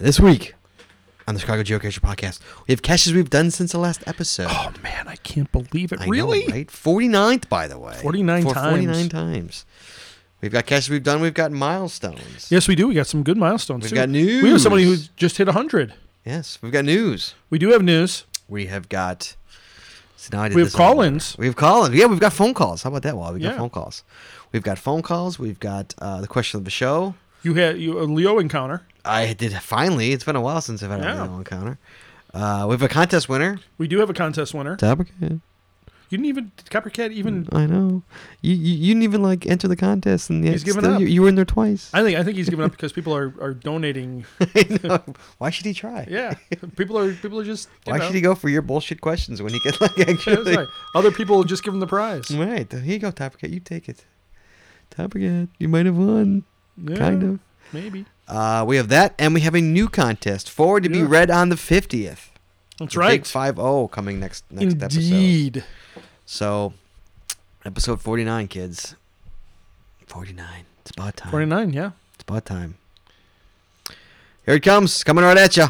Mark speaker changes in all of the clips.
Speaker 1: This week on the Chicago Geocacher podcast, we have caches we've done since the last episode.
Speaker 2: Oh man, I can't believe it.
Speaker 1: I know,
Speaker 2: really?
Speaker 1: right? 49th, by the way.
Speaker 2: 49
Speaker 1: For
Speaker 2: times.
Speaker 1: 49 times. We've got caches we've done. We've got milestones.
Speaker 2: Yes, we do. We got some good milestones.
Speaker 1: We've
Speaker 2: too.
Speaker 1: got
Speaker 2: We have somebody who
Speaker 1: news.
Speaker 2: just hit 100.
Speaker 1: Yes, we've got news.
Speaker 2: We do have news.
Speaker 1: We have got. So now I did
Speaker 2: We have
Speaker 1: this all over.
Speaker 2: call-ins.
Speaker 1: We have call-ins. Yeah, we've got phone calls. How about that? Well, we got
Speaker 2: Yeah.
Speaker 1: phone calls. We've got phone calls. We've got uh, the question of the show.
Speaker 2: You had you, a Leo encounter.
Speaker 1: I did finally. It's been a while since I've had
Speaker 2: Yeah.
Speaker 1: a little encounter. Uh, we have a contest winner.
Speaker 2: We do have a contest winner.
Speaker 1: Tabitha,
Speaker 2: You didn't even did Coppercat even.
Speaker 1: Mm, I know. You, you you didn't even like enter the contest, and yet
Speaker 2: He's given
Speaker 1: still
Speaker 2: up.
Speaker 1: You, you were in there twice.
Speaker 2: I think I think he's giving up because people are, are donating.
Speaker 1: I know. Why should he try?
Speaker 2: Yeah, people are people are just. You
Speaker 1: Why
Speaker 2: know,
Speaker 1: should he go for your bullshit questions when he can like
Speaker 2: That's
Speaker 1: actually?
Speaker 2: right. Other people just give him the prize.
Speaker 1: Right. Here you go, Tabitha. You take it. Tabitha, you might have won.
Speaker 2: Yeah,
Speaker 1: Kind of.
Speaker 2: Maybe.
Speaker 1: Uh, we have that, and we have a new contest forward to be
Speaker 2: Yeah.
Speaker 1: read on the fiftieth.
Speaker 2: That's
Speaker 1: Big
Speaker 2: right.
Speaker 1: five zero coming next next episode.
Speaker 2: Indeed.
Speaker 1: So, episode forty nine, kids. Forty nine. It's about time.
Speaker 2: 49. Yeah.
Speaker 1: It's about time. Here it comes, coming right at you.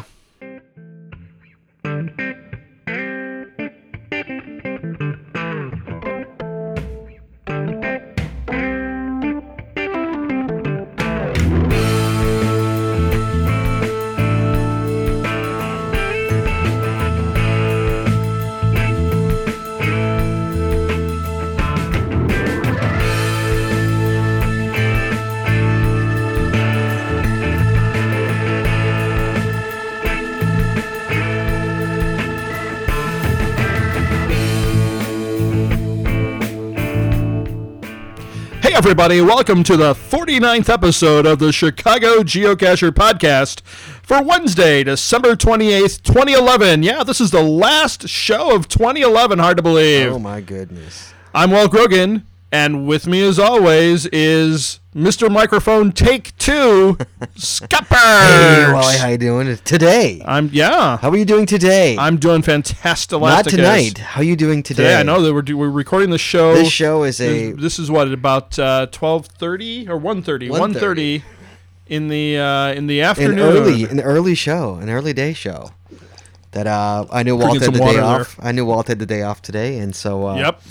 Speaker 2: Hey, everybody, welcome to the 49th episode of the Chicago Geocacher Podcast for Wednesday, December 28th, 2011. Yeah, this is the last show of 2011, hard to believe.
Speaker 1: Oh my goodness.
Speaker 2: I'm Walt Grogan, and with me, as always, is Mr. Microphone Take Two,
Speaker 1: Hey, Wally, how
Speaker 2: Scuppers.
Speaker 1: you doing today?
Speaker 2: I'm, yeah,
Speaker 1: How are you doing today?
Speaker 2: Uh, I'm doing fantastic.
Speaker 1: not tonight. How are you doing today?
Speaker 2: Today, I know that we're, do, we're recording the show.
Speaker 1: This show is a
Speaker 2: This, this is what about uh, twelve thirty or
Speaker 1: 1:30.
Speaker 2: 1.30? 1.30 in the uh, in the afternoon.
Speaker 1: an early an early show, an early day show. That uh, I knew Walt
Speaker 2: Drinking
Speaker 1: had
Speaker 2: some
Speaker 1: the day
Speaker 2: water there.
Speaker 1: off. I knew Walt had the day off today, and so uh,
Speaker 2: Yep.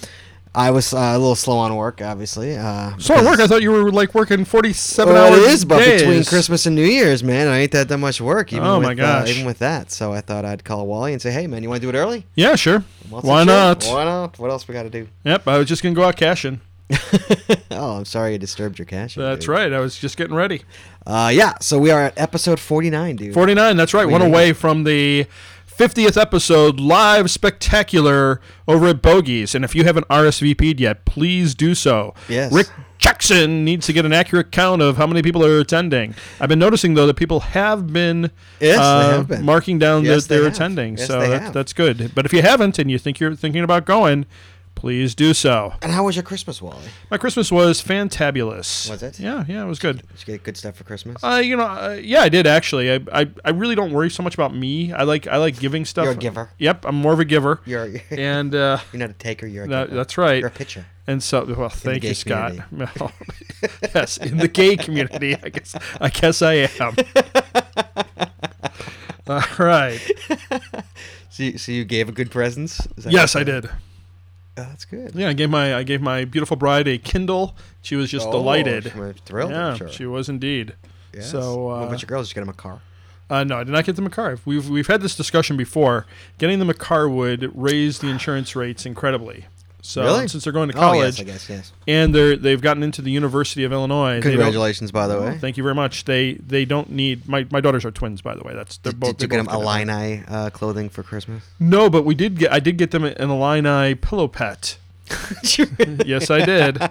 Speaker 1: I was uh, a little slow on work, obviously. Uh,
Speaker 2: So at
Speaker 1: because-
Speaker 2: work, I thought you were like working forty seven
Speaker 1: well,
Speaker 2: hours.
Speaker 1: Oh, it is, but
Speaker 2: days.
Speaker 1: between Christmas and New Year's, man, I ain't that that much work. Even
Speaker 2: Oh,
Speaker 1: with,
Speaker 2: my gosh.
Speaker 1: Uh, even with that, so I thought I'd call Wally and say, "Hey, man, you want to do it early?
Speaker 2: Yeah, sure.
Speaker 1: What's
Speaker 2: Why
Speaker 1: up, Jim?
Speaker 2: not?
Speaker 1: Why not? What else we got to do?
Speaker 2: Yep. I was just gonna go out cashing.
Speaker 1: oh, I'm sorry, I disturbed your cash.
Speaker 2: That's right. I was just getting ready.
Speaker 1: Uh, yeah, so we are at episode 49, dude.
Speaker 2: Forty nine. That's right. One
Speaker 1: Really?
Speaker 2: away from the. 50th episode live spectacular over at Bogies. And if you haven't RSVP'd yet, please do so.
Speaker 1: Yes.
Speaker 2: Rick Jackson needs to get an accurate count of how many people are attending. I've been noticing though that people have been,
Speaker 1: Yes, they
Speaker 2: uh,
Speaker 1: have been.
Speaker 2: marking down
Speaker 1: Yes,
Speaker 2: that
Speaker 1: they
Speaker 2: they're
Speaker 1: have.
Speaker 2: attending.
Speaker 1: Yes,
Speaker 2: so
Speaker 1: they
Speaker 2: that's
Speaker 1: have.
Speaker 2: that's good. But if you haven't and you think you're thinking about going, please do so.
Speaker 1: And how was your Christmas, Wally?
Speaker 2: My Christmas was fantabulous.
Speaker 1: Was it?
Speaker 2: Yeah, yeah, it was good.
Speaker 1: Did you get good stuff for Christmas?
Speaker 2: Uh, you know, uh, yeah, I did actually. I, I, I really don't worry so much about me. I like I like giving stuff.
Speaker 1: You're a giver.
Speaker 2: Yep, I'm more of a giver.
Speaker 1: You're, you're
Speaker 2: and uh,
Speaker 1: not a taker, you're a
Speaker 2: that,
Speaker 1: giver.
Speaker 2: that's right.
Speaker 1: You're a pitcher.
Speaker 2: And so, well, thank
Speaker 1: gay
Speaker 2: you, Scott. Well, yes, in the gay community, I guess. I guess I am. All right.
Speaker 1: So you, so you gave a good presence? Is that
Speaker 2: Yes,
Speaker 1: what
Speaker 2: I
Speaker 1: you-
Speaker 2: did.
Speaker 1: Oh, that's good.
Speaker 2: Yeah, I gave my I gave my beautiful bride a Kindle. She was just
Speaker 1: Oh,
Speaker 2: delighted.
Speaker 1: she was thrilled,
Speaker 2: yeah,
Speaker 1: I'm sure.
Speaker 2: she was indeed.
Speaker 1: Yes.
Speaker 2: So,
Speaker 1: what
Speaker 2: uh,
Speaker 1: about your girls? Did you get them a car?
Speaker 2: Uh, no, I did not get them a car. We've we've had this discussion before. Getting them a car would raise the insurance rates incredibly. So
Speaker 1: Really?
Speaker 2: since they're going to
Speaker 1: Oh, yes,
Speaker 2: college
Speaker 1: I guess, yes.
Speaker 2: and they're they've gotten into the University of Illinois, they don't-
Speaker 1: Congratulations, by the
Speaker 2: Oh,
Speaker 1: way.
Speaker 2: thank you very much. They they don't need my, my daughters are twins by the way. That's they're
Speaker 1: Did,
Speaker 2: both.
Speaker 1: did you get
Speaker 2: they
Speaker 1: them
Speaker 2: both did it.
Speaker 1: Illini uh, clothing for Christmas?
Speaker 2: No, but we did get I did get them an Illini pillow pet. Yes, I did.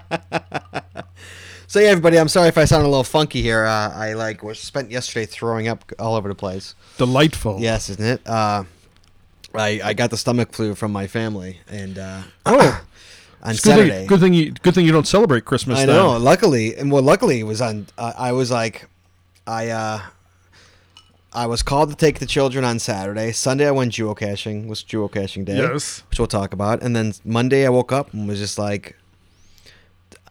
Speaker 1: so, yeah, everybody, I'm sorry if I sound a little funky here. Uh, I, like, was spent yesterday throwing up all over the place.
Speaker 2: Delightful.
Speaker 1: Yes, isn't it? Uh, I I got the stomach flu from my family, and uh,
Speaker 2: Oh.
Speaker 1: on
Speaker 2: It's Good
Speaker 1: Saturday,
Speaker 2: thing, good thing you good thing you don't celebrate Christmas.
Speaker 1: I
Speaker 2: then.
Speaker 1: know. Luckily, and well, luckily it was on. Uh, I was like, I uh, I was called to take the children on Saturday. Sunday I went geocaching. Was geocaching day?
Speaker 2: Yes.
Speaker 1: which we'll talk about. And then Monday I woke up and was just like,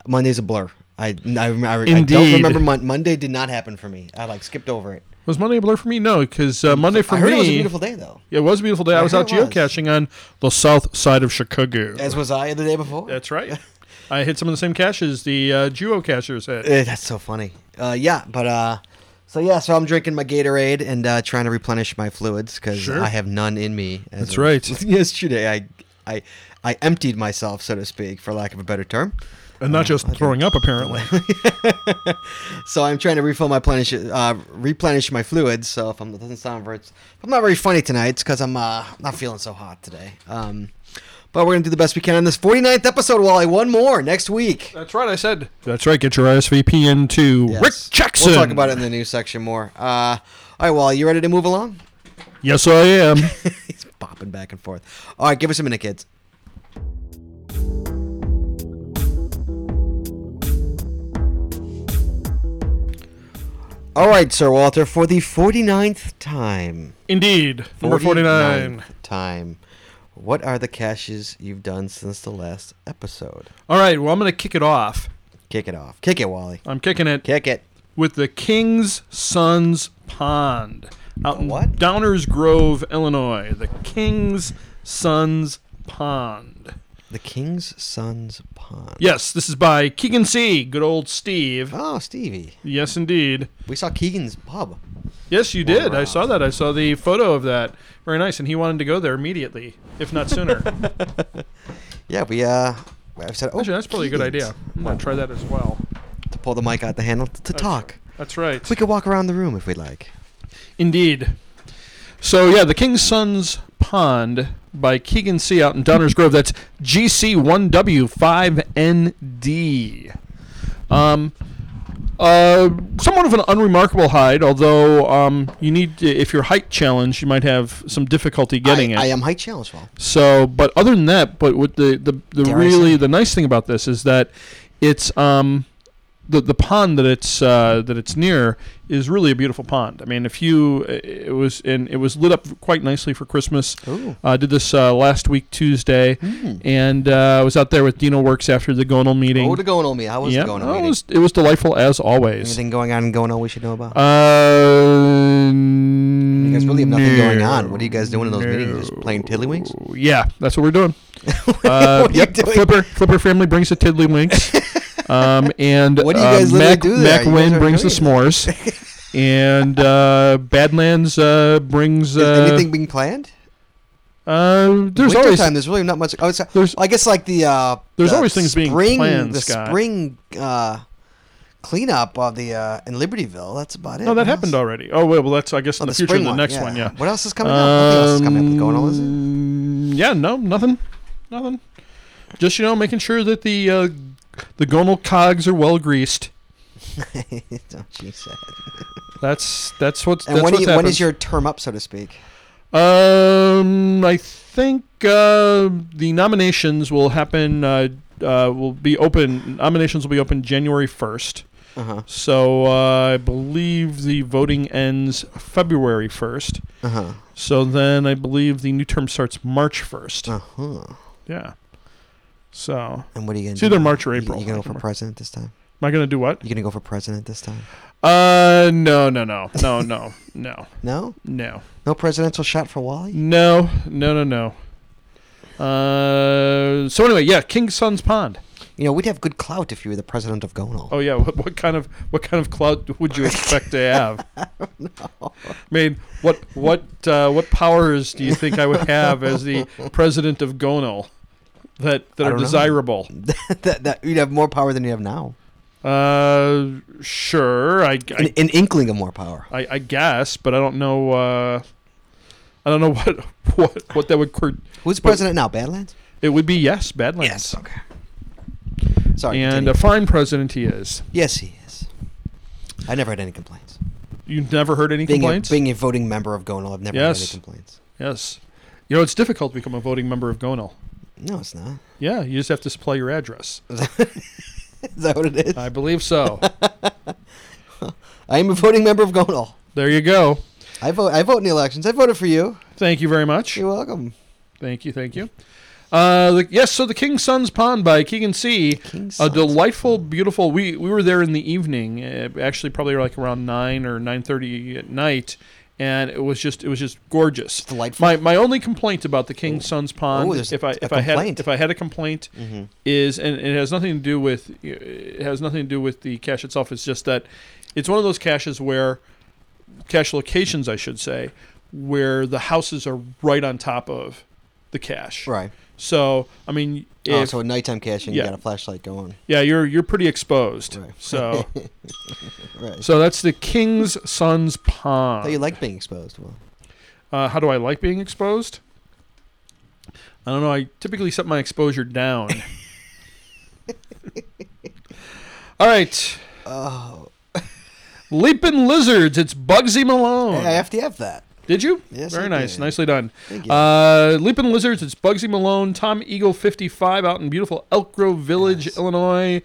Speaker 1: Monday's a blur. I I, I, I don't
Speaker 2: Indeed.
Speaker 1: remember Mon- Monday did not happen for me. I like skipped over it.
Speaker 2: Was Monday a blur for me? No, because uh, Monday for
Speaker 1: I heard
Speaker 2: me
Speaker 1: it was a beautiful day though.
Speaker 2: Yeah, it was a beautiful day. I,
Speaker 1: I
Speaker 2: was
Speaker 1: heard
Speaker 2: out
Speaker 1: it was.
Speaker 2: geocaching on the south side of Chicago.
Speaker 1: As was I the day before.
Speaker 2: That's right. I hit some of the same caches the uh, geocachers hit.
Speaker 1: Eh, that's so funny. Uh, yeah, but uh, so yeah, so I'm drinking my Gatorade and uh, trying to replenish my fluids because
Speaker 2: Sure.
Speaker 1: I have none in me. As
Speaker 2: That's
Speaker 1: of
Speaker 2: right.
Speaker 1: Yesterday, I, I, I emptied myself, so to speak, for lack of a better term.
Speaker 2: And not just throwing up, apparently.
Speaker 1: So I'm trying to refill my plenish, uh, replenish my fluids. So if I'm it doesn't sound very, if I'm not very funny tonight, it's because I'm uh, not feeling so hot today. Um, but we're gonna do the best we can on this 49th episode. While I one more next week.
Speaker 2: That's right, I said. That's right. Get your RSVP in to
Speaker 1: Yes.
Speaker 2: Rick Jackson.
Speaker 1: We'll talk about it in the news section more. Uh, all right, well, you ready to move along?
Speaker 2: Yes, I am.
Speaker 1: He's bopping back and forth. All right, give us a minute, kids. All right, Sir Walter, for the 49th time.
Speaker 2: Indeed. Number 49.
Speaker 1: 49th Time. What are the caches you've done since the last episode?
Speaker 2: All right, well, I'm going to kick it off.
Speaker 1: Kick it off. Kick it, Wally.
Speaker 2: I'm kicking it
Speaker 1: Kick it.
Speaker 2: with the King's Sons Pond out in
Speaker 1: What?
Speaker 2: Downers Grove, Illinois. The King's Sons Pond.
Speaker 1: The King's Son's Pond.
Speaker 2: Yes, this is by Keegan C. Good old Steve.
Speaker 1: Oh, Stevie.
Speaker 2: Yes, indeed.
Speaker 1: We saw Keegan's pub.
Speaker 2: Yes, you did. I
Speaker 1: around.
Speaker 2: saw that. I saw the photo of that. Very nice. And he wanted to go there immediately, if not sooner.
Speaker 1: Yeah, we uh, I said, oh,
Speaker 2: Actually, that's probably a good
Speaker 1: Keegan's.
Speaker 2: idea. I'm going to try that as well.
Speaker 1: To pull the mic out the handle to talk.
Speaker 2: That's right.
Speaker 1: We could walk around the room if we like.
Speaker 2: Indeed. So yeah, the King's Sons Pond by Keegan C out in Downers Grove. That's GC1W5ND. Um, uh, somewhat of an unremarkable hide, although um, you need to, if you're height challenged, you might have some difficulty getting
Speaker 1: I, I
Speaker 2: it.
Speaker 1: am height challenged, well.
Speaker 2: so, but other than that, but what the the, the
Speaker 1: Dare I
Speaker 2: really
Speaker 1: say?
Speaker 2: the nice thing about this is that it's um, the the pond that it's uh, that it's near is really a beautiful pond. I mean, if you it was and it was lit up quite nicely for Christmas.
Speaker 1: Ooh.
Speaker 2: I did this uh, last week Tuesday,
Speaker 1: Hmm.
Speaker 2: and uh, I was out there with Dino Works after the Gonal meeting.
Speaker 1: Oh, the going on me. How was
Speaker 2: yeah,
Speaker 1: the going
Speaker 2: no,
Speaker 1: on
Speaker 2: it
Speaker 1: meeting?
Speaker 2: was it was delightful as always.
Speaker 1: Anything going on in going on we should know about?
Speaker 2: Uh,
Speaker 1: you
Speaker 2: you
Speaker 1: guys really have nothing going on. What are you guys doing in those meetings? Just playing tiddlywinks?
Speaker 2: Yeah, that's what we're doing. Uh,
Speaker 1: What are you
Speaker 2: yep,
Speaker 1: doing?
Speaker 2: Flipper Flipper family brings the tiddlywinks, um, and
Speaker 1: What do you
Speaker 2: uh,
Speaker 1: guys literally
Speaker 2: Mac,
Speaker 1: do there?
Speaker 2: Mac
Speaker 1: You guys
Speaker 2: Wynn
Speaker 1: aren't
Speaker 2: brings the
Speaker 1: doing
Speaker 2: s'mores, and uh, Badlands uh, brings.
Speaker 1: Is
Speaker 2: Uh,
Speaker 1: anything being planned?
Speaker 2: uh, there's
Speaker 1: Winter
Speaker 2: always
Speaker 1: time. There's really not much. Oh, it's,
Speaker 2: There's-
Speaker 1: I guess like the uh,
Speaker 2: There's
Speaker 1: the
Speaker 2: always things being
Speaker 1: spring-
Speaker 2: planned,
Speaker 1: The
Speaker 2: Scott.
Speaker 1: spring uh, cleanup of the uh, in Libertyville. That's about it.
Speaker 2: no
Speaker 1: What
Speaker 2: that happened
Speaker 1: else?
Speaker 2: already. Oh wait, well that's I guess
Speaker 1: Oh,
Speaker 2: in the, future
Speaker 1: spring
Speaker 2: the next one. Yeah.
Speaker 1: What else is coming up? Nothing else is coming up. The going on is it?
Speaker 2: Um, Yeah, no, nothing, nothing. Just you know, making sure that the uh, the gonal cogs are well greased.
Speaker 1: That's what she said.
Speaker 2: That's that's what's
Speaker 1: Oh, And
Speaker 2: that's
Speaker 1: when, do
Speaker 2: what's
Speaker 1: you, when is
Speaker 2: happened.
Speaker 1: your term up, so to speak?
Speaker 2: Um, I think uh, the nominations will happen. Uh, uh, will be open. Nominations will be open January first.
Speaker 1: Uh huh.
Speaker 2: So uh, I believe the voting ends February first.
Speaker 1: Uh huh.
Speaker 2: So then I believe the new term starts March first.
Speaker 1: Uh huh.
Speaker 2: Yeah. So
Speaker 1: And what are you gonna?
Speaker 2: Uh-huh. It's
Speaker 1: do?
Speaker 2: either March or
Speaker 1: You-
Speaker 2: April.
Speaker 1: You, gonna go for president this time?
Speaker 2: Am I gonna do what?
Speaker 1: You gonna go for president this time?
Speaker 2: Uh, no, no, no, no, no, no,
Speaker 1: No,
Speaker 2: no,
Speaker 1: no presidential shot for Wally.
Speaker 2: no, no, no, no. Uh, so anyway, yeah, King's Son's Pond.
Speaker 1: You know, we'd have good clout if you were the president of Gonal.
Speaker 2: Oh yeah, what, what kind of what kind of clout would you expect to have? I, mean, what what uh, what powers do you think I would have as the president of Gonal that that
Speaker 1: I
Speaker 2: are
Speaker 1: don't know.
Speaker 2: desirable?
Speaker 1: that, that you'd have more power than you have now.
Speaker 2: Uh, sure, I,
Speaker 1: An,
Speaker 2: I,
Speaker 1: an inkling of more power.
Speaker 2: I I guess, but I don't know. Uh, I don't know what what what that would. cur-
Speaker 1: Who's
Speaker 2: But-
Speaker 1: president now? Badlands.
Speaker 2: It would be yes, Badlands.
Speaker 1: Okay. Sorry.
Speaker 2: And
Speaker 1: continue.
Speaker 2: a fine president he is.
Speaker 1: yes, he is. I never had any complaints.
Speaker 2: You've never heard any
Speaker 1: Being a,
Speaker 2: complaints?
Speaker 1: being a voting member of Gonal, I've never had
Speaker 2: Yes.
Speaker 1: any complaints.
Speaker 2: yes. You know, it's difficult to become a voting member of Gonal.
Speaker 1: No, it's not.
Speaker 2: Yeah, you just have to supply your address.
Speaker 1: Is that what it is?
Speaker 2: I believe so.
Speaker 1: I am a voting member of Gonal.
Speaker 2: there you go.
Speaker 1: I vote. I vote in the elections. I voted for you.
Speaker 2: Thank you very much.
Speaker 1: You're welcome.
Speaker 2: Thank you, thank you. Uh, the, yes, so the King's Sons Pond by Keegan C. A delightful, Uh, beautiful. We we were there in the evening, uh, actually, probably like around nine or nine thirty at night, and it was just it was just gorgeous.
Speaker 1: Delightful.
Speaker 2: My my only complaint about the King's Sons Pond,
Speaker 1: Ooh, there's
Speaker 2: if I
Speaker 1: a
Speaker 2: if I had
Speaker 1: complaint.
Speaker 2: if I had a complaint,
Speaker 1: Mm-hmm.
Speaker 2: is and, and it has nothing to do with it has nothing to do with the cache itself. It's just that it's one of those caches where cache locations, I should say, where the houses are right on top of the cache.
Speaker 1: Right.
Speaker 2: So I mean,
Speaker 1: oh,
Speaker 2: if,
Speaker 1: so at nighttime caching,
Speaker 2: Yeah.
Speaker 1: you got a flashlight going.
Speaker 2: yeah, you're you're pretty exposed.
Speaker 1: Right.
Speaker 2: So
Speaker 1: Right.
Speaker 2: so that's the King's Sons Pond.
Speaker 1: Thought you like being exposed. Well,
Speaker 2: Uh, how do I like being exposed? I don't know. I typically set my exposure down. All right,
Speaker 1: oh,
Speaker 2: leaping lizards. It's Bugsy Malone.
Speaker 1: I have to have that.
Speaker 2: Did you?
Speaker 1: Yes,
Speaker 2: Very
Speaker 1: I
Speaker 2: nice.
Speaker 1: did.
Speaker 2: Nicely done.
Speaker 1: Thank you.
Speaker 2: Uh, Leaping Lizards, it's Bugsy Malone, Tom Eagle 55 out in beautiful Elk Grove Village, Illinois.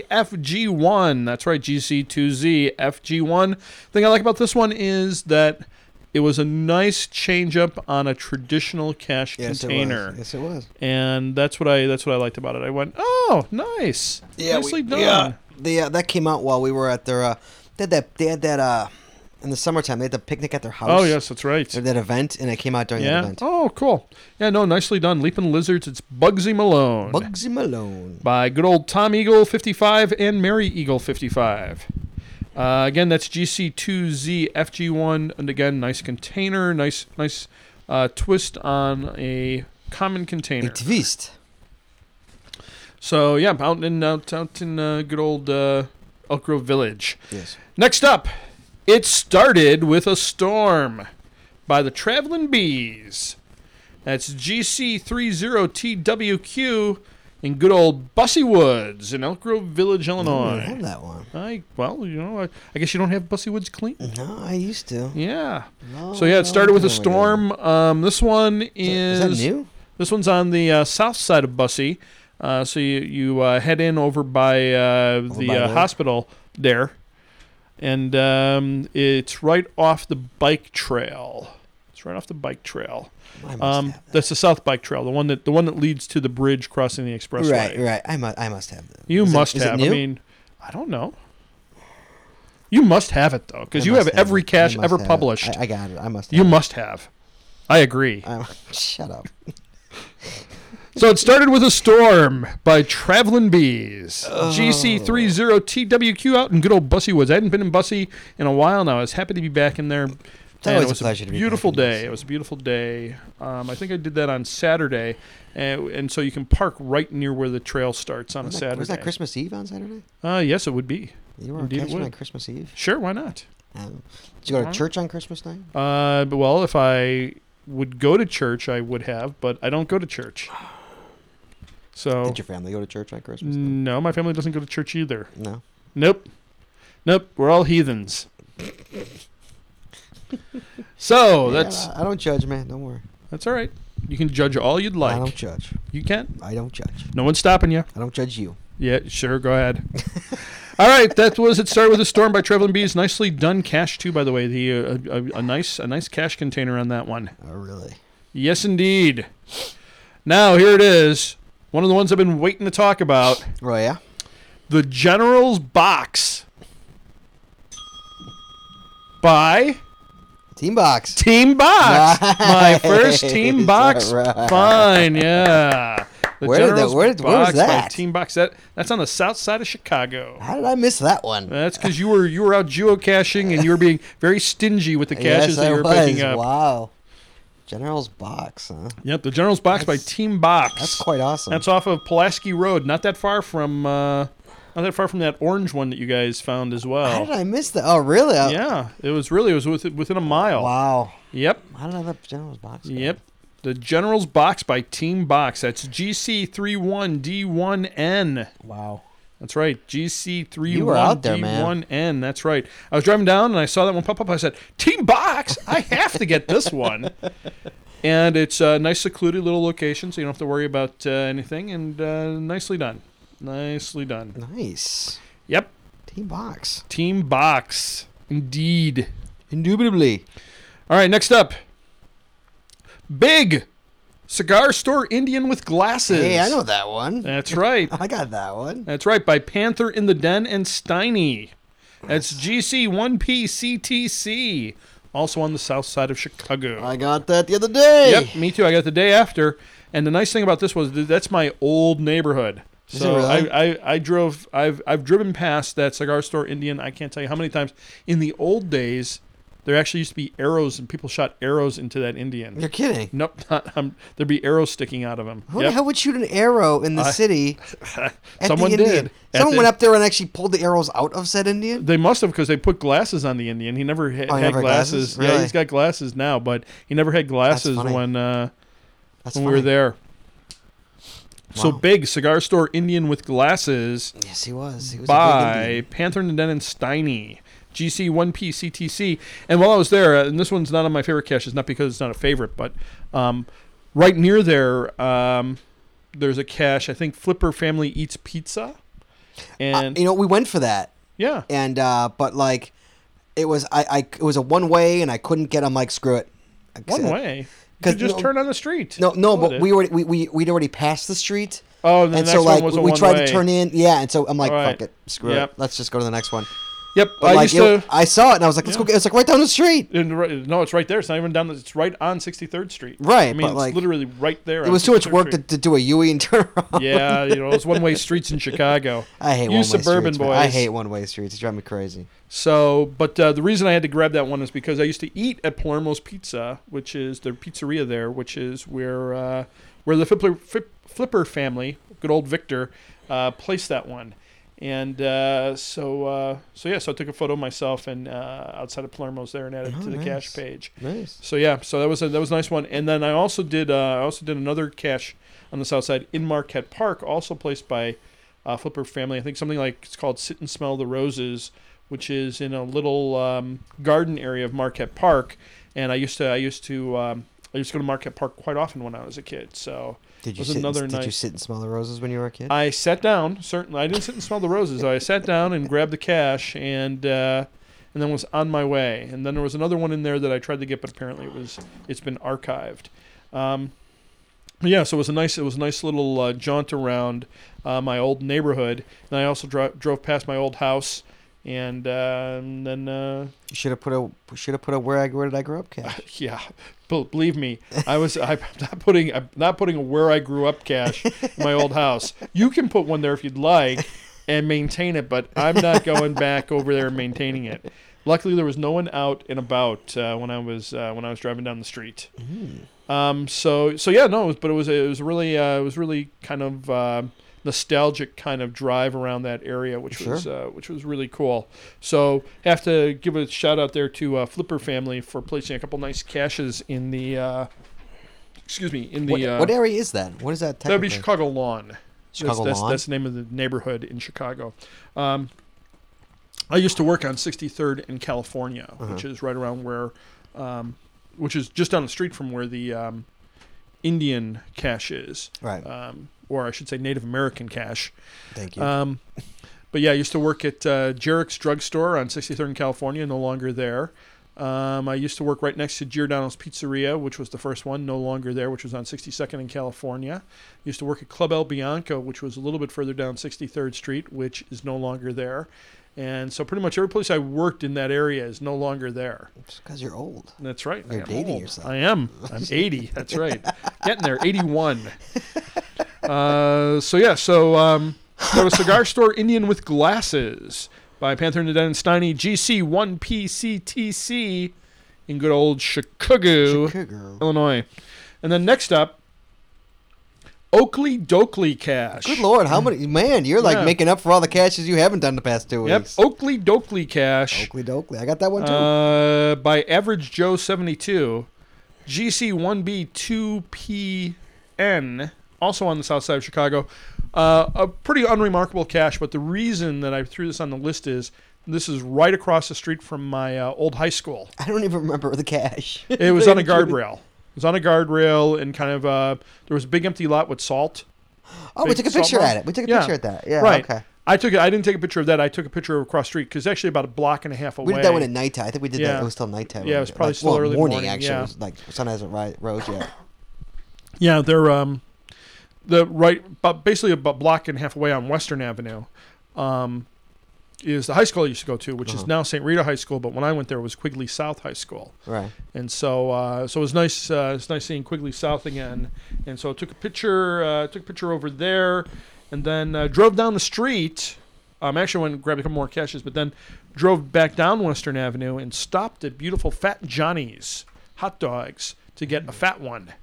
Speaker 2: GC2ZFG1. That's right, GC2ZFG1. Thing I like about this one is that it was a nice change up on a traditional cash
Speaker 1: yes,
Speaker 2: container.
Speaker 1: it was. Yes, it was.
Speaker 2: And that's what I that's what I liked about it. I went, "Oh, nice. Nicely done."
Speaker 1: Yeah, they, uh, that came out while we were at their. Uh, they had that. They had that. Uh, in the summertime, they had the picnic at their house.
Speaker 2: Oh, yes, that's right.
Speaker 1: They had that event, and it came out during that
Speaker 2: Yeah.
Speaker 1: event.
Speaker 2: Oh, cool. Yeah, no, nicely done. Leaping Lizards. It's Bugsy Malone
Speaker 1: Bugsy Malone.
Speaker 2: by good old Tom Eagle 55 and Mary Eagle 55. Uh, again, that's GC2ZFG1, and again, nice container, nice, nice uh, twist on a common container.
Speaker 1: It's Vist.
Speaker 2: So yeah, out in out out in uh, good old uh, Elk Grove Village.
Speaker 1: Yes.
Speaker 2: Next up, It Started With a Storm by the Traveling Bees. That's GC30TWQ in good old Bussy Woods in Elk Grove Village,
Speaker 1: I
Speaker 2: Illinois.
Speaker 1: have that one.
Speaker 2: I, well, you know, I, I guess you don't have Bussy Woods clean.
Speaker 1: No, I used to.
Speaker 2: Yeah.
Speaker 1: No,
Speaker 2: So yeah, it
Speaker 1: no,
Speaker 2: started with
Speaker 1: Oh, no,
Speaker 2: a
Speaker 1: I don't.
Speaker 2: storm. Um, this one
Speaker 1: Is that
Speaker 2: is
Speaker 1: new?
Speaker 2: this one's on the uh, south side of Bussy. Uh, so you, you uh, head in over by uh, the
Speaker 1: by
Speaker 2: uh,
Speaker 1: the-
Speaker 2: hospital there. And um, it's right off the bike trail. It's right off the bike trail.
Speaker 1: I must
Speaker 2: Um,
Speaker 1: have that.
Speaker 2: that's the south bike trail, the one that the one that leads to the bridge crossing the expressway.
Speaker 1: Right, right. I must. I must have that.
Speaker 2: You
Speaker 1: Is it-
Speaker 2: must
Speaker 1: is it
Speaker 2: have. I
Speaker 1: new?
Speaker 2: mean, I don't know. You must have it though, because
Speaker 1: I
Speaker 2: you
Speaker 1: must
Speaker 2: have every
Speaker 1: it. I
Speaker 2: cache
Speaker 1: must
Speaker 2: ever
Speaker 1: have it.
Speaker 2: published.
Speaker 1: I, I got it. I must. Have
Speaker 2: you
Speaker 1: it.
Speaker 2: must have. I agree.
Speaker 1: I'm, shut up.
Speaker 2: So it started with a storm by Traveling Bees.
Speaker 1: Oh.
Speaker 2: GC30TWQ out in good old Bussy Woods. I hadn't been in Bussy in a while now. I was happy to be back in there. And
Speaker 1: always
Speaker 2: it
Speaker 1: a
Speaker 2: was
Speaker 1: pleasure to be back
Speaker 2: beautiful
Speaker 1: in
Speaker 2: day.
Speaker 1: Bussy.
Speaker 2: It was a beautiful day. Um, I think I did that on Saturday, and, and so you can park right near where the trail starts on a
Speaker 1: Wasn't that,
Speaker 2: Saturday.
Speaker 1: was that Christmas Eve on Saturday?
Speaker 2: Uh, yes, it would be.
Speaker 1: You were
Speaker 2: Indeed it
Speaker 1: catching
Speaker 2: would.
Speaker 1: on Christmas Eve.
Speaker 2: Sure, why not?
Speaker 1: Um, did you go to
Speaker 2: Uh-huh.
Speaker 1: church on Christmas night?
Speaker 2: Uh, but, well, if I would go to church, I would have, but I don't go to church. So
Speaker 1: Did your family go to church on Christmas? night?
Speaker 2: no, my family doesn't go to church either.
Speaker 1: No.
Speaker 2: Nope. Nope. We're all heathens.
Speaker 1: Yeah,
Speaker 2: so oh, that's
Speaker 1: I I don't judge, man. Don't worry.
Speaker 2: that's all right. You can judge all you'd
Speaker 1: I don't
Speaker 2: like.
Speaker 1: judge.
Speaker 2: You can.
Speaker 1: I don't judge.
Speaker 2: No one's stopping you.
Speaker 1: I don't judge you.
Speaker 2: Yeah, sure. Go ahead. all right. That was it. Started with a storm by Traveling Bees. Nicely done. Cash too, by the way. The uh, a, a, a nice a nice cash container on that one.
Speaker 1: Oh, really?
Speaker 2: Yes, indeed. Now here it is. One of the ones I've been waiting to talk about.
Speaker 1: Oh yeah.
Speaker 2: The General's Box by
Speaker 1: Team box.
Speaker 2: Team Box. My first Team
Speaker 1: Nice.
Speaker 2: Box
Speaker 1: Alright.
Speaker 2: fine, yeah. The
Speaker 1: Where did that-
Speaker 2: General's
Speaker 1: where did- where was
Speaker 2: Box by
Speaker 1: that?
Speaker 2: Team Box that that's on the south side of Chicago.
Speaker 1: How did I miss that one?
Speaker 2: That's because you were you were out geocaching and you were being very stingy with the caches that you were picking up.
Speaker 1: Wow. General's box, huh?
Speaker 2: Yep, the General's Box by
Speaker 1: That's-
Speaker 2: Team Box.
Speaker 1: That's quite awesome.
Speaker 2: That's off of Pulaski Road, not that far from uh, not that far from that orange one that you guys found as well.
Speaker 1: How did I miss that? Oh, really? I-
Speaker 2: Yeah, it was really it was within, within a mile.
Speaker 1: Wow.
Speaker 2: Yep,
Speaker 1: How did I let General's box? go?
Speaker 2: yep. The General's Box by Team Box. That's GC31D1N.
Speaker 1: Wow.
Speaker 2: That's right, GC31D1N.
Speaker 1: You were out there, man.
Speaker 2: That's right. I was driving down and I saw that one pop up. I said, Team Box, I have to get this one. And it's a nice, secluded little location, so you don't have to worry about uh, anything. And uh, nicely done. Nicely done.
Speaker 1: Nice.
Speaker 2: Yep,
Speaker 1: Team box.
Speaker 2: Team Box. Indeed.
Speaker 1: Indubitably.
Speaker 2: All right, next up. Big Cigar Store Indian with Glasses.
Speaker 1: Hey, I know that one.
Speaker 2: That's right.
Speaker 1: I got that one.
Speaker 2: That's right, by Panther in the Den and Steiny. That's GC1PCTC, also on the south side of Chicago.
Speaker 1: I got that the other day.
Speaker 2: Yep, me too. I got the day after. And the nice thing about this was th- that's my old neighborhood.
Speaker 1: Is
Speaker 2: So
Speaker 1: it really?
Speaker 2: I, I, I drove I've I've driven past that cigar store Indian I can't tell you how many times. In the old days, there actually used to be arrows and people shot arrows into that Indian.
Speaker 1: You're kidding.
Speaker 2: Nope, not, um, there'd be arrows sticking out of him.
Speaker 1: Who the hell would shoot an arrow in the
Speaker 2: I-
Speaker 1: city? At
Speaker 2: Someone
Speaker 1: the
Speaker 2: did.
Speaker 1: Indian?
Speaker 2: At
Speaker 1: Someone
Speaker 2: the-
Speaker 1: went up there and actually pulled the arrows out of said Indian.
Speaker 2: They must have because they put glasses on the Indian. He never ha-
Speaker 1: Oh, he
Speaker 2: had
Speaker 1: never had
Speaker 2: glasses.
Speaker 1: glasses?
Speaker 2: Yeah,
Speaker 1: Really?
Speaker 2: he's got glasses now, but he never had glasses
Speaker 1: funny.
Speaker 2: when uh,
Speaker 1: That's
Speaker 2: when
Speaker 1: funny.
Speaker 2: we were there. So
Speaker 1: Wow.
Speaker 2: big cigar store Indian with glasses
Speaker 1: Yes, he was. He was a big
Speaker 2: by
Speaker 1: Indian.
Speaker 2: Panther and Den and Steiny. GC one PCTC. And while I was there, uh, and this one's not on my favorite cache, it's not because it's not a favorite, but um, right near there, um, there's a cache. I think Flipper Family Eats Pizza, and
Speaker 1: Uh, you know, we went for that,
Speaker 2: yeah,
Speaker 1: and uh, but like, it was I, I it was a one way, and I couldn't get. I'm like, screw it. I
Speaker 2: one
Speaker 1: said-
Speaker 2: way. You
Speaker 1: 'cause
Speaker 2: could just
Speaker 1: no-
Speaker 2: turn on the street.
Speaker 1: No, no, but
Speaker 2: Would it?
Speaker 1: we were we we we'd already passed the street.
Speaker 2: Oh, the
Speaker 1: and
Speaker 2: next
Speaker 1: so like
Speaker 2: one was a
Speaker 1: we
Speaker 2: one
Speaker 1: tried
Speaker 2: way.
Speaker 1: to turn in, yeah. And so I'm like,
Speaker 2: Alright.
Speaker 1: fuck it, screw
Speaker 2: Yep.
Speaker 1: it. Let's just go to the next one.
Speaker 2: Yep,
Speaker 1: But
Speaker 2: I
Speaker 1: like,
Speaker 2: used
Speaker 1: it-
Speaker 2: to.
Speaker 1: I saw it and I was like, let's go get. It's like right down the street.
Speaker 2: and right- no, it's right there. It's not even down. The, it's right on 63rd Street.
Speaker 1: Right,
Speaker 2: I mean,
Speaker 1: but,
Speaker 2: it's
Speaker 1: like,
Speaker 2: literally right there.
Speaker 1: It
Speaker 2: on
Speaker 1: was too much
Speaker 2: 63rd
Speaker 1: work to,
Speaker 2: Street.
Speaker 1: to do a Yui and turn around.
Speaker 2: yeah, you know those one-way streets in Chicago.
Speaker 1: I hate
Speaker 2: You
Speaker 1: one-way
Speaker 2: suburban
Speaker 1: streets, man. I
Speaker 2: boys.
Speaker 1: hate one-way streets. It drives me crazy.
Speaker 2: So, but uh, the reason I had to grab that one is because I used to eat at Palermo's Pizza, which is their pizzeria there, which is where uh, where the Flipper, Flip, Flipper family, good old Victor, uh, placed that one. And uh, so, uh, so yeah, so I took a photo of myself and uh, outside of Palermo's there and added it
Speaker 1: Oh,
Speaker 2: to the
Speaker 1: nice.
Speaker 2: cash page.
Speaker 1: Nice.
Speaker 2: So yeah, so that was a, that was a nice one. And then I also did uh, I also did another cache on the south side in Marquette Park, also placed by uh, Flipper Family. I think something like it's called Sit and Smell the Roses, which is in a little um, garden area of Marquette Park. And I used to I used to um, I used to go to Marquette Park quite often when I was a kid. So
Speaker 1: Did you
Speaker 2: was
Speaker 1: sit? and-
Speaker 2: another
Speaker 1: did you
Speaker 2: night.
Speaker 1: sit and smell the roses when you were a kid?
Speaker 2: I sat down. Certainly, I didn't sit and smell the roses. I sat down and grabbed the cash and uh, and then was on my way. And then there was another one in there that I tried to get, but apparently it was it's been archived. Um, yeah, so it was a nice it was a nice little uh, jaunt around uh, my old neighborhood. And I also dro- drove past my old house. And, uh, and then uh,
Speaker 1: you should have put a should have put a where I where did I grow up cash.
Speaker 2: yeah, Bel- believe me, I was I'm not putting I'm not putting a where I grew up cache in my old house. You can put one there if you'd like and maintain it, but I'm not going back over there and maintaining it. Luckily, there was no one out and about uh, when I was uh, when I was driving down the street.
Speaker 1: Hmm.
Speaker 2: Um, so so yeah, no, it was- but it was it was really uh, it was really kind of uh, nostalgic kind of drive around that area, which
Speaker 1: Sure.
Speaker 2: was uh, which was really cool. So have to give a shout out there to uh, Flipper family for placing a couple nice caches in the uh, excuse me in the
Speaker 1: what,
Speaker 2: uh,
Speaker 1: what area is that? What is that?
Speaker 2: that would be
Speaker 1: technically?
Speaker 2: Chicago Lawn.
Speaker 1: Chicago
Speaker 2: that's, that's,
Speaker 1: Lawn?
Speaker 2: That's the name of the neighborhood in Chicago. Um, I used to work on 63rd in California,
Speaker 1: Uh-huh.
Speaker 2: which is right around where, um, which is just down the street from where the um, Indian cache is,
Speaker 1: Right.
Speaker 2: um, or I should say Native American cache.
Speaker 1: Thank you.
Speaker 2: Um, but yeah, I used to work at uh, Jarek's Drugstore on 63rd in California, no longer there. Um, I used to work right next to Giordano's Pizzeria, which was the first one, no longer there, which was on 62nd in California. Used to work at Club El Bianco, which was a little bit further down 63rd Street, which is no longer there. And so pretty much every place I worked in that area is no longer there.
Speaker 1: because you're old.
Speaker 2: That's right. I
Speaker 1: You're
Speaker 2: am
Speaker 1: dating
Speaker 2: old.
Speaker 1: yourself.
Speaker 2: I am. I'm 80. That's right. Getting there. 81. Uh, so yeah. So um, go to Cigar Store Indian with Glasses by Panther and the Den and Steiny GC One PCTC in good old Chicago,
Speaker 1: Chicago.
Speaker 2: Illinois. And then next up, Oakley Dokley Cash.
Speaker 1: Good lord, how many? Man, you're like
Speaker 2: Yeah.
Speaker 1: making up for all the caches you haven't done the past two
Speaker 2: Yep.
Speaker 1: weeks.
Speaker 2: Oakley Dokley Cash.
Speaker 1: Oakley Doakley. I got that one too.
Speaker 2: Uh, by Average Joe 72, GC1B2PN, also on the south side of Chicago. Uh, a pretty unremarkable cache, but the reason that I threw this on the list is this is right across the street from my uh, old high school.
Speaker 1: I don't even remember the cache.
Speaker 2: It was on a guardrail. It was on a guardrail and kind of uh, there was a big empty lot with salt.
Speaker 1: Oh, we
Speaker 2: Big
Speaker 1: took a
Speaker 2: salt
Speaker 1: picture
Speaker 2: mark?
Speaker 1: at it. We took a
Speaker 2: Yeah.
Speaker 1: picture at that. Yeah.
Speaker 2: right.
Speaker 1: Okay.
Speaker 2: I took. I didn't take a picture of that. I took a picture of across street because actually about a block and a half away.
Speaker 1: We did that one at nighttime. I think we did
Speaker 2: Yeah.
Speaker 1: that. It was still nighttime.
Speaker 2: Yeah, it
Speaker 1: when
Speaker 2: was
Speaker 1: we did
Speaker 2: probably
Speaker 1: like,
Speaker 2: still
Speaker 1: well,
Speaker 2: early
Speaker 1: morning,
Speaker 2: morning,
Speaker 1: actually.
Speaker 2: yeah.
Speaker 1: It was like sun hasn't ri- rose yet.
Speaker 2: Yeah, they're um, the right, but basically about block and a half away on Western Avenue, um, is the high school I used to go to, which is
Speaker 1: Uh-huh.
Speaker 2: now St. Rita High School. But when I went there, it was Quigley South High School,
Speaker 1: Right.
Speaker 2: and so uh, so it was nice. Uh, it's nice seeing Quigley South again. And so I took a picture, uh, took a picture over there, and then uh, drove down the street. Um, actually, went and grabbed a couple more caches, but then drove back down Western Avenue and stopped at beautiful Fat Johnny's hot dogs to get a fat one.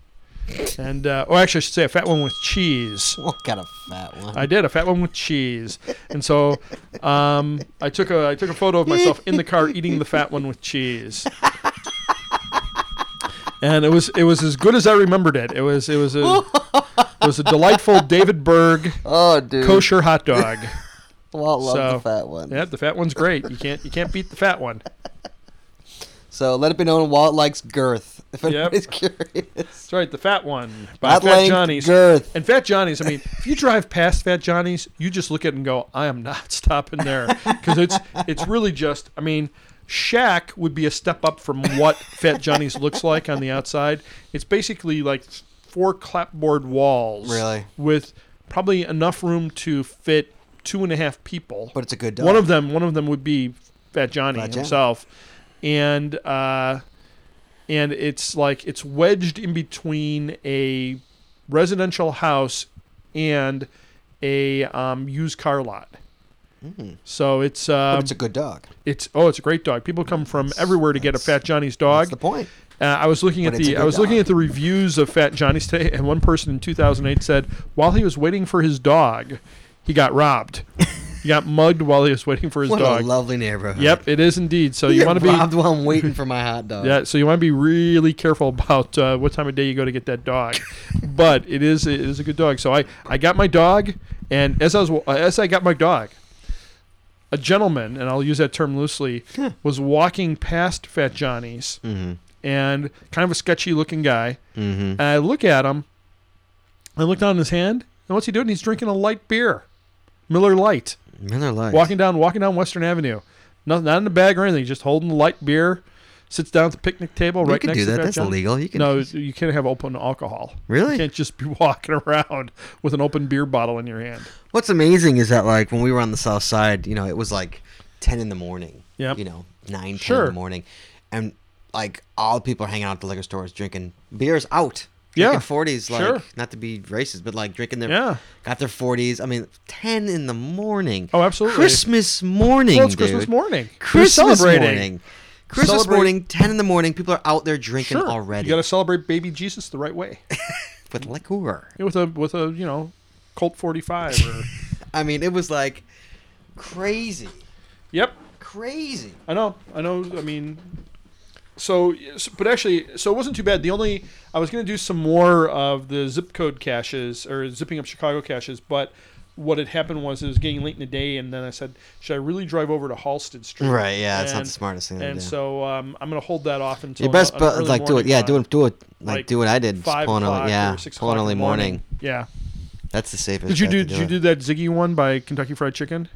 Speaker 2: And uh, oh, actually, I should say a fat one with cheese.
Speaker 1: What kind of fat one?
Speaker 2: I did a fat one with cheese, and so um, I took a I took a photo of myself in the car eating the fat one with cheese, and it was it was as good as I remembered it. It was it was a it was a delightful David Berg
Speaker 1: oh, dude.
Speaker 2: kosher hot dog.
Speaker 1: Walt loves
Speaker 2: so-
Speaker 1: the fat one.
Speaker 2: Yeah, the fat one's great. You can't you can't beat the fat one.
Speaker 1: So let it be known Walt likes girth. If
Speaker 2: Yep.
Speaker 1: anybody's curious.
Speaker 2: That's right, the fat one by
Speaker 1: Not
Speaker 2: Fat
Speaker 1: length,
Speaker 2: Johnny's.
Speaker 1: girth.
Speaker 2: And Fat Johnny's, I mean, if you drive past Fat Johnny's, you just look at it and go, I am not stopping there. Because it's, it's really just, I mean, Shack would be a step up from what Fat Johnny's looks like on the outside. It's basically like four clapboard walls.
Speaker 1: Really?
Speaker 2: With probably enough room to fit two and a half people.
Speaker 1: But it's a good dog.
Speaker 2: One of them, one of them would be Fat Johnny
Speaker 1: Fat Johnny.
Speaker 2: himself, and uh, and it's like it's wedged in between a residential house and a um, used car lot. So it's
Speaker 1: Hmm. But
Speaker 2: um,
Speaker 1: it's a good dog.
Speaker 2: it's oh it's a great dog. People come from everywhere to get a Fat Johnny's dog.
Speaker 1: That's the point.
Speaker 2: Uh, I was looking
Speaker 1: But
Speaker 2: at
Speaker 1: it's a
Speaker 2: the I
Speaker 1: good
Speaker 2: was looking
Speaker 1: dog.
Speaker 2: at the reviews of Fat Johnny's today, and one person in 2008 said while he was waiting for his dog, he got robbed. he got mugged while he was waiting for his
Speaker 1: What
Speaker 2: dog.
Speaker 1: a lovely neighborhood.
Speaker 2: yep, it is indeed. So Oh, you
Speaker 1: Get
Speaker 2: want to be
Speaker 1: robbed while I'm waiting for my hot dog.
Speaker 2: yeah, so you want to be really careful about uh, what time of day you go to get that dog. but it is it is a good dog. So I I got my dog, and as I was as I got my dog, a gentleman, and I'll use that term loosely, was walking past Fat Johnny's,
Speaker 1: Mm-hmm.
Speaker 2: and kind of a sketchy looking guy.
Speaker 1: Mm-hmm.
Speaker 2: And I look at him. I look down at his hand, and what's he doing? He's drinking a light beer, Miller Light.
Speaker 1: Miller Lite.
Speaker 2: Walking down, walking down Western Avenue, not, not in a bag or anything. Just holding a light beer, sits down at the picnic table
Speaker 1: you
Speaker 2: right
Speaker 1: can
Speaker 2: next
Speaker 1: do
Speaker 2: to
Speaker 1: that.
Speaker 2: Fat
Speaker 1: That's
Speaker 2: John.
Speaker 1: illegal. You can.
Speaker 2: No, you can't have open alcohol. You
Speaker 1: Really?
Speaker 2: can't just be walking around with an open beer bottle in your hand.
Speaker 1: What's amazing is that like when we were on the south side, you know, it was like ten in the morning.
Speaker 2: Yep.
Speaker 1: You know, nine, 10 in
Speaker 2: Sure.
Speaker 1: the morning, and like all the people are hanging out at the liquor stores drinking beers out.
Speaker 2: Yeah.
Speaker 1: Drinking forties, like
Speaker 2: Sure.
Speaker 1: not to be racist, but like drinking their
Speaker 2: Yeah.
Speaker 1: got their forties. I mean, ten in the morning.
Speaker 2: Oh, absolutely.
Speaker 1: Christmas morning.
Speaker 2: well, it's
Speaker 1: dude.
Speaker 2: Christmas morning. We're
Speaker 1: Christmas
Speaker 2: celebrating.
Speaker 1: morning. Christmas
Speaker 2: Celebrate-
Speaker 1: morning, ten in the morning. People are out there drinking
Speaker 2: Sure.
Speaker 1: already
Speaker 2: You got to celebrate baby Jesus the right way
Speaker 1: with liquor.
Speaker 2: with a with a you know Colt forty five or
Speaker 1: I mean, it was like crazy,
Speaker 2: yep.
Speaker 1: crazy.
Speaker 2: I know, I know. I mean, so, s- but actually, so it wasn't too bad. The only I was going to do some more of the zip code caches or zipping up Chicago caches, but what had happened was it was getting late in the day, and then I said, should I really drive over to Halsted Street?
Speaker 1: Right? Yeah, it's not
Speaker 2: And-
Speaker 1: the smartest thing to
Speaker 2: And
Speaker 1: do.
Speaker 2: so um, I'm going to hold that off until
Speaker 1: Your best
Speaker 2: an
Speaker 1: bet is
Speaker 2: early
Speaker 1: like do it.
Speaker 2: morning
Speaker 1: Yeah,
Speaker 2: time,
Speaker 1: do it. Do it. Like,
Speaker 2: like
Speaker 1: do what I did. Just
Speaker 2: five
Speaker 1: pull an
Speaker 2: o'clock
Speaker 1: early, yeah,
Speaker 2: or six
Speaker 1: pull an
Speaker 2: o'clock
Speaker 1: early
Speaker 2: in the
Speaker 1: morning.
Speaker 2: Yeah.
Speaker 1: That's the safest.
Speaker 2: Did you
Speaker 1: bet
Speaker 2: do?
Speaker 1: to
Speaker 2: Did you do that Ziggy one by Kentucky Fried Chicken?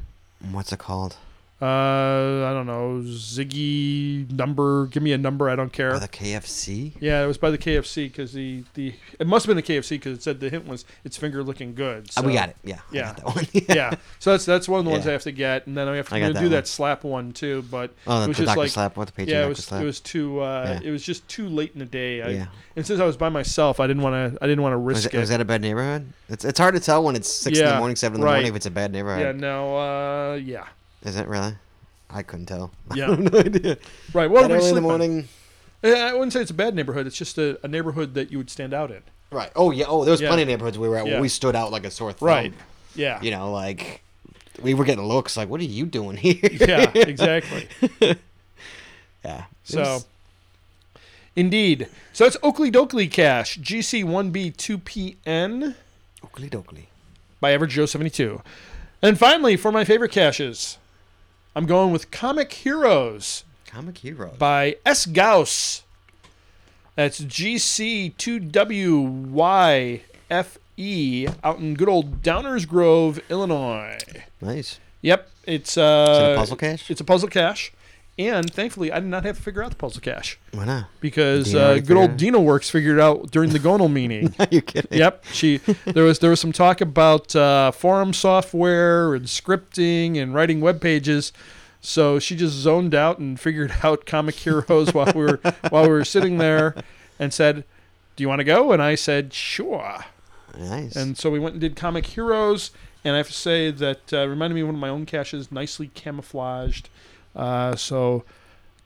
Speaker 1: it. What's it called?
Speaker 2: Uh, I don't know. Ziggy number. Give me a number. I don't care.
Speaker 1: Oh, the KFC.
Speaker 2: Yeah, it was by the KFC because the, the it must have been the KFC because it said the hint was it's finger looking good.
Speaker 1: Ah,
Speaker 2: So.
Speaker 1: we got it. Yeah, I
Speaker 2: yeah.
Speaker 1: got that one.
Speaker 2: yeah, so that's that's one of the ones
Speaker 1: Yeah.
Speaker 2: I have to get, and then I have to
Speaker 1: I
Speaker 2: do
Speaker 1: got
Speaker 2: that,
Speaker 1: that one.
Speaker 2: slap one too. But
Speaker 1: Oh,
Speaker 2: it
Speaker 1: the
Speaker 2: was
Speaker 1: Dr.
Speaker 2: just like
Speaker 1: slap. What the page?
Speaker 2: yeah, it
Speaker 1: Dr.
Speaker 2: was
Speaker 1: slap.
Speaker 2: it was too uh,
Speaker 1: Yeah.
Speaker 2: it was just too late in the day. I,
Speaker 1: Yeah.
Speaker 2: and since I was by myself, I didn't want to I didn't want to
Speaker 1: Was,
Speaker 2: risk
Speaker 1: it, was
Speaker 2: it.
Speaker 1: that a bad neighborhood? It's, it's hard to tell when it's six in
Speaker 2: Yeah,
Speaker 1: the morning, seven in the
Speaker 2: right.
Speaker 1: morning if it's a bad
Speaker 2: yeah,
Speaker 1: neighborhood.
Speaker 2: no, uh, yeah,
Speaker 1: Is it really? I couldn't tell. I
Speaker 2: yeah,
Speaker 1: have no idea.
Speaker 2: right. What
Speaker 1: That
Speaker 2: did
Speaker 1: early
Speaker 2: we
Speaker 1: in the
Speaker 2: sleep on?
Speaker 1: morning.
Speaker 2: Eh, I wouldn't say it's a bad neighborhood. It's just a, a neighborhood that you would stand out in.
Speaker 1: Right. Oh yeah. Oh, there was
Speaker 2: Yeah.
Speaker 1: plenty of neighborhoods we were at. where
Speaker 2: Yeah.
Speaker 1: We stood out like a sore thumb.
Speaker 2: Right. Um, Yeah.
Speaker 1: You know, like we were getting looks like, "What are you doing here?"
Speaker 2: yeah. Exactly.
Speaker 1: Yeah.
Speaker 2: So, indeed. So it's Oakley Dokley Cash, GC1B2PN
Speaker 1: Oakley dokley.
Speaker 2: by Average Joe 72. And finally, for my favorite caches, I'm going with Comic Heroes
Speaker 1: Comic hero.
Speaker 2: by S. Gauss. That's GC2WYFE E, out in good old Downers Grove, Illinois.
Speaker 1: Nice.
Speaker 2: Yep, it's uh,
Speaker 1: puzzle cache?
Speaker 2: It's a puzzle cache, And thankfully, I did not have to figure out the puzzle cache
Speaker 1: Why not?
Speaker 2: because
Speaker 1: Dino
Speaker 2: uh,
Speaker 1: right
Speaker 2: good old
Speaker 1: there.
Speaker 2: Dino Works figured it out during the Gonal meeting.
Speaker 1: Are you kidding?
Speaker 2: Yep, she there was there was some talk about uh, forum software and scripting and writing web pages. So she just zoned out and figured out comic heroes while we were while we were sitting there, and said, "Do you want to go?" And I said, "Sure."
Speaker 1: Nice.
Speaker 2: And so we went and did comic heroes, and I have to say that uh, reminded me of one of my own caches, nicely camouflaged. Uh, so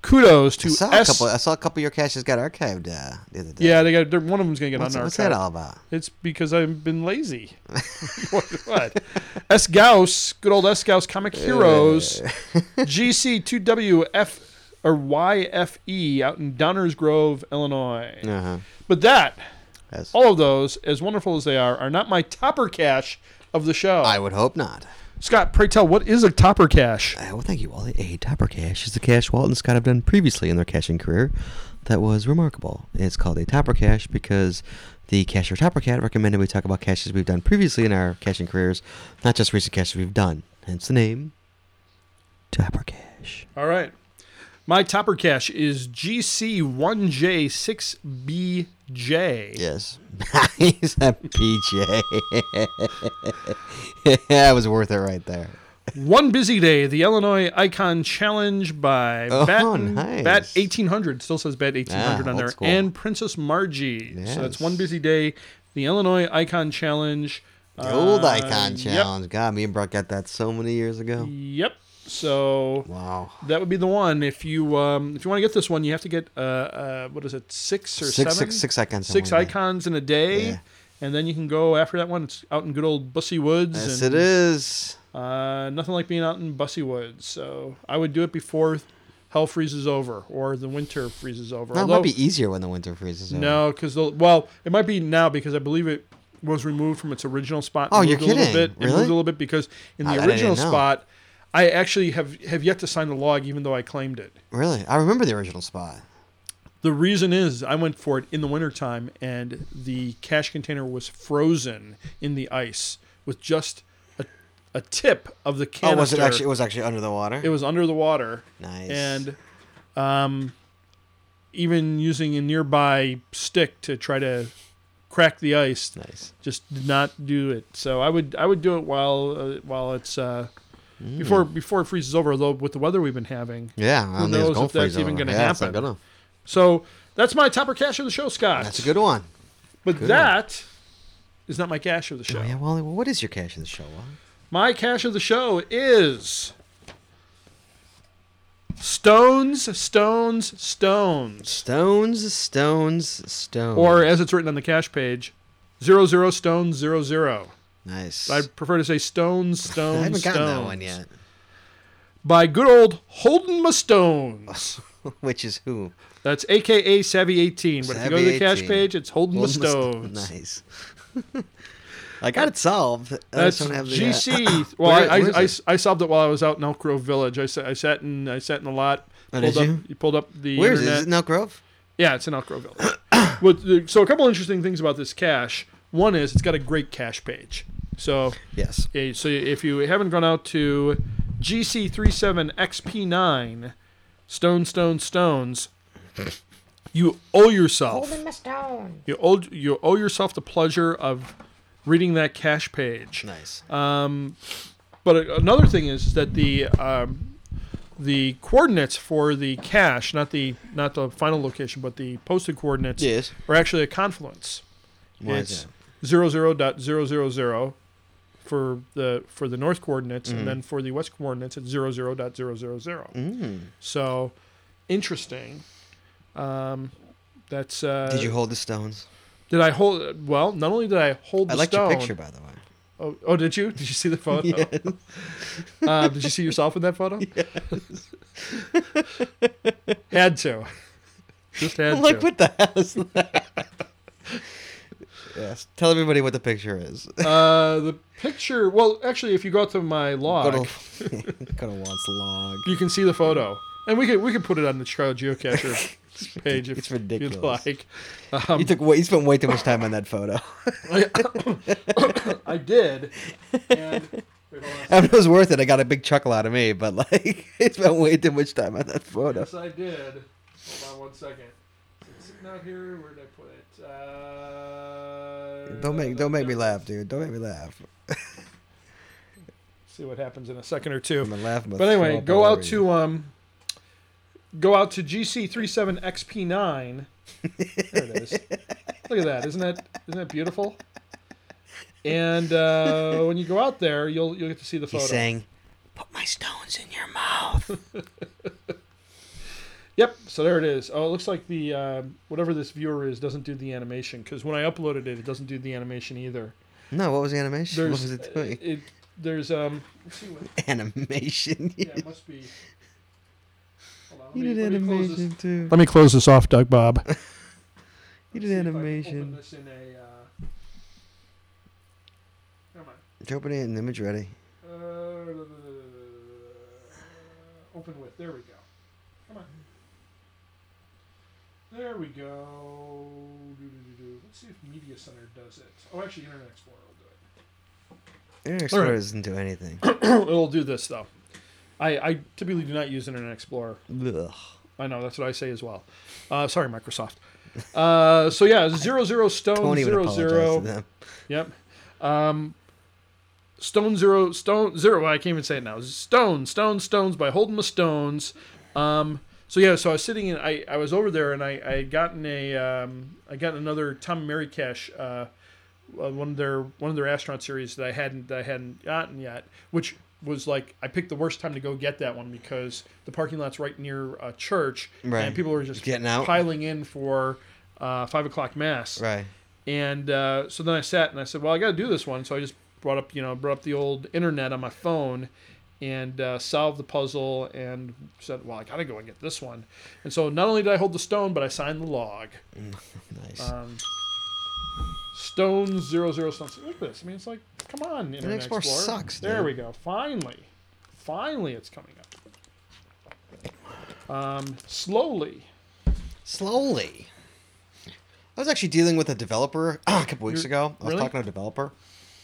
Speaker 2: kudos to
Speaker 1: I saw
Speaker 2: S.
Speaker 1: a couple. I saw a couple of your caches got archived uh, the other day.
Speaker 2: yeah, they got they're- one of them's gonna get
Speaker 1: What's,
Speaker 2: on our
Speaker 1: what's that all about?
Speaker 2: It's because I've been lazy. what, what? S. Gauss, good old S. Gauss Comic
Speaker 1: Uh,
Speaker 2: Heroes, GC2WF or YFE out in Downers Grove, Illinois.
Speaker 1: Uh huh.
Speaker 2: But that,
Speaker 1: That's,
Speaker 2: all of those, as wonderful as they are, are not my topper cache of the show.
Speaker 1: I would hope not.
Speaker 2: Scott, pray tell, what is a topper cache?
Speaker 1: Uh, well, thank you, Wally. A topper cache is the cache Walt and Scott have done previously in their caching career that was remarkable. It's called a topper cache because the cashier topper cat recommended we talk about caches we've done previously in our caching careers, not just recent caches we've done. Hence the name Topper Cache.
Speaker 2: All right. My topper cache is GC1J6BJ.
Speaker 1: Yes. He's a PJ. that was worth it right there.
Speaker 2: One busy day, the Illinois Icon Challenge by
Speaker 1: Oh,
Speaker 2: Bat,
Speaker 1: nice.
Speaker 2: Bat 1800 still says Bat 1800
Speaker 1: Ah,
Speaker 2: on
Speaker 1: old
Speaker 2: there,
Speaker 1: school.
Speaker 2: and Princess Margie. So
Speaker 1: Yes.
Speaker 2: that's one busy day, the Illinois Icon Challenge.
Speaker 1: The old
Speaker 2: Uh,
Speaker 1: icon
Speaker 2: yep,
Speaker 1: challenge. God, me and Brock got that so many years ago.
Speaker 2: Yep. So
Speaker 1: Wow.
Speaker 2: that would be the one. If you um, if you want to get this one, you have to get uh, uh, what is it, six or
Speaker 1: Six,
Speaker 2: seven?
Speaker 1: six, six icons.
Speaker 2: Six
Speaker 1: somewhere in there.
Speaker 2: icons in a day.
Speaker 1: Yeah.
Speaker 2: And then you can go after that one. It's out in good old Bussy Woods.
Speaker 1: Yes,
Speaker 2: and,
Speaker 1: it is.
Speaker 2: Uh, nothing like being out in Bussy Woods. So I would do it before hell freezes over or the winter freezes over.
Speaker 1: No, it
Speaker 2: Although-
Speaker 1: might be easier when the winter freezes. over.
Speaker 2: no, because well, it might be now because I believe it was removed from its original spot.
Speaker 1: Oh,
Speaker 2: moved
Speaker 1: you're
Speaker 2: a little
Speaker 1: kidding.
Speaker 2: Bit, It
Speaker 1: Really?
Speaker 2: moved a little bit because in
Speaker 1: Ah,
Speaker 2: the
Speaker 1: that I
Speaker 2: original
Speaker 1: didn't know.
Speaker 2: spot, I actually have have yet to sign the log, even though I claimed it.
Speaker 1: Really? I remember the original spot.
Speaker 2: The reason is I went for it in the wintertime and the cash container was frozen in the ice with just a, a tip of the
Speaker 1: Oh,
Speaker 2: canister.
Speaker 1: was it actually? It was actually under the water.
Speaker 2: It was under the water.
Speaker 1: nice.
Speaker 2: and um, even using a nearby stick to try to crack the ice
Speaker 1: nice.
Speaker 2: just did not do it. So I would I would do it while uh, while it's uh,
Speaker 1: Mm.
Speaker 2: before before it freezes over. Though with the weather we've been having,
Speaker 1: Yeah. I don't think it's
Speaker 2: knows
Speaker 1: gonna
Speaker 2: if that's
Speaker 1: freeze
Speaker 2: even
Speaker 1: over.
Speaker 2: gonna
Speaker 1: Yeah, it's not
Speaker 2: happen.
Speaker 1: gonna.
Speaker 2: so that's my topper cash of the show, Scott.
Speaker 1: That's a good one.
Speaker 2: But
Speaker 1: good
Speaker 2: that is not my cash of the show.
Speaker 1: Oh, yeah, Wally. Well, what is your cash in the show? Wally?
Speaker 2: My cash of the show is stones, stones, stones.
Speaker 1: Stones, stones, stones.
Speaker 2: or as it's written on the cash page, zero zero stone zero zero.
Speaker 1: nice.
Speaker 2: I prefer to say stones, stones,
Speaker 1: I haven't gotten that
Speaker 2: stones.
Speaker 1: one yet.
Speaker 2: By good old Holden Mustones.
Speaker 1: Which is who?
Speaker 2: That's AKA Savvy eighteen. But if you go to the
Speaker 1: Savvy
Speaker 2: cash
Speaker 1: 18.
Speaker 2: page, it's Holden
Speaker 1: Well, must-
Speaker 2: Mustones.
Speaker 1: Nice. I got it solved. I
Speaker 2: That's
Speaker 1: just don't have the, uh,
Speaker 2: GC. well,
Speaker 1: Where-
Speaker 2: I,
Speaker 1: where
Speaker 2: I, I,
Speaker 1: is
Speaker 2: I solved it while I was out in Elk Grove Village. I, sa- I sat in I sat in the lot.
Speaker 1: Oh,
Speaker 2: pulled
Speaker 1: did
Speaker 2: up,
Speaker 1: you?
Speaker 2: pulled up the
Speaker 1: Where is it?
Speaker 2: internet.
Speaker 1: Is it in Elk Grove?
Speaker 2: Yeah, it's in Elk Grove Village. Well, the- so a couple interesting things about this cache. One is it's got a great cache page. So
Speaker 1: Yes.
Speaker 2: Uh, so if you haven't gone out to GC37XP9 Stone Stone Stones, you owe yourself.
Speaker 3: Holding the stone.
Speaker 2: You owe you owe yourself the pleasure of reading that cash page. Um,
Speaker 1: Nice.
Speaker 2: Uh, But a- another thing is that the um, the coordinates for the cache, not the not the final location, but the posted coordinates,
Speaker 1: yes.
Speaker 2: are actually a confluence.
Speaker 1: Why is
Speaker 2: it's
Speaker 1: that?
Speaker 2: zero zero dot zero zero zero for the for the north coordinates,
Speaker 1: Mm-hmm.
Speaker 2: and then for the west coordinates, it's zero zero dot zero zero zero.
Speaker 1: Mm.
Speaker 2: So interesting. Um, that's uh,
Speaker 1: Did you hold the stones?
Speaker 2: did I hold? Well, not only did I hold
Speaker 1: I
Speaker 2: the
Speaker 1: liked
Speaker 2: stone.
Speaker 1: your picture, by the way.
Speaker 2: Oh, oh, did you? Did you see the photo? uh, did you see yourself in that photo? had to. Just had
Speaker 1: I'm like,
Speaker 2: to.
Speaker 1: what the hell is that? yes. Tell everybody what the picture is.
Speaker 2: Uh, the picture. Well, actually, if you go out to my
Speaker 1: Go
Speaker 2: log,
Speaker 1: to, go to Walt's log.
Speaker 2: you can see the photo, and we could we could put it on the Chicago Geocacher page if
Speaker 1: It's
Speaker 2: you'd
Speaker 1: ridiculous.
Speaker 2: like. Um,
Speaker 1: You took way, you spent way too much time on that photo.
Speaker 2: I did, and
Speaker 1: I mean, it was worth it. I got a big chuckle out of me, but like it's been way too much time on that photo.
Speaker 2: Yes, I did. Hold on one second. Is it not here? Where did I put it? Uh,
Speaker 1: Don't make don't make me laugh, dude. Don't make me laugh.
Speaker 2: See what happens in a second or two.
Speaker 1: I'm gonna laugh. I'm gonna
Speaker 2: But anyway,
Speaker 1: throw up
Speaker 2: go
Speaker 1: all
Speaker 2: out
Speaker 1: over you.
Speaker 2: to um, go out to GC37XP9. There it is. Look at that! Isn't that isn't that beautiful? And uh, when you go out there, you'll you'll get to see the
Speaker 1: He
Speaker 2: photo.
Speaker 1: sang, "Put my stones in your mouth."
Speaker 2: Yep. So there it is. Oh, it looks like the uh, whatever this viewer is doesn't do the animation because when I uploaded it, it doesn't do the animation either.
Speaker 1: No, what was the animation?
Speaker 2: There's uh,
Speaker 1: what was it doing?
Speaker 2: it- there's um. Let's see what.
Speaker 1: animation.
Speaker 2: Yeah, it must be. Hold on,
Speaker 1: you
Speaker 2: let
Speaker 1: did
Speaker 2: me- let me close this-
Speaker 1: animation too.
Speaker 4: Let me close this off, Doug Bob.
Speaker 1: You
Speaker 2: Let's
Speaker 1: did
Speaker 2: see if I can Open
Speaker 1: animation.
Speaker 2: this in a. Uh, never mind.
Speaker 1: Open it and image ready.
Speaker 2: Uh, open with. There we go. Come on. There we go. Do-do-do-do. Let's see if Media Center does it. Oh, actually, Internet Explorer will do it.
Speaker 1: Internet Explorer
Speaker 2: right.
Speaker 1: doesn't do anything.
Speaker 2: It'll do this though. I, I typically do not use Internet Explorer.
Speaker 1: Ugh.
Speaker 2: I know that's what I say as well. Uh, sorry, Microsoft. Uh, so yeah, zero zero stone
Speaker 1: Tony would
Speaker 2: zero
Speaker 1: apologize to
Speaker 2: zero.
Speaker 1: them.
Speaker 2: Yep. Um, stone zero stone zero. I can't even say it now. Stone stone stones by Hold'em the Stones. Um, so yeah, so I was sitting in. I, I was over there and I, I had gotten a um, I got another Tom and Mary Cash. Uh, uh, one of their one of their astronaut series that I hadn't that I hadn't gotten yet, which was like I picked the worst time to go get that one because the parking lot's right near a church,
Speaker 1: Right.
Speaker 2: and people were just
Speaker 1: Getting out.
Speaker 2: piling in for uh, five o'clock mass.
Speaker 1: Right.
Speaker 2: And uh, so then I sat and I said, "Well, I got to do this one." So I just brought up, you know, brought up the old internet on my phone and uh, solved the puzzle and said, "Well, I got to go and get this one." And so not only did I hold the stone, but I signed the log.
Speaker 1: Nice.
Speaker 2: Um, stone zero zero stone. See, Look at this. I mean, it's like, come on, Internet
Speaker 1: Explorer
Speaker 2: Explorer.
Speaker 1: sucks,
Speaker 2: There
Speaker 1: dude.
Speaker 2: we go. Finally, finally, it's coming up. Um, slowly.
Speaker 1: Slowly. I was actually dealing with a developer a couple weeks
Speaker 2: You're-
Speaker 1: ago. I was
Speaker 2: really?
Speaker 1: talking to a developer.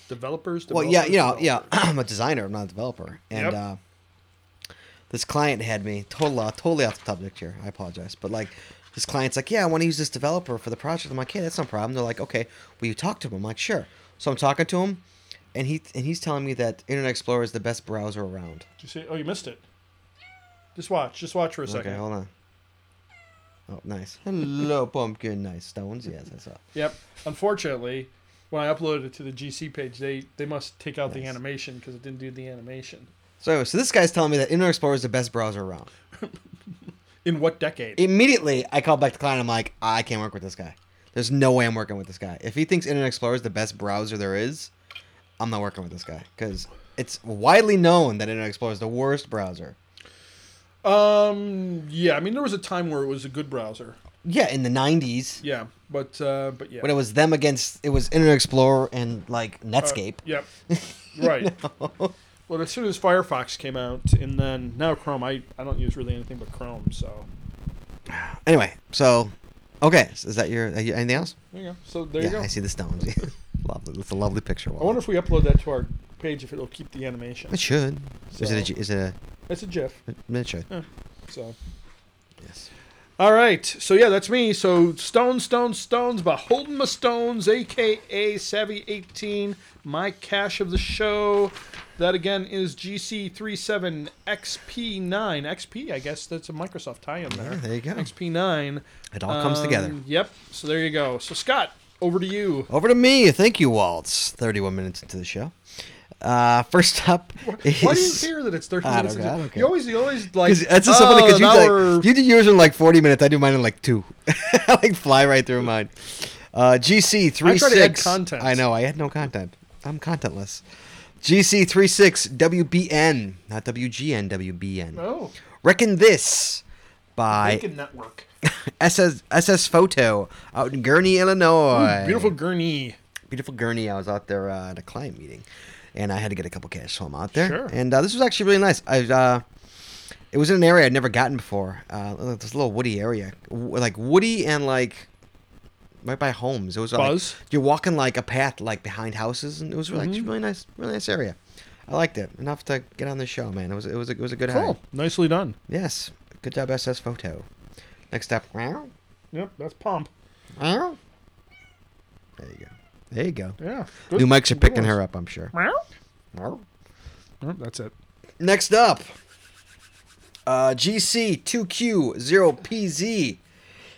Speaker 2: Developers,
Speaker 1: Well,
Speaker 2: developers.
Speaker 1: yeah, you know, yeah,
Speaker 2: developers.
Speaker 1: I'm a designer. I'm not a developer. And
Speaker 2: Yep.
Speaker 1: uh, this client had me total, uh, totally off the subject here. I apologize, but like this client's like, yeah, I want to use this developer for the project. I'm like, hey, that's no problem. They're like, okay, will you talk to him? I'm like, sure. So I'm talking to him, and he and he's telling me that Internet Explorer is the best browser around.
Speaker 2: Did you see? Oh, you missed it. Just watch. Just watch for a second.
Speaker 1: Okay, hold on. Oh, nice. Hello, pumpkin. Nice stones. Yes, I saw.
Speaker 2: Yep. Unfortunately, when I uploaded it to the GC page, they they must take out the
Speaker 1: Nice.
Speaker 2: animation because it didn't do the animation.
Speaker 1: So, anyway, so this guy's telling me that Internet Explorer is the best browser around.
Speaker 2: In what decade?
Speaker 1: Immediately, I call back the client. I'm like, I can't work with this guy. There's no way I'm working with this guy. If he thinks Internet Explorer is the best browser there is, I'm not working with this guy because it's widely known that Internet Explorer is the worst browser.
Speaker 2: um. Yeah. I mean, there was a time where it was a good browser.
Speaker 1: Yeah, in the 90s
Speaker 2: Yeah. But uh. But yeah.
Speaker 1: when it was them against it was Internet Explorer and like
Speaker 2: Uh,
Speaker 1: Netscape.
Speaker 2: Yep. Right. Well, as soon as Firefox came out, and then now Chrome, I, I don't use really anything but Chrome, so
Speaker 1: Anyway, so okay, so is that your uh, you- anything else?
Speaker 2: there you go. So there
Speaker 1: yeah,
Speaker 2: you go.
Speaker 1: I
Speaker 2: I,
Speaker 1: see the stones. lovely. That's a lovely picture. Wally.
Speaker 2: wonder if we upload that to our page if it'll keep the animation.
Speaker 1: it should. Is it a?
Speaker 2: So-
Speaker 1: G- Is it a?
Speaker 2: It's a GIF.
Speaker 1: It should.
Speaker 2: So
Speaker 1: Yes.
Speaker 2: all right. So yeah, that's me. So Stone Stone Stones by Holden my Stones, aka Savvy eighteen, my cash of the show. That again is GC37XP9. XP, I guess that's a Microsoft tie-in there.
Speaker 1: Yeah, there you go.
Speaker 2: XP9.
Speaker 1: It all comes together.
Speaker 2: Um, Yep. So there you go. So Scott, over to you.
Speaker 1: Over to me. Thank you, Waltz. 31 minutes into the show. Uh, first up is.
Speaker 2: Why do you care that it's thirty
Speaker 1: I
Speaker 2: minutes?
Speaker 1: don't
Speaker 2: into-
Speaker 1: know, I don't
Speaker 2: You
Speaker 1: care.
Speaker 2: always, you always like.
Speaker 1: 'Cause that's just so funny
Speaker 2: "Oh,
Speaker 1: because
Speaker 2: an
Speaker 1: you,
Speaker 2: hour."
Speaker 1: like, you did yours in like 40 minutes. I do mine in like two. I like fly right through mine. Uh, GC
Speaker 2: I try to add
Speaker 1: 36.
Speaker 2: content.
Speaker 1: I know. I had no content. I'm contentless. GC 36 WBN. Not WGN, WBN.
Speaker 2: oh,
Speaker 1: Reckon This by
Speaker 2: Lincoln Network.
Speaker 1: SS, SS Photo out in Gurney, Illinois.
Speaker 2: Beautiful gurney.
Speaker 1: beautiful gurney. I was out there uh, at a client meeting, and I had to get a couple cash, so I'm out there.
Speaker 2: Sure.
Speaker 1: And uh, this was actually really nice. I uh, it was in an area I'd never gotten before. Uh, like this little woody area, w- like woody and like right by homes. It was uh, like
Speaker 2: Buzz? Mm-hmm.
Speaker 1: you're walking like a path like behind houses, and it was really, really nice, really nice area. I liked it enough to get on the show, man. It was it was a, it was a good
Speaker 4: Cool.
Speaker 1: hang.
Speaker 4: Nicely done.
Speaker 1: Yes, good job, SS Photo. Next up, meow,
Speaker 2: Yep, that's pump.
Speaker 1: meow. There you go. There you go.
Speaker 2: Yeah.
Speaker 1: New mics are picking her up, I'm sure. Meow.
Speaker 2: Oh, that's it.
Speaker 1: Next up, uh, GC2Q0PZ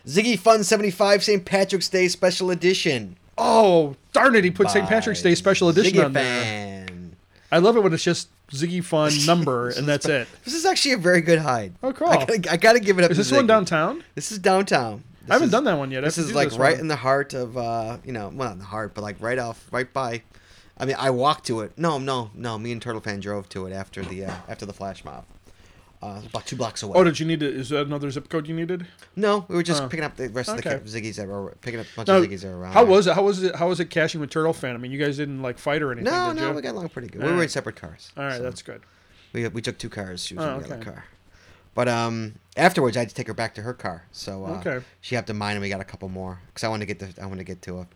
Speaker 1: Ziggy Fun 75 St. Patrick's Day Special Edition.
Speaker 2: Oh, darn it! He put St. Patrick's Day special edition
Speaker 1: Ziggy
Speaker 2: on there.
Speaker 1: Fan.
Speaker 2: I love it when it's just Ziggy Fun number and that's it.
Speaker 1: This is actually a very good hide.
Speaker 2: Oh, cool.
Speaker 1: I gotta, I gotta give it up.
Speaker 2: Is
Speaker 1: to
Speaker 2: this one
Speaker 1: Ziggy.
Speaker 2: downtown?
Speaker 1: This is downtown. This
Speaker 2: I haven't
Speaker 1: is-
Speaker 2: done that one yet. I
Speaker 1: This
Speaker 2: have to
Speaker 1: is
Speaker 2: do
Speaker 1: like right
Speaker 2: one.
Speaker 1: in the heart of uh, you know, well not in the heart, but like right off, right by. I mean, I walked to it. No, no, no. Me and Turtle Fan drove to it after the uh, after the flash mob. Uh, about two blocks away.
Speaker 2: Oh, did you need to? Is that another zip code you needed?
Speaker 1: No, we were just
Speaker 2: Oh.
Speaker 1: picking up the rest
Speaker 2: Okay.
Speaker 1: of the Ziggies that were picking up a bunch
Speaker 2: No.
Speaker 1: of Ziggies that were around.
Speaker 2: How
Speaker 1: there.
Speaker 2: was it? How was it? How was it cashing with Turtle Fan? I mean, you guys didn't like fight or anything.
Speaker 1: No,
Speaker 2: did
Speaker 1: no,
Speaker 2: you?
Speaker 1: we got along pretty good.
Speaker 2: All
Speaker 1: we were in
Speaker 2: right.
Speaker 1: separate cars.
Speaker 2: All right,
Speaker 1: so
Speaker 2: that's good.
Speaker 1: we we took two cars. She was
Speaker 2: Oh,
Speaker 1: in the
Speaker 2: okay.
Speaker 1: other car. But um, afterwards, I had to take her back to her car. So uh,
Speaker 2: Okay.
Speaker 1: she hopped in mine, and we got a couple more because I wanted to get the I wanted to get to a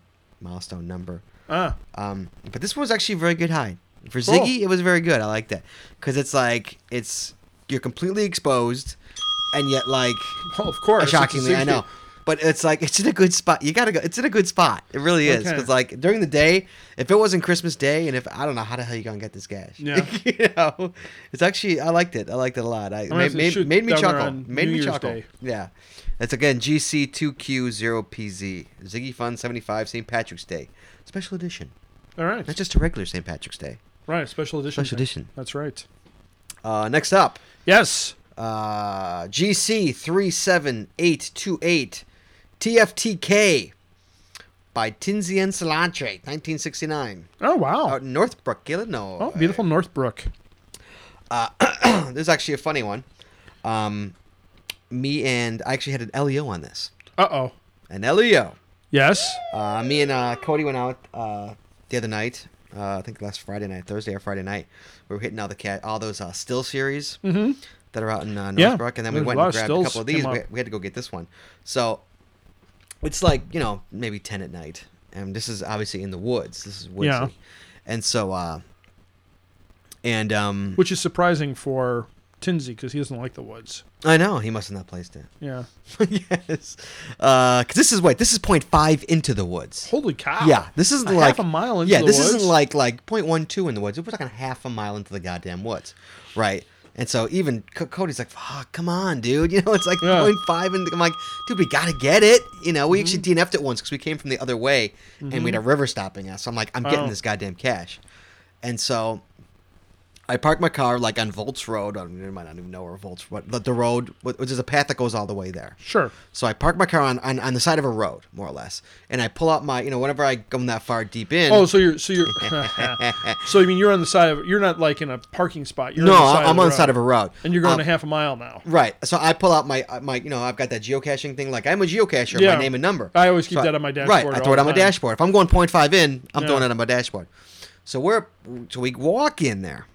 Speaker 1: milestone number.
Speaker 2: Ah,
Speaker 1: Um, but this one was actually a very good hide. For
Speaker 2: Cool.
Speaker 1: Ziggy, it was very good. I like that because it's like it's you're completely exposed, and yet like
Speaker 2: well, oh, of course. it's a
Speaker 1: Uh, shockingly, I
Speaker 2: 60.
Speaker 1: know. But it's like it's in a good spot. You gotta go. It's in a good spot. It really is
Speaker 2: Okay.
Speaker 1: because like during the day, if it wasn't Christmas Day, and if I don't know how the hell you gonna get this gash.
Speaker 2: Yeah.
Speaker 1: you know, it's actually I liked it. I liked it a lot. I,
Speaker 2: gonna have
Speaker 1: made,
Speaker 2: to
Speaker 1: made,
Speaker 2: shoot
Speaker 1: made me
Speaker 2: down there
Speaker 1: chuckle.
Speaker 2: on
Speaker 1: Made
Speaker 2: New
Speaker 1: me
Speaker 2: Year's
Speaker 1: chuckle.
Speaker 2: Day.
Speaker 1: Yeah, that's again GC2Q0PZ Ziggy Fun 75 St. Patrick's Day special edition.
Speaker 2: All right,
Speaker 1: Not just a regular St. Patrick's Day.
Speaker 2: right. Special edition.
Speaker 1: Special
Speaker 2: thing.
Speaker 1: edition.
Speaker 2: That's right.
Speaker 1: Uh, next up,
Speaker 2: Yes.
Speaker 1: uh, GC37828 TFTK by Tinzi and Cilantro, 1969,
Speaker 2: Oh wow.
Speaker 1: out in Northbrook, Illinois.
Speaker 2: oh, beautiful Northbrook.
Speaker 1: This is actually a funny one. Um, me and I actually had an LEO on this.
Speaker 2: Uh oh.
Speaker 1: An E LEO.
Speaker 2: Yes.
Speaker 1: Uh, me and uh, Cody went out uh, the other night. Uh, I think last Friday night, Thursday or Friday night. We were hitting all the cat, all those uh, still series that are out in uh,
Speaker 2: Mm-hmm. Yeah.
Speaker 1: Northbrook, and then we
Speaker 2: There's a
Speaker 1: went
Speaker 2: lot
Speaker 1: and
Speaker 2: of
Speaker 1: grabbed a
Speaker 2: stills
Speaker 1: couple of
Speaker 2: came
Speaker 1: these. We,
Speaker 2: up.
Speaker 1: we had to go get this one. So it's like you know maybe ten at night, and this is obviously in the woods. This is woodsy,
Speaker 2: Yeah.
Speaker 1: and so uh, and um,
Speaker 2: Which is surprising for Tinsy because he doesn't like the woods.
Speaker 1: I know he must have not placed it.
Speaker 2: Yeah.
Speaker 1: yes, because this is wait, this is 0.5 into the woods.
Speaker 2: Holy cow.
Speaker 1: Yeah, this isn't
Speaker 2: A
Speaker 1: like
Speaker 2: half a mile into
Speaker 1: yeah,
Speaker 2: the
Speaker 1: this
Speaker 2: woods?
Speaker 1: isn't like like point one two in the woods. It was like a half a mile into the goddamn woods, right? And so even C- Cody's like, "Fuck, come on, dude!" You know, it's like
Speaker 2: Yeah. Mm-hmm.
Speaker 1: point five, and I'm like, "Dude, we gotta get it." You know, we actually DNF'd it once because we came from the other way and we had a river stopping us. I'm like, "I'm getting
Speaker 2: Oh.
Speaker 1: this goddamn cash," and so I parked my car like on Volts Road. I mean, I might not even know where Volts, what the, the road, which is a path that goes all the way there.
Speaker 2: Sure.
Speaker 1: So I park my car on, on, on the side of a road, more or less, and I pull out my, you know, whenever I go that far deep in.
Speaker 2: Oh, so you're so you're so I mean you're on the side of you're not like in a parking spot. You're
Speaker 1: no,
Speaker 2: on the side
Speaker 1: I'm
Speaker 2: of
Speaker 1: on the side of a road,
Speaker 2: and you're going
Speaker 1: Um,
Speaker 2: a half a mile now.
Speaker 1: right. So I pull out my uh, my, you know, I've got that geocaching thing. Like I'm a geocacher,
Speaker 2: Yeah.
Speaker 1: my name and number.
Speaker 2: I always keep
Speaker 1: So
Speaker 2: that on my
Speaker 1: Right,
Speaker 2: dashboard
Speaker 1: I
Speaker 2: all
Speaker 1: throw it
Speaker 2: the
Speaker 1: on my
Speaker 2: time.
Speaker 1: dashboard. If I'm going 0.5 in, I'm throwing
Speaker 2: Yeah.
Speaker 1: it on my dashboard. So we're so we walk in there.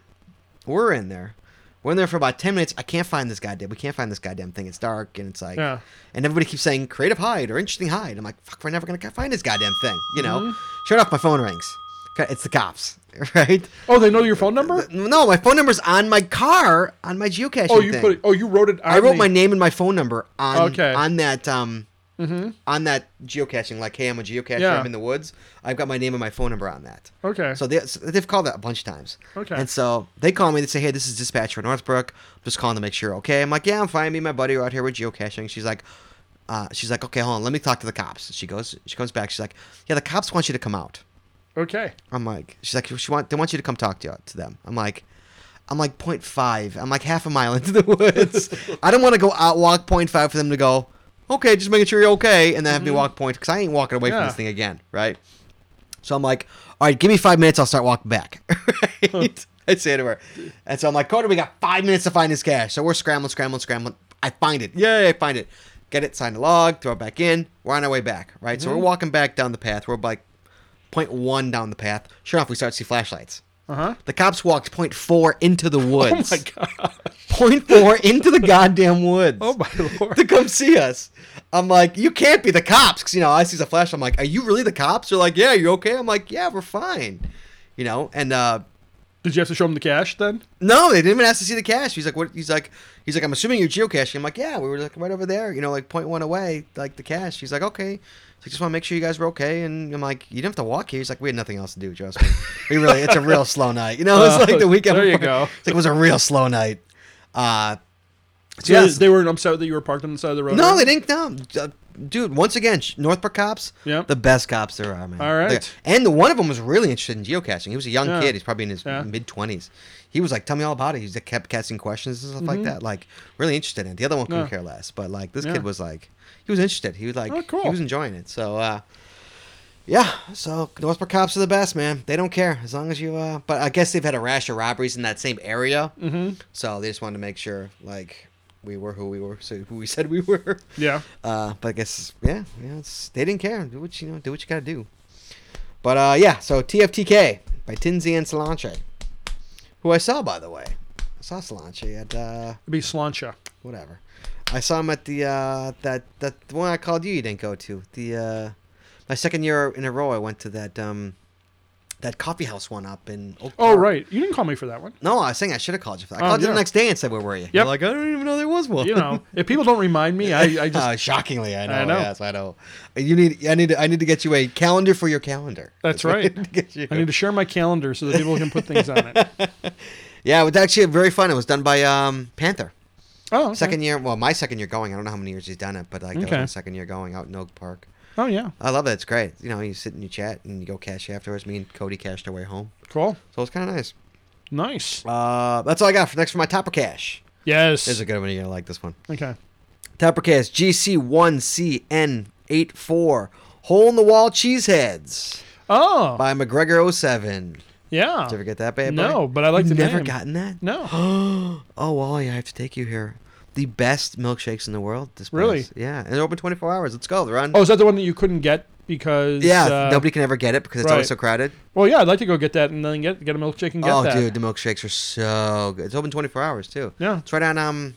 Speaker 1: We're in there. We're in there for about 10 minutes. I can't find this goddamn. We can't find this goddamn thing. It's dark and it's like,
Speaker 2: Yeah.
Speaker 1: and everybody keeps saying creative hide or interesting hide. I'm like, fuck, we're never gonna ca- find this goddamn thing. You know.
Speaker 2: Mm-hmm.
Speaker 1: Sure enough, my phone rings. Okay, It's the cops, right?
Speaker 2: Oh, they know your phone number?
Speaker 1: No, my phone number's on my car, on my geocaching.
Speaker 2: Oh, you
Speaker 1: thing.
Speaker 2: put it, oh you wrote it.
Speaker 1: I
Speaker 2: on
Speaker 1: wrote
Speaker 2: the-
Speaker 1: my name and my phone number on
Speaker 2: Okay. Mm-hmm.
Speaker 1: on that um on that geocaching. Like, hey, I'm a geocacher.
Speaker 2: Yeah.
Speaker 1: I'm in the woods. I've got my name and my phone number on that.
Speaker 2: Okay.
Speaker 1: So they, so they've called that a bunch of times.
Speaker 2: Okay.
Speaker 1: And so they call me. They say, hey, this is dispatcher in Northbrook. I'm just calling to make sure. Okay. I'm like, yeah, I'm fine. Me and my buddy are out here. We're geocaching. She's like. Uh, she's like, okay, hold on, let me talk to the cops. She goes, she comes back. She's like, yeah, the cops want you to come out.
Speaker 2: Okay.
Speaker 1: I'm like, she's like, she want, they want you to come talk to, to them. I'm like, I'm like 0.5. I'm like half a mile into the woods. I don't want to go out walk 0.5 for them to go, okay, just making sure you're okay, and then have me walk point because I ain't walking away from
Speaker 2: Yeah.
Speaker 1: this thing again, right? So I'm like, all right, give me five minutes. I'll start walking back. right? I'd say to her. And so I'm like, Coda, we got five minutes to find this cash. So we're scrambling, scrambling, scrambling. I find it. Yay, I find it. Get it, sign the log, throw it back in. We're on our way back, right? So we're walking back down the path. We're like 0.1 down the path. Sure enough, we start to see flashlights.
Speaker 2: Uh huh.
Speaker 1: The cops walked 0.4 into the woods.
Speaker 2: Oh My God.
Speaker 1: 0.4 into the goddamn woods
Speaker 2: Oh my lord.
Speaker 1: to come see us. I'm like, you can't be the cops. Cause you know, I see the flash. I'm like, are you really the cops? They're like, yeah, you okay? I'm like, yeah, we're fine. You know, and uh,
Speaker 2: Did you have to show him the cash then?
Speaker 1: No, they didn't even ask to see the cache. He's like, what? He's like, he's like, I'm assuming you're geocaching. I'm like, yeah, we were like right over there, you know, like point one away, like the cache. He's like, okay. He's like, just want to make sure you guys were okay. And I'm like, you didn't have to walk here. He's like, we had nothing else to do. Trust me. We really, it's a real slow night. You know, it's
Speaker 2: Oh,
Speaker 1: like the weekend.
Speaker 2: there you
Speaker 1: before.
Speaker 2: go.
Speaker 1: It's like, it was a real slow night. Uh, so
Speaker 2: Yeah,
Speaker 1: yes.
Speaker 2: they were upset that you were parked on the side of the road.
Speaker 1: No, they didn't. No, Uh, dude. Once again, sh- Northbrook cops.
Speaker 2: Yeah.
Speaker 1: The best cops there are, man.
Speaker 2: All right.
Speaker 1: They- and the one of them was really interested in geocaching. He was a young
Speaker 2: Yeah.
Speaker 1: kid. He's probably in his
Speaker 2: Yeah.
Speaker 1: mid twenties. He was like, "Tell me all about it." He just kept casting questions and stuff like that. Like, really interested in it. The other one couldn't
Speaker 2: Mm-hmm. Yeah.
Speaker 1: care less. But like, this
Speaker 2: Yeah.
Speaker 1: kid was like, he was interested. He was like,
Speaker 2: Oh, cool.
Speaker 1: he was enjoying it. So. uh yeah, so Northbrook cops are the best, man. They don't care as long as you. uh But I guess they've had a rash of robberies in that same area, mm-hmm. so they just wanted to make sure, like, we were who we were, so who we said we were.
Speaker 2: Yeah.
Speaker 1: Uh, but I guess yeah, you know, it's, they didn't care. Do what you know, do what you gotta do. But uh, yeah, so TFTK by Tinzi and Solanche, who I saw by the way. I saw Solanche at uh,
Speaker 2: It'd be Slancha.
Speaker 1: whatever. I saw him at the uh, that that one I called you. You didn't go to the uh, my second year in a row. I went to that um, that coffee house one up in. Oak
Speaker 2: Oh
Speaker 1: Park.
Speaker 2: right, you didn't call me for that one.
Speaker 1: No, I was saying I should have called you. For that. I
Speaker 2: Oh,
Speaker 1: called you
Speaker 2: yeah.
Speaker 1: the next day and said, "Where were you?" You're like I don't even know there was one.
Speaker 2: You know, if people don't remind me, I, I just
Speaker 1: Uh, shockingly, I know.
Speaker 2: I know.
Speaker 1: Yes, I know. You need. I need. to- I need to get you a calendar for your calendar.
Speaker 2: That's
Speaker 1: what I
Speaker 2: right.
Speaker 1: need to get you.
Speaker 2: I need to share my calendar so that people can put things on it.
Speaker 1: yeah, it was actually very fun. It was done by um, Panther.
Speaker 2: Oh, okay.
Speaker 1: Second year. Well, my second year going. I don't know how many years he's done it, but like that was
Speaker 2: Okay.
Speaker 1: my second year going out in Oak Park.
Speaker 2: Oh yeah,
Speaker 1: I love it. It's great. You know, you sit and you chat and you go cash afterwards. Me and Cody cashed our way home,
Speaker 2: cool,
Speaker 1: so it's kind of nice.
Speaker 2: nice.
Speaker 1: Uh, that's all I got for next for my topper cash.
Speaker 2: Yes.
Speaker 1: This is a good one. You're gonna like this one.
Speaker 2: okay.
Speaker 1: Toppercast GC1CN84 Hole in the Wall Cheeseheads.
Speaker 2: Oh
Speaker 1: by McGregor07.
Speaker 2: yeah.
Speaker 1: Did you ever get that, baby?
Speaker 2: No, but I like the
Speaker 1: Never
Speaker 2: name.
Speaker 1: gotten that?
Speaker 2: No.
Speaker 1: oh, Wally, I have to take you here. The best milkshakes in the world. This place.
Speaker 2: Really?
Speaker 1: Yeah, and they're open 24 hours. Let's go. They're on.
Speaker 2: Oh, is that the one that you couldn't get because?
Speaker 1: yeah,
Speaker 2: uh,
Speaker 1: nobody can ever get it because it's always
Speaker 2: right.
Speaker 1: so crowded.
Speaker 2: Well, yeah, I'd like to go get that and then get get a milkshake and get
Speaker 1: oh,
Speaker 2: that.
Speaker 1: dude, the milkshakes are so good. It's open 24 hours too.
Speaker 2: Yeah.
Speaker 1: It's right on um,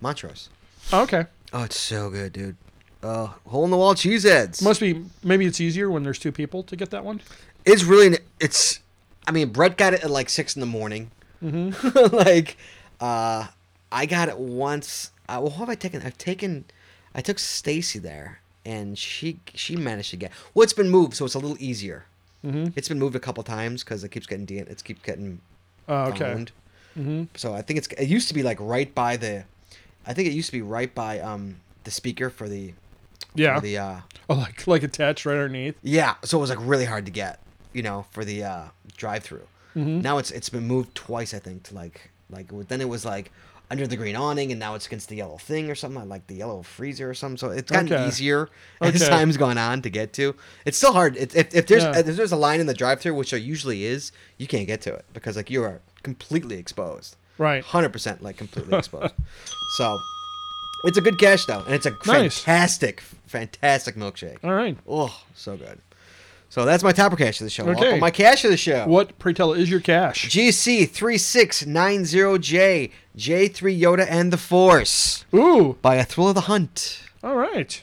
Speaker 1: Montrose.
Speaker 2: Oh, okay.
Speaker 1: Oh, it's so good, dude. Oh, hole in the wall cheeseheads.
Speaker 2: Must be maybe it's easier when there's two people to get that one.
Speaker 1: it's really it's i mean brett got it at like six in the morning
Speaker 2: Mm-hmm.
Speaker 1: like uh i got it once uh, well what have i taken i've taken i took stacy there and she she managed to get well it's been moved so it's a little easier
Speaker 2: Mm-hmm.
Speaker 1: it's been moved a couple times because it keeps getting de- it's keep getting
Speaker 2: Oh, okay. Mm-hmm.
Speaker 1: owned. So I think it's it used to be like right by the, I think it used to be right by um the speaker for the
Speaker 2: Yeah.
Speaker 1: for the uh
Speaker 2: Oh, like like attached right underneath.
Speaker 1: yeah, so it was like really hard to get, you know, for the uh, drive-through.
Speaker 2: Mm-hmm.
Speaker 1: Now it's it's been moved twice, I think, to like like then it was like under the green awning, and now it's against the yellow thing or something, like the yellow freezer or something. So it's gotten
Speaker 2: Okay.
Speaker 1: easier as
Speaker 2: Okay.
Speaker 1: time's gone on to get to. It's still hard. It, if, if there's
Speaker 2: Yeah.
Speaker 1: if there's a line in the drive-through, which there usually is, you can't get to it because like you are completely exposed.
Speaker 2: Right.
Speaker 1: Hundred percent, like completely exposed. so. It's a good cash though, and it's a
Speaker 2: Nice.
Speaker 1: fantastic, fantastic milkshake.
Speaker 2: All right.
Speaker 1: Oh, so good. So that's my topper cash of the show. Walt.
Speaker 2: Okay.
Speaker 1: But my cash of the show.
Speaker 2: What pray tell is your cash?
Speaker 1: GC3690J, J3 Yoda and the Force
Speaker 2: Ooh.
Speaker 1: by A Thrill of the Hunt.
Speaker 2: All right.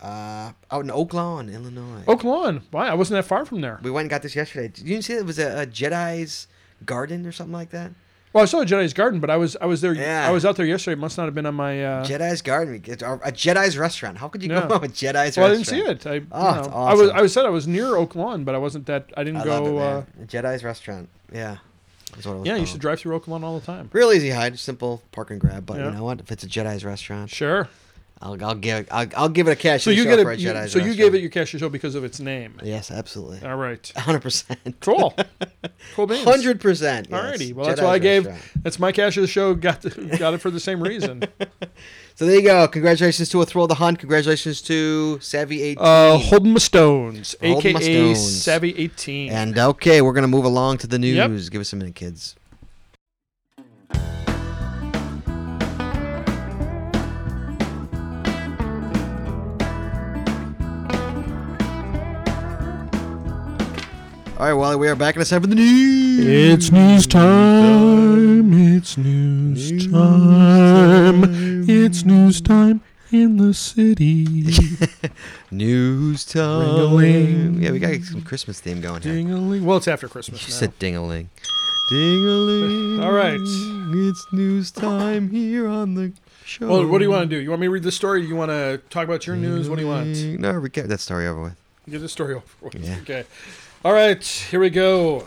Speaker 1: Uh, out in Oak Lawn, Illinois.
Speaker 2: Oak Lawn. Wow, I wasn't that far from there.
Speaker 1: We went and got this yesterday. Did you see it was a, a Jedi's garden or something like that?
Speaker 2: Well, I saw Jedi's Garden, but I was I was there.
Speaker 1: Yeah.
Speaker 2: I was out there yesterday. It must not have been on my. Uh,
Speaker 1: Jedi's garden. We get- or A Jedi's restaurant. How could you
Speaker 2: Yeah.
Speaker 1: go out with Jedi's
Speaker 2: well, I didn't
Speaker 1: restaurant?
Speaker 2: see it. I, you
Speaker 1: Oh, it's
Speaker 2: know, I was
Speaker 1: awesome.
Speaker 2: I was said I was near Oak Lawn, but I wasn't that. I didn't
Speaker 1: I
Speaker 2: go.
Speaker 1: love it, man.
Speaker 2: uh,
Speaker 1: A Jedi's restaurant. Yeah. That's what it was
Speaker 2: yeah, you
Speaker 1: called.
Speaker 2: should drive through Oak Lawn all the time.
Speaker 1: Real easy hide, simple park and grab. But
Speaker 2: Yeah.
Speaker 1: you know what? If it's a Jedi's restaurant,
Speaker 2: Sure.
Speaker 1: I'll, I'll give it. I'll, I'll give it a cash.
Speaker 2: So
Speaker 1: in the
Speaker 2: you
Speaker 1: show
Speaker 2: get
Speaker 1: for a
Speaker 2: it. You, so
Speaker 1: Jedi's
Speaker 2: you gave it
Speaker 1: restaurant.
Speaker 2: your cash to show because of its name.
Speaker 1: Yes, absolutely.
Speaker 2: All right.
Speaker 1: Hundred percent.
Speaker 2: Cool. Cool beans.
Speaker 1: Hundred percent.
Speaker 2: Alrighty. Well, that's why I gave. That's my cash of the show. Got the, got it for the same reason.
Speaker 1: So there you go. Congratulations to a thrill of the hunt. Congratulations to Savvy Eighteen.
Speaker 2: Uh, Holden Stones,
Speaker 1: Holden
Speaker 2: aka
Speaker 1: Mustones.
Speaker 2: Savvy Eighteen.
Speaker 1: and okay, we're gonna move along to the news.
Speaker 2: Yep.
Speaker 1: Give us a minute, kids. All right, Wally, we are back in a time for the news.
Speaker 4: It's news time. It's news, time. It's news time in the city.
Speaker 1: News time.
Speaker 4: Ring-a-ling.
Speaker 1: Yeah, we got some Christmas theme going here.
Speaker 4: Ding-a-ling. Well, it's after Christmas
Speaker 1: You
Speaker 4: now.
Speaker 1: said ding-a-ling. Ding-a-ling.
Speaker 2: All right.
Speaker 1: It's news time here on the show.
Speaker 2: Well, what do you want to do? You want me to read the story? You want to talk about your news? What do you want?
Speaker 1: No, we get that story over with.
Speaker 2: Get the story over with.
Speaker 1: Yeah.
Speaker 2: Okay. All right. Here we go.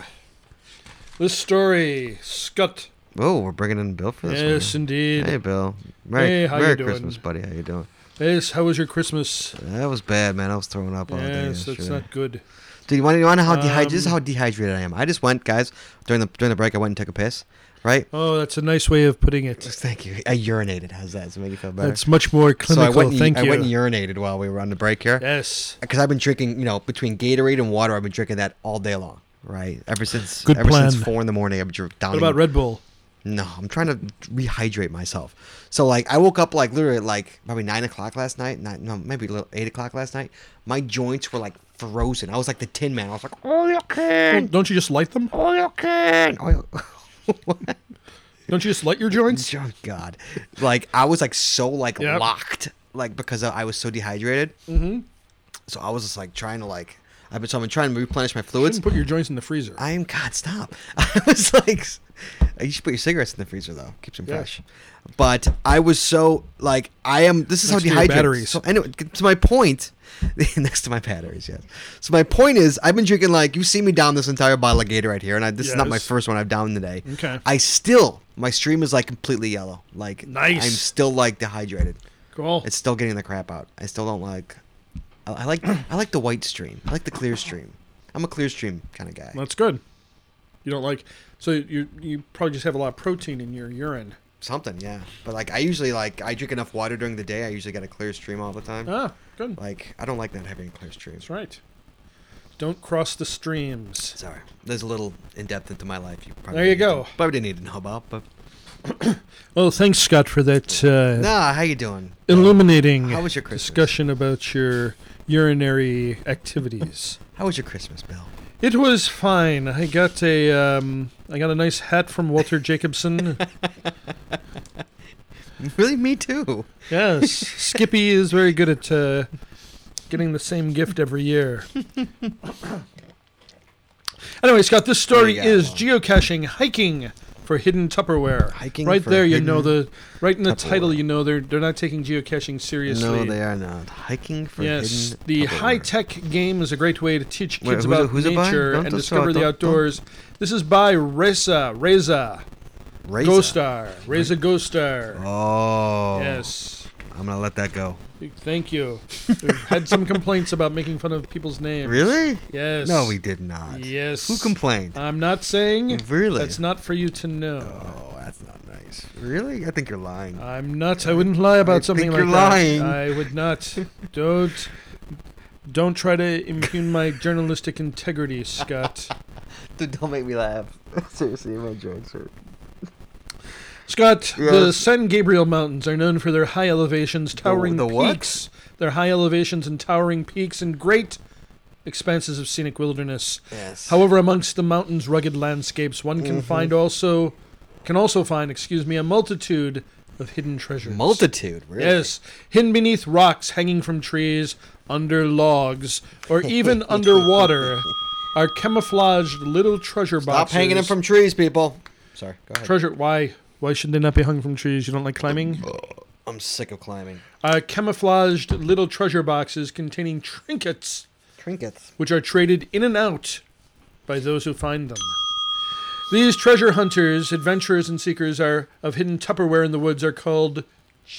Speaker 2: This story, Scott.
Speaker 1: Oh, we're bringing in Bill for this one,
Speaker 2: Yes,
Speaker 1: huh?
Speaker 2: indeed.
Speaker 1: Hey, Bill. Merry,
Speaker 2: Hey, how you
Speaker 1: Merry
Speaker 2: doing?
Speaker 1: Christmas, buddy. How you doing?
Speaker 2: Yes. How was your Christmas?
Speaker 1: That was bad, man. I was throwing up all day
Speaker 2: yes,
Speaker 1: yesterday.
Speaker 2: that's not good.
Speaker 1: Dude, you want to know how dehydrated? This is
Speaker 2: Um,
Speaker 1: how dehydrated I am. I just went, guys, during the during the break. I went and took a piss. Right?
Speaker 2: Oh, that's a nice way of putting it.
Speaker 1: Thank you. I urinated. How's that? Does it make you feel better?
Speaker 2: That's much more
Speaker 1: so I
Speaker 2: clinical.
Speaker 1: went. And,
Speaker 2: Thank
Speaker 1: I
Speaker 2: you.
Speaker 1: went and urinated while we were on the break here.
Speaker 2: yes.
Speaker 1: because I've been drinking, you know, between Gatorade and water, I've been drinking that all day long. Right, ever since
Speaker 4: Good
Speaker 1: ever since
Speaker 4: plan.
Speaker 1: four in the morning, I've been drinking.
Speaker 2: What about Red Bull?
Speaker 1: No, I'm trying to rehydrate myself. So like, I woke up like literally at, like probably nine o'clock last night. Not, no, maybe a little eight o'clock last night. My joints were like frozen. I was like the Tin Man. I was like, oh you
Speaker 4: Well,
Speaker 1: can,
Speaker 4: don't you just light them?
Speaker 1: oh you can, oh you-
Speaker 4: Don't you just light your joints?
Speaker 1: oh God, like I was like so like
Speaker 2: Yep.
Speaker 1: locked, like because I was so dehydrated. Mm-hmm. So I was just like trying to like. I've been so I've been trying to replenish my fluids.
Speaker 2: Shouldn't put your joints in the freezer.
Speaker 1: I am God. Stop. I was like, you should put your cigarettes in the freezer though. Keeps them
Speaker 2: Yeah.
Speaker 1: fresh. But I was so like I am. This is
Speaker 2: Next
Speaker 1: how
Speaker 2: to your
Speaker 1: dehydrated.
Speaker 2: batteries.
Speaker 1: So anyway, to my point, next to my batteries, yes. So my point is, I've been drinking like you see me down this entire bottle of Gatorade here, and I, this is not my
Speaker 2: Yes.
Speaker 1: first one I've downed today.
Speaker 2: Okay.
Speaker 1: I still my stream is like completely yellow. Like
Speaker 2: Nice.
Speaker 1: I'm still like dehydrated.
Speaker 2: cool.
Speaker 1: It's still getting the crap out. I still don't like. I, I like I like the white stream. I like the clear stream. I'm a clear stream kind of guy.
Speaker 2: That's good. You don't like so you you probably just have a lot of protein in your urine.
Speaker 1: Something, yeah. But like, I usually like I drink enough water during the day. I usually get a clear stream all the time.
Speaker 2: Ah, good.
Speaker 1: Like, I don't like not having a clear stream.
Speaker 2: That's right. Don't cross the streams.
Speaker 1: Sorry, there's a little in depth into my life. You probably
Speaker 2: There you
Speaker 1: didn't-
Speaker 2: go.
Speaker 1: Probably didn't need to know about, but
Speaker 2: Well, thanks Scott for that uh,
Speaker 1: nah. How you doing?
Speaker 2: illuminating
Speaker 1: How was your Christmas?
Speaker 2: discussion about your urinary activities.
Speaker 1: How was your Christmas, Bill?
Speaker 2: it was fine. I got a um, I got a nice hat from Walter Jacobson.
Speaker 1: really, me too.
Speaker 2: Yes, Skippy is very good at uh, getting the same gift every year. anyway, Scott, this story
Speaker 1: Yeah.
Speaker 2: is geocaching hiking for hidden Tupperware.
Speaker 1: Hiking
Speaker 2: right
Speaker 1: for
Speaker 2: there, you know
Speaker 1: hidden
Speaker 2: the right in the title,
Speaker 1: Tupperware.
Speaker 2: you know they're they're not taking geocaching seriously.
Speaker 1: No, they are not hiking for
Speaker 2: Yes,
Speaker 1: hidden
Speaker 2: the
Speaker 1: Tupperware.
Speaker 2: high tech game is a great way to teach
Speaker 1: Wait, who's
Speaker 2: kids
Speaker 1: it-
Speaker 2: about
Speaker 1: who's it by?
Speaker 2: nature
Speaker 1: Don't-
Speaker 2: and
Speaker 1: don't-
Speaker 2: discover the
Speaker 1: don't- don't-
Speaker 2: outdoors. This is by Reza Reza
Speaker 1: Razor.
Speaker 2: Ghostar Reza Ghostar.
Speaker 1: Oh,
Speaker 2: Yes.
Speaker 1: I'm gonna let that go.
Speaker 2: Thank you. We've had some complaints about making fun of people's names.
Speaker 1: Really?
Speaker 2: Yes.
Speaker 1: No, we did not.
Speaker 2: Yes. Uh,
Speaker 1: Who complained?
Speaker 2: I'm not saying.
Speaker 1: really?
Speaker 2: That's not for you to know.
Speaker 1: Oh, that's not nice. Really? I think you're lying.
Speaker 2: I'm not. I wouldn't lie about
Speaker 1: I
Speaker 2: something
Speaker 1: think you're
Speaker 2: like
Speaker 1: lying.
Speaker 2: that. I would not. Don't. Don't try to impugn my journalistic integrity, Scott.
Speaker 1: Dude, don't make me laugh. Seriously, my joints hurt.
Speaker 2: Scott, the
Speaker 1: Yes.
Speaker 2: San Gabriel Mountains are known for their high elevations, towering
Speaker 1: the what?
Speaker 2: peaks. Their high elevations and towering peaks and great expanses of scenic wilderness.
Speaker 1: Yes.
Speaker 2: However, amongst the mountain's rugged landscapes, one
Speaker 1: Mm-hmm.
Speaker 2: can find also can also find, excuse me, a multitude of hidden treasures.
Speaker 1: multitude, really?
Speaker 2: Yes, hidden beneath rocks, hanging from trees, under logs, or even underwater, are camouflaged little treasure
Speaker 1: Stop
Speaker 2: boxes.
Speaker 1: hanging them from trees, people. Sorry. Go ahead.
Speaker 2: treasure. Why? Why should they not be hung from trees? You don't like climbing?
Speaker 1: Uh, I'm sick of climbing.
Speaker 2: Uh, camouflaged little treasure boxes containing trinkets
Speaker 1: Trinkets.
Speaker 2: which are traded in and out by those who find them. These treasure hunters, adventurers, and seekers are of hidden Tupperware in the woods are called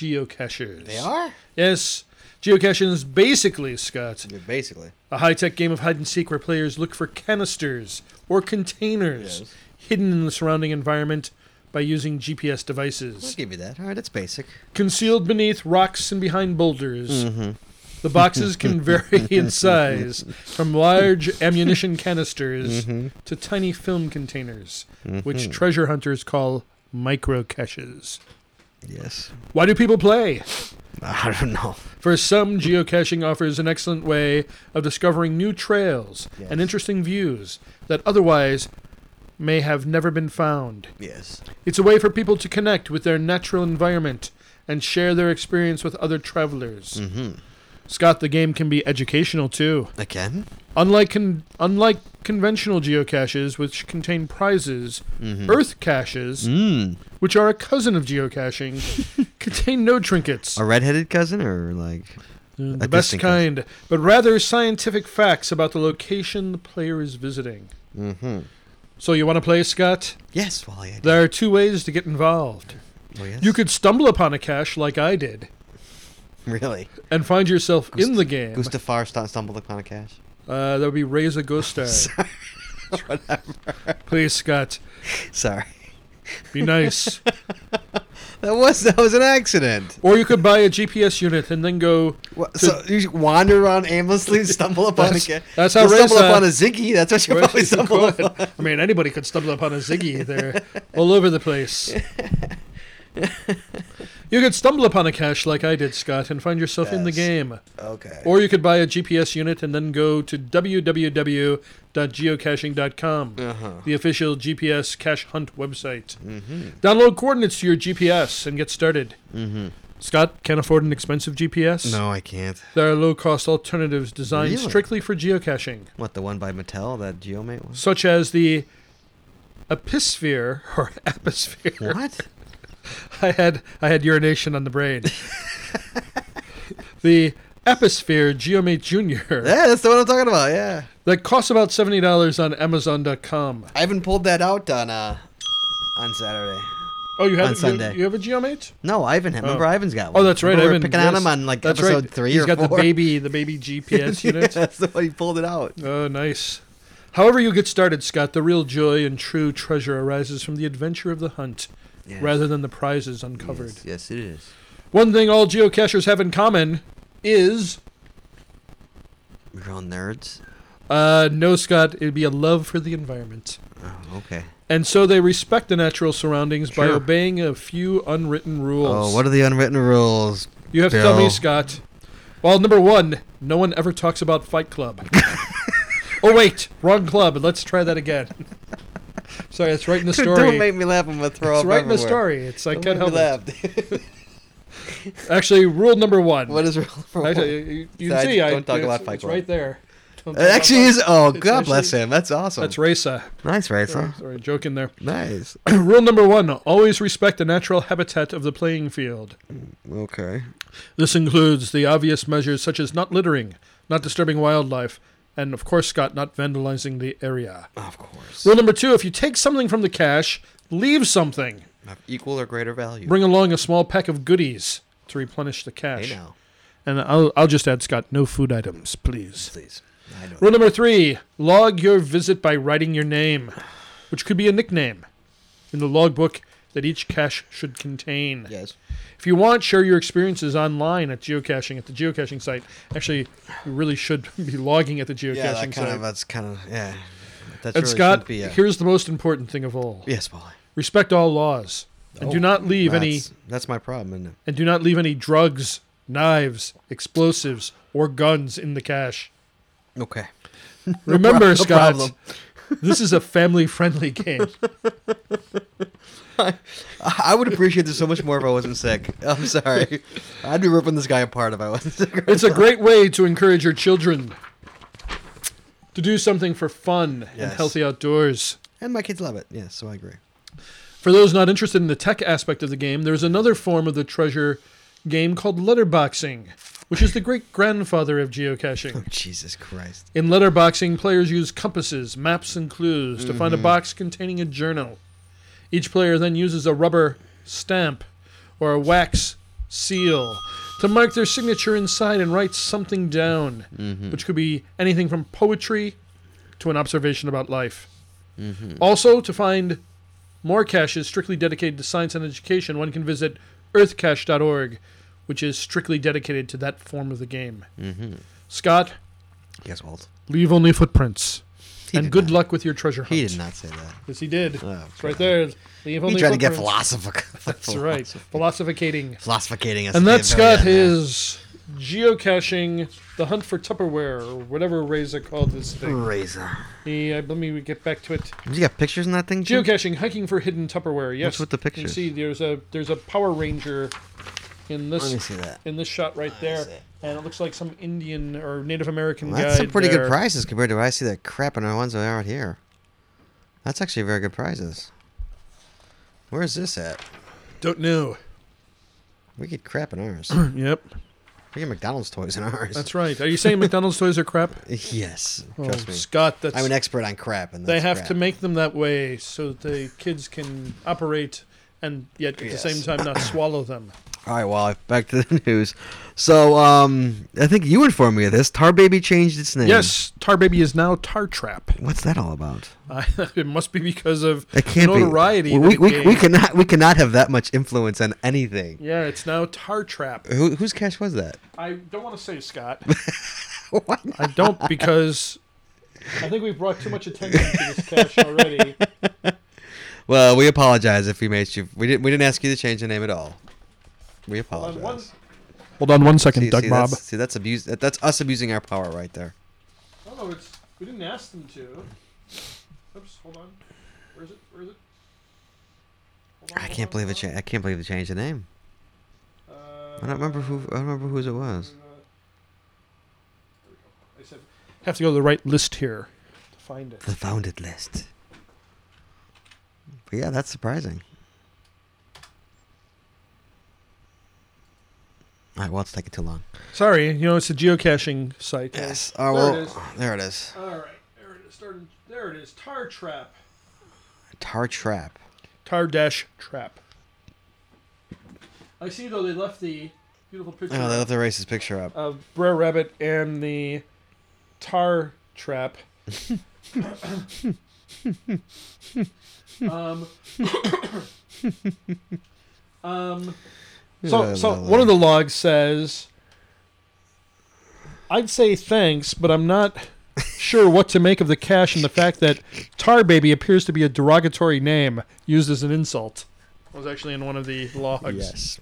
Speaker 2: geocachers.
Speaker 1: They are?
Speaker 2: Yes. Geocaching is basically, Scott,
Speaker 1: Yeah, basically.
Speaker 2: a high tech game of hide and seek where players look for canisters or containers
Speaker 1: Yes.
Speaker 2: hidden in the surrounding environment by using GPS
Speaker 1: I'll
Speaker 2: devices.
Speaker 1: give you that. All right, that's basic.
Speaker 2: Concealed beneath rocks and behind boulders, the boxes can vary in size, from large ammunition canisters to tiny film containers, which treasure hunters call micro caches.
Speaker 1: Yes.
Speaker 2: Why do people play?
Speaker 1: I don't know.
Speaker 2: For some, geocaching offers an excellent way of discovering new trails
Speaker 1: Yes.
Speaker 2: and interesting views that otherwise may have never been found.
Speaker 1: Yes.
Speaker 2: It's a way for people to
Speaker 1: Mm-hmm.
Speaker 2: connect with their natural environment and share their experience with other travelers. Scott, the game can be educational too.
Speaker 1: Again?
Speaker 2: Unlike con- unlike conventional geocaches, which contain prizes,
Speaker 1: Hmm. Er-
Speaker 2: Earth caches,
Speaker 1: Mm-hmm. Mm.
Speaker 2: which are a cousin of geocaching, contain no trinkets,
Speaker 1: A redheaded cousin or like
Speaker 2: uh,
Speaker 1: I
Speaker 2: the best
Speaker 1: think I-
Speaker 2: kind, but rather scientific facts about the location the player is visiting.
Speaker 1: Mm-hmm.
Speaker 2: So you want to play, Scott?
Speaker 1: Yes, Wally. I did.
Speaker 2: There are two ways to get involved.
Speaker 1: Oh, yes?
Speaker 2: You could stumble upon a cache like I did
Speaker 1: really.
Speaker 2: and find yourself in
Speaker 1: Gust-
Speaker 2: the game.
Speaker 1: Gustafar st- stumbled upon a cache.
Speaker 2: Uh, that would be Raise a Gustar. Please, Scott,
Speaker 1: Sorry.
Speaker 2: be nice.
Speaker 1: That was that was an accident.
Speaker 2: or you could buy a GPS unit and then go.
Speaker 1: What, so you should wander around aimlessly and stumble upon a
Speaker 2: That's,
Speaker 1: cache.
Speaker 2: that's how uh,
Speaker 1: You'll
Speaker 2: Raise
Speaker 1: stumble upon a
Speaker 2: a,
Speaker 1: Ziggy. That's what you probably stumble upon.
Speaker 2: I mean, anybody could stumble upon a Ziggy. They're all over the place. You could stumble upon a cache like I did, Scott, and find yourself in the
Speaker 1: Yes.
Speaker 2: game.
Speaker 1: Okay.
Speaker 2: Or you could buy a GPS unit and then go to www.geocaching.com,
Speaker 1: uh-huh.
Speaker 2: the official GPS cache hunt website.
Speaker 1: Mm-hmm.
Speaker 2: Download coordinates to your GPS and get started.
Speaker 1: Mm-hmm.
Speaker 2: Scott can't afford an expensive GPS.
Speaker 1: No, I can't.
Speaker 2: There are low cost alternatives designed
Speaker 1: Really?
Speaker 2: strictly for geocaching,
Speaker 1: What the one by Mattel, that Geomate one?
Speaker 2: such as the Episphere or Episphere.
Speaker 1: What?
Speaker 2: I had I had urination on the brain. the Episphere Geomate Junior
Speaker 1: yeah, that's the one I'm talking about. Yeah,
Speaker 2: that costs about seventy dollars on Amazon.com.
Speaker 1: I haven't pulled that out on uh on Saturday.
Speaker 2: Oh, you have
Speaker 1: On
Speaker 2: you-
Speaker 1: Sunday.
Speaker 2: You, have a Geomate?
Speaker 1: No, Ivan had. Remember,
Speaker 2: Oh.
Speaker 1: Ivan's got one.
Speaker 2: Oh, that's right.
Speaker 1: Remember we
Speaker 2: I've
Speaker 1: were
Speaker 2: been
Speaker 1: picking on him on like
Speaker 2: that's
Speaker 1: episode
Speaker 2: right.
Speaker 1: three
Speaker 2: He's
Speaker 1: or
Speaker 2: got the
Speaker 1: four.
Speaker 2: baby the baby GPS unit.
Speaker 1: yeah, that's the one he pulled it out.
Speaker 2: Oh, nice. However, you get started, Scott, the real joy and true treasure arises from the adventure of the hunt
Speaker 1: Yes.
Speaker 2: rather than the prizes uncovered.
Speaker 1: Yes, yes, it is.
Speaker 2: One thing all geocachers have in common is
Speaker 1: We're all nerds.
Speaker 2: uh, no, Scott, it'd be a love for the environment.
Speaker 1: Oh, okay.
Speaker 2: And so they respect the natural surroundings by
Speaker 1: Sure.
Speaker 2: obeying a few unwritten rules.
Speaker 1: Oh, what are the unwritten rules?
Speaker 2: you have to tell me,
Speaker 1: Bill.
Speaker 2: Scott. Well, number one, no one ever talks about Fight Club. oh, wait, wrong club. Let's try that again. Sorry, that's right in the story.
Speaker 1: Don't make me laugh. I'm gonna throw
Speaker 2: It's
Speaker 1: up
Speaker 2: right in the
Speaker 1: everywhere.
Speaker 2: story. It's I
Speaker 1: Don't
Speaker 2: can't
Speaker 1: make
Speaker 2: help
Speaker 1: me
Speaker 2: it.
Speaker 1: laugh.
Speaker 2: Actually, rule number one.
Speaker 1: what is rule number one?
Speaker 2: Actually, you, you- you
Speaker 1: So I
Speaker 2: can see, I,
Speaker 1: don't talk
Speaker 2: it's,
Speaker 1: about Fight
Speaker 2: it's
Speaker 1: Club.
Speaker 2: right there. Don't
Speaker 1: It
Speaker 2: talk about
Speaker 1: actually
Speaker 2: Fight-
Speaker 1: is. Oh,
Speaker 2: It's
Speaker 1: God bless
Speaker 2: actually-
Speaker 1: him. That's awesome.
Speaker 2: That's Rasa.
Speaker 1: Nice, right?
Speaker 2: Sorry, sorry, joke in there.
Speaker 1: Nice.
Speaker 2: rule number one: always respect the natural habitat of the playing field.
Speaker 1: Okay.
Speaker 2: This includes the obvious measures such as not littering, not disturbing wildlife, and of course, Scott, not vandalizing the area.
Speaker 1: Of course.
Speaker 2: Rule number two: if you take something from the cache, leave something.
Speaker 1: Of equal or greater value.
Speaker 2: Bring along a small pack of goodies to replenish the
Speaker 1: Hey
Speaker 2: cache.
Speaker 1: now,
Speaker 2: And I'll, I'll just add, Scott, no food items, please.
Speaker 1: please. I know.
Speaker 2: Rule number three log your visit by writing your name, which could be a nickname, in the logbook that each cache should contain.
Speaker 1: Yes.
Speaker 2: If you want, share your experiences online at geocaching at the geocaching site. Actually, you really should be logging at the geocaching
Speaker 1: Yeah, that kind
Speaker 2: site.
Speaker 1: of. That's kind of. Yeah. That's
Speaker 2: and
Speaker 1: really
Speaker 2: Scott,
Speaker 1: shouldn't be a-
Speaker 2: here's the most important thing of all
Speaker 1: yes, Wally.
Speaker 2: respect all laws. And do
Speaker 1: Oh,
Speaker 2: not leave any
Speaker 1: That's, that's my problem. Isn't it?
Speaker 2: and do not leave any drugs, knives, explosives, or guns in the cache.
Speaker 1: Okay.
Speaker 2: Remember,
Speaker 1: prob- no
Speaker 2: Scott,
Speaker 1: problem.
Speaker 2: this is a family-friendly game.
Speaker 1: I I would appreciate this so much more if I wasn't sick. I'm sorry. I'd be ripping this guy apart if I wasn't sick.
Speaker 2: It's a great way to encourage your children to do something for fun and
Speaker 1: Yes.
Speaker 2: healthy outdoors.
Speaker 1: And my kids love it. Yes, so I agree.
Speaker 2: For those not interested in the tech aspect of the game, there's another form of the treasure game called letterboxing, which is the great grandfather of geocaching.
Speaker 1: Oh, Jesus Christ.
Speaker 2: In letterboxing, players use compasses, maps, and clues to find a box containing a journal. Each player then uses a rubber stamp or a wax seal to mark their signature inside and write something down, which could be anything from poetry to an observation about life. Also, to find more caches strictly dedicated to science and education, one can visit earthcache.org, which is strictly dedicated to that form of the game. Scott,
Speaker 1: Yes, Walt.
Speaker 2: Leave only footprints.
Speaker 1: He
Speaker 2: and
Speaker 1: did
Speaker 2: good
Speaker 1: not.
Speaker 2: luck with your treasure hunt.
Speaker 1: He did not say that.
Speaker 2: Yes, he did.
Speaker 1: Oh,
Speaker 2: it's right there. Leave
Speaker 1: He
Speaker 2: only
Speaker 1: tried to get
Speaker 2: footprints.
Speaker 1: philosophic.
Speaker 2: That's right. Philosophicating.
Speaker 1: Philosophicating us.
Speaker 2: And
Speaker 1: to the very
Speaker 2: that, Scott,
Speaker 1: end there.
Speaker 2: is geocaching, the hunt for Tupperware, or whatever Reza called this
Speaker 1: Hmm.
Speaker 2: thing.
Speaker 1: Razor.
Speaker 2: The, uh, let me get back to it.
Speaker 1: You got pictures in that thing? too?
Speaker 2: Geocaching, hiking for hidden Tupperware. Yes.
Speaker 1: What's with the
Speaker 2: You can
Speaker 1: pictures?
Speaker 2: see there's a there's a Power Ranger in
Speaker 1: Let me
Speaker 2: this
Speaker 1: see that.
Speaker 2: in this shot right
Speaker 1: I
Speaker 2: there.
Speaker 1: see it.
Speaker 2: and it looks like some Indian or Native American guy.
Speaker 1: That's some pretty
Speaker 2: there.
Speaker 1: good prices compared to what I see that crap and the ones that are out here. That's actually very good prices. Where is this at?
Speaker 2: Don't know.
Speaker 1: We get crap in ours.
Speaker 2: Yep,
Speaker 1: we get McDonald's toys in ours.
Speaker 2: that's right. Are you saying McDonald's toys are crap?
Speaker 1: yes.
Speaker 2: Oh,
Speaker 1: Trust me.
Speaker 2: Scott, that's
Speaker 1: I'm an expert on crap, and
Speaker 2: they
Speaker 1: that's
Speaker 2: have
Speaker 1: crap.
Speaker 2: to make them that way so that the kids can operate and yet at
Speaker 1: Yes.
Speaker 2: the same time not swallow them.
Speaker 1: All right, well, back to the news. So, um, I think you informed me of this. Tar Baby changed its name.
Speaker 2: Yes, Tar Baby is now Tar Trap.
Speaker 1: What's that all about?
Speaker 2: I it must be because of
Speaker 1: It can't
Speaker 2: notoriety.
Speaker 1: be.
Speaker 2: that
Speaker 1: We,
Speaker 2: it
Speaker 1: we, we
Speaker 2: gained.
Speaker 1: cannot we cannot have that much influence on anything.
Speaker 2: Yeah, it's now Tar Trap.
Speaker 1: Who, whose cash was that?
Speaker 2: I don't want to say Scott.
Speaker 1: Why
Speaker 2: I don't because I think we've brought too much attention to this cash already.
Speaker 1: Well, we apologize if we made you. We didn't. We didn't ask you to change the name at all. We apologize.
Speaker 2: On one- Hold on one second,
Speaker 1: see,
Speaker 4: Doug
Speaker 1: see,
Speaker 4: Bob.
Speaker 1: That's, see, that's abuse. That, that's us abusing our power right there.
Speaker 2: Oh no, it's we didn't ask them to. Oops, hold on. Where is it? Where is it? Hold on,
Speaker 1: I
Speaker 2: hold
Speaker 1: can't
Speaker 2: on, Uh,
Speaker 1: believe it.
Speaker 2: hold
Speaker 1: Cha- I can't believe it changed the name.
Speaker 2: on.
Speaker 1: I don't remember who. I don't remember whose it was.
Speaker 2: I said, have to go to the right list here to find it.
Speaker 1: The founded list. But yeah, that's surprising. All right, well, it's taking too long.
Speaker 2: Sorry, you know it's a geocaching site.
Speaker 1: Yes. Oh,
Speaker 2: There it
Speaker 1: well,
Speaker 2: is.
Speaker 1: there it is.
Speaker 2: All right, there it is. Starting, there it is. Tar trap.
Speaker 1: Tar trap.
Speaker 2: Tar dash trap. I see though they left the beautiful picture
Speaker 1: Oh, they left the racist picture up.
Speaker 2: of Brer Rabbit and the tar trap. um, um, so, so one of the logs says, "I'd say thanks, but I'm not sure what to make of the cash and the fact that Tar Baby appears to be a derogatory name used as an insult." It was actually in one of the logs.
Speaker 1: Yes.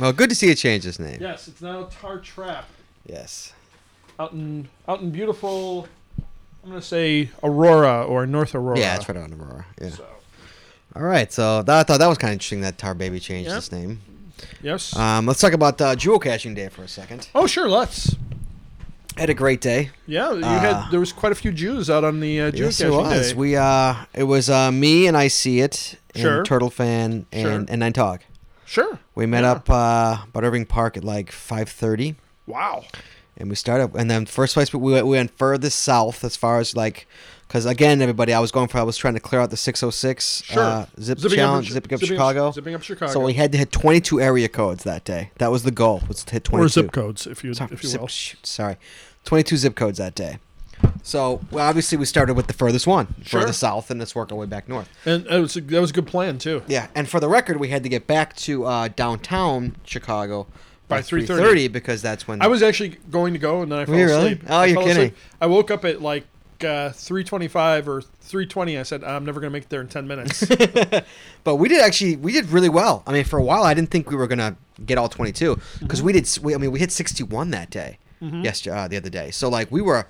Speaker 1: Well, good to see it change its name.
Speaker 2: Yes, it's now Tar Trap.
Speaker 1: Yes.
Speaker 2: out in out in beautiful I'm gonna say Aurora or North Aurora.
Speaker 1: Yeah, it's right on Aurora. Yeah.
Speaker 2: So
Speaker 1: All right. So that, I thought that was kind of interesting that Tar Baby changed
Speaker 2: Yeah.
Speaker 1: its name.
Speaker 2: yes.
Speaker 1: Um, let's talk about uh, jewel caching day for a second.
Speaker 2: oh sure, let's.
Speaker 1: I had a great day.
Speaker 2: Yeah, you
Speaker 1: Uh,
Speaker 2: had there was quite a few Jews out on the uh, Jew
Speaker 1: yes, it
Speaker 2: caching
Speaker 1: was.
Speaker 2: day.
Speaker 1: We uh, it was uh, me and I see it and
Speaker 2: Sure.
Speaker 1: Turtle Fan and
Speaker 2: Sure.
Speaker 1: and then talk.
Speaker 2: sure.
Speaker 1: We met
Speaker 2: Yeah.
Speaker 1: up uh, about Irving Park at like five thirty.
Speaker 2: Wow.
Speaker 1: and we started and then first place we went, we went furthest south as far as like because again everybody i was going for i was trying to clear out the 606
Speaker 2: Sure.
Speaker 1: uh, zip
Speaker 2: Zipping up
Speaker 1: challenge
Speaker 2: Chi-
Speaker 1: zipping up
Speaker 2: zipping
Speaker 1: chicago
Speaker 2: Zipping up Chicago.
Speaker 1: so we had to hit 22 area codes that day that was the goal was to hit 22
Speaker 2: or zip codes, if you
Speaker 1: sorry,
Speaker 2: if you
Speaker 1: zip-
Speaker 2: will.
Speaker 1: shoot, sorry 22 zip codes that day so well, obviously we started with the furthest one
Speaker 2: Sure.
Speaker 1: furthest south and let's work our way back north
Speaker 2: And that was a, that was a good plan too.
Speaker 1: yeah, and for the record, we had to get back to uh, downtown Chicago
Speaker 2: By 3:30.
Speaker 1: 3:30, because that's when
Speaker 2: I was actually going to go and then I fell
Speaker 1: Were you really?
Speaker 2: asleep.
Speaker 1: Oh,
Speaker 2: I
Speaker 1: you're
Speaker 2: fell
Speaker 1: kidding.
Speaker 2: asleep. I woke up at like uh, 3:25 or 3:20. I said I'm never going to make it there in 10 minutes.
Speaker 1: But we did actually we did really well. I mean, for a while I didn't think we were gonna get all 22
Speaker 2: Mm-hmm.
Speaker 1: because we did. s- We, I mean, we hit 61 that day. Yes, uh, the other day. So like we were,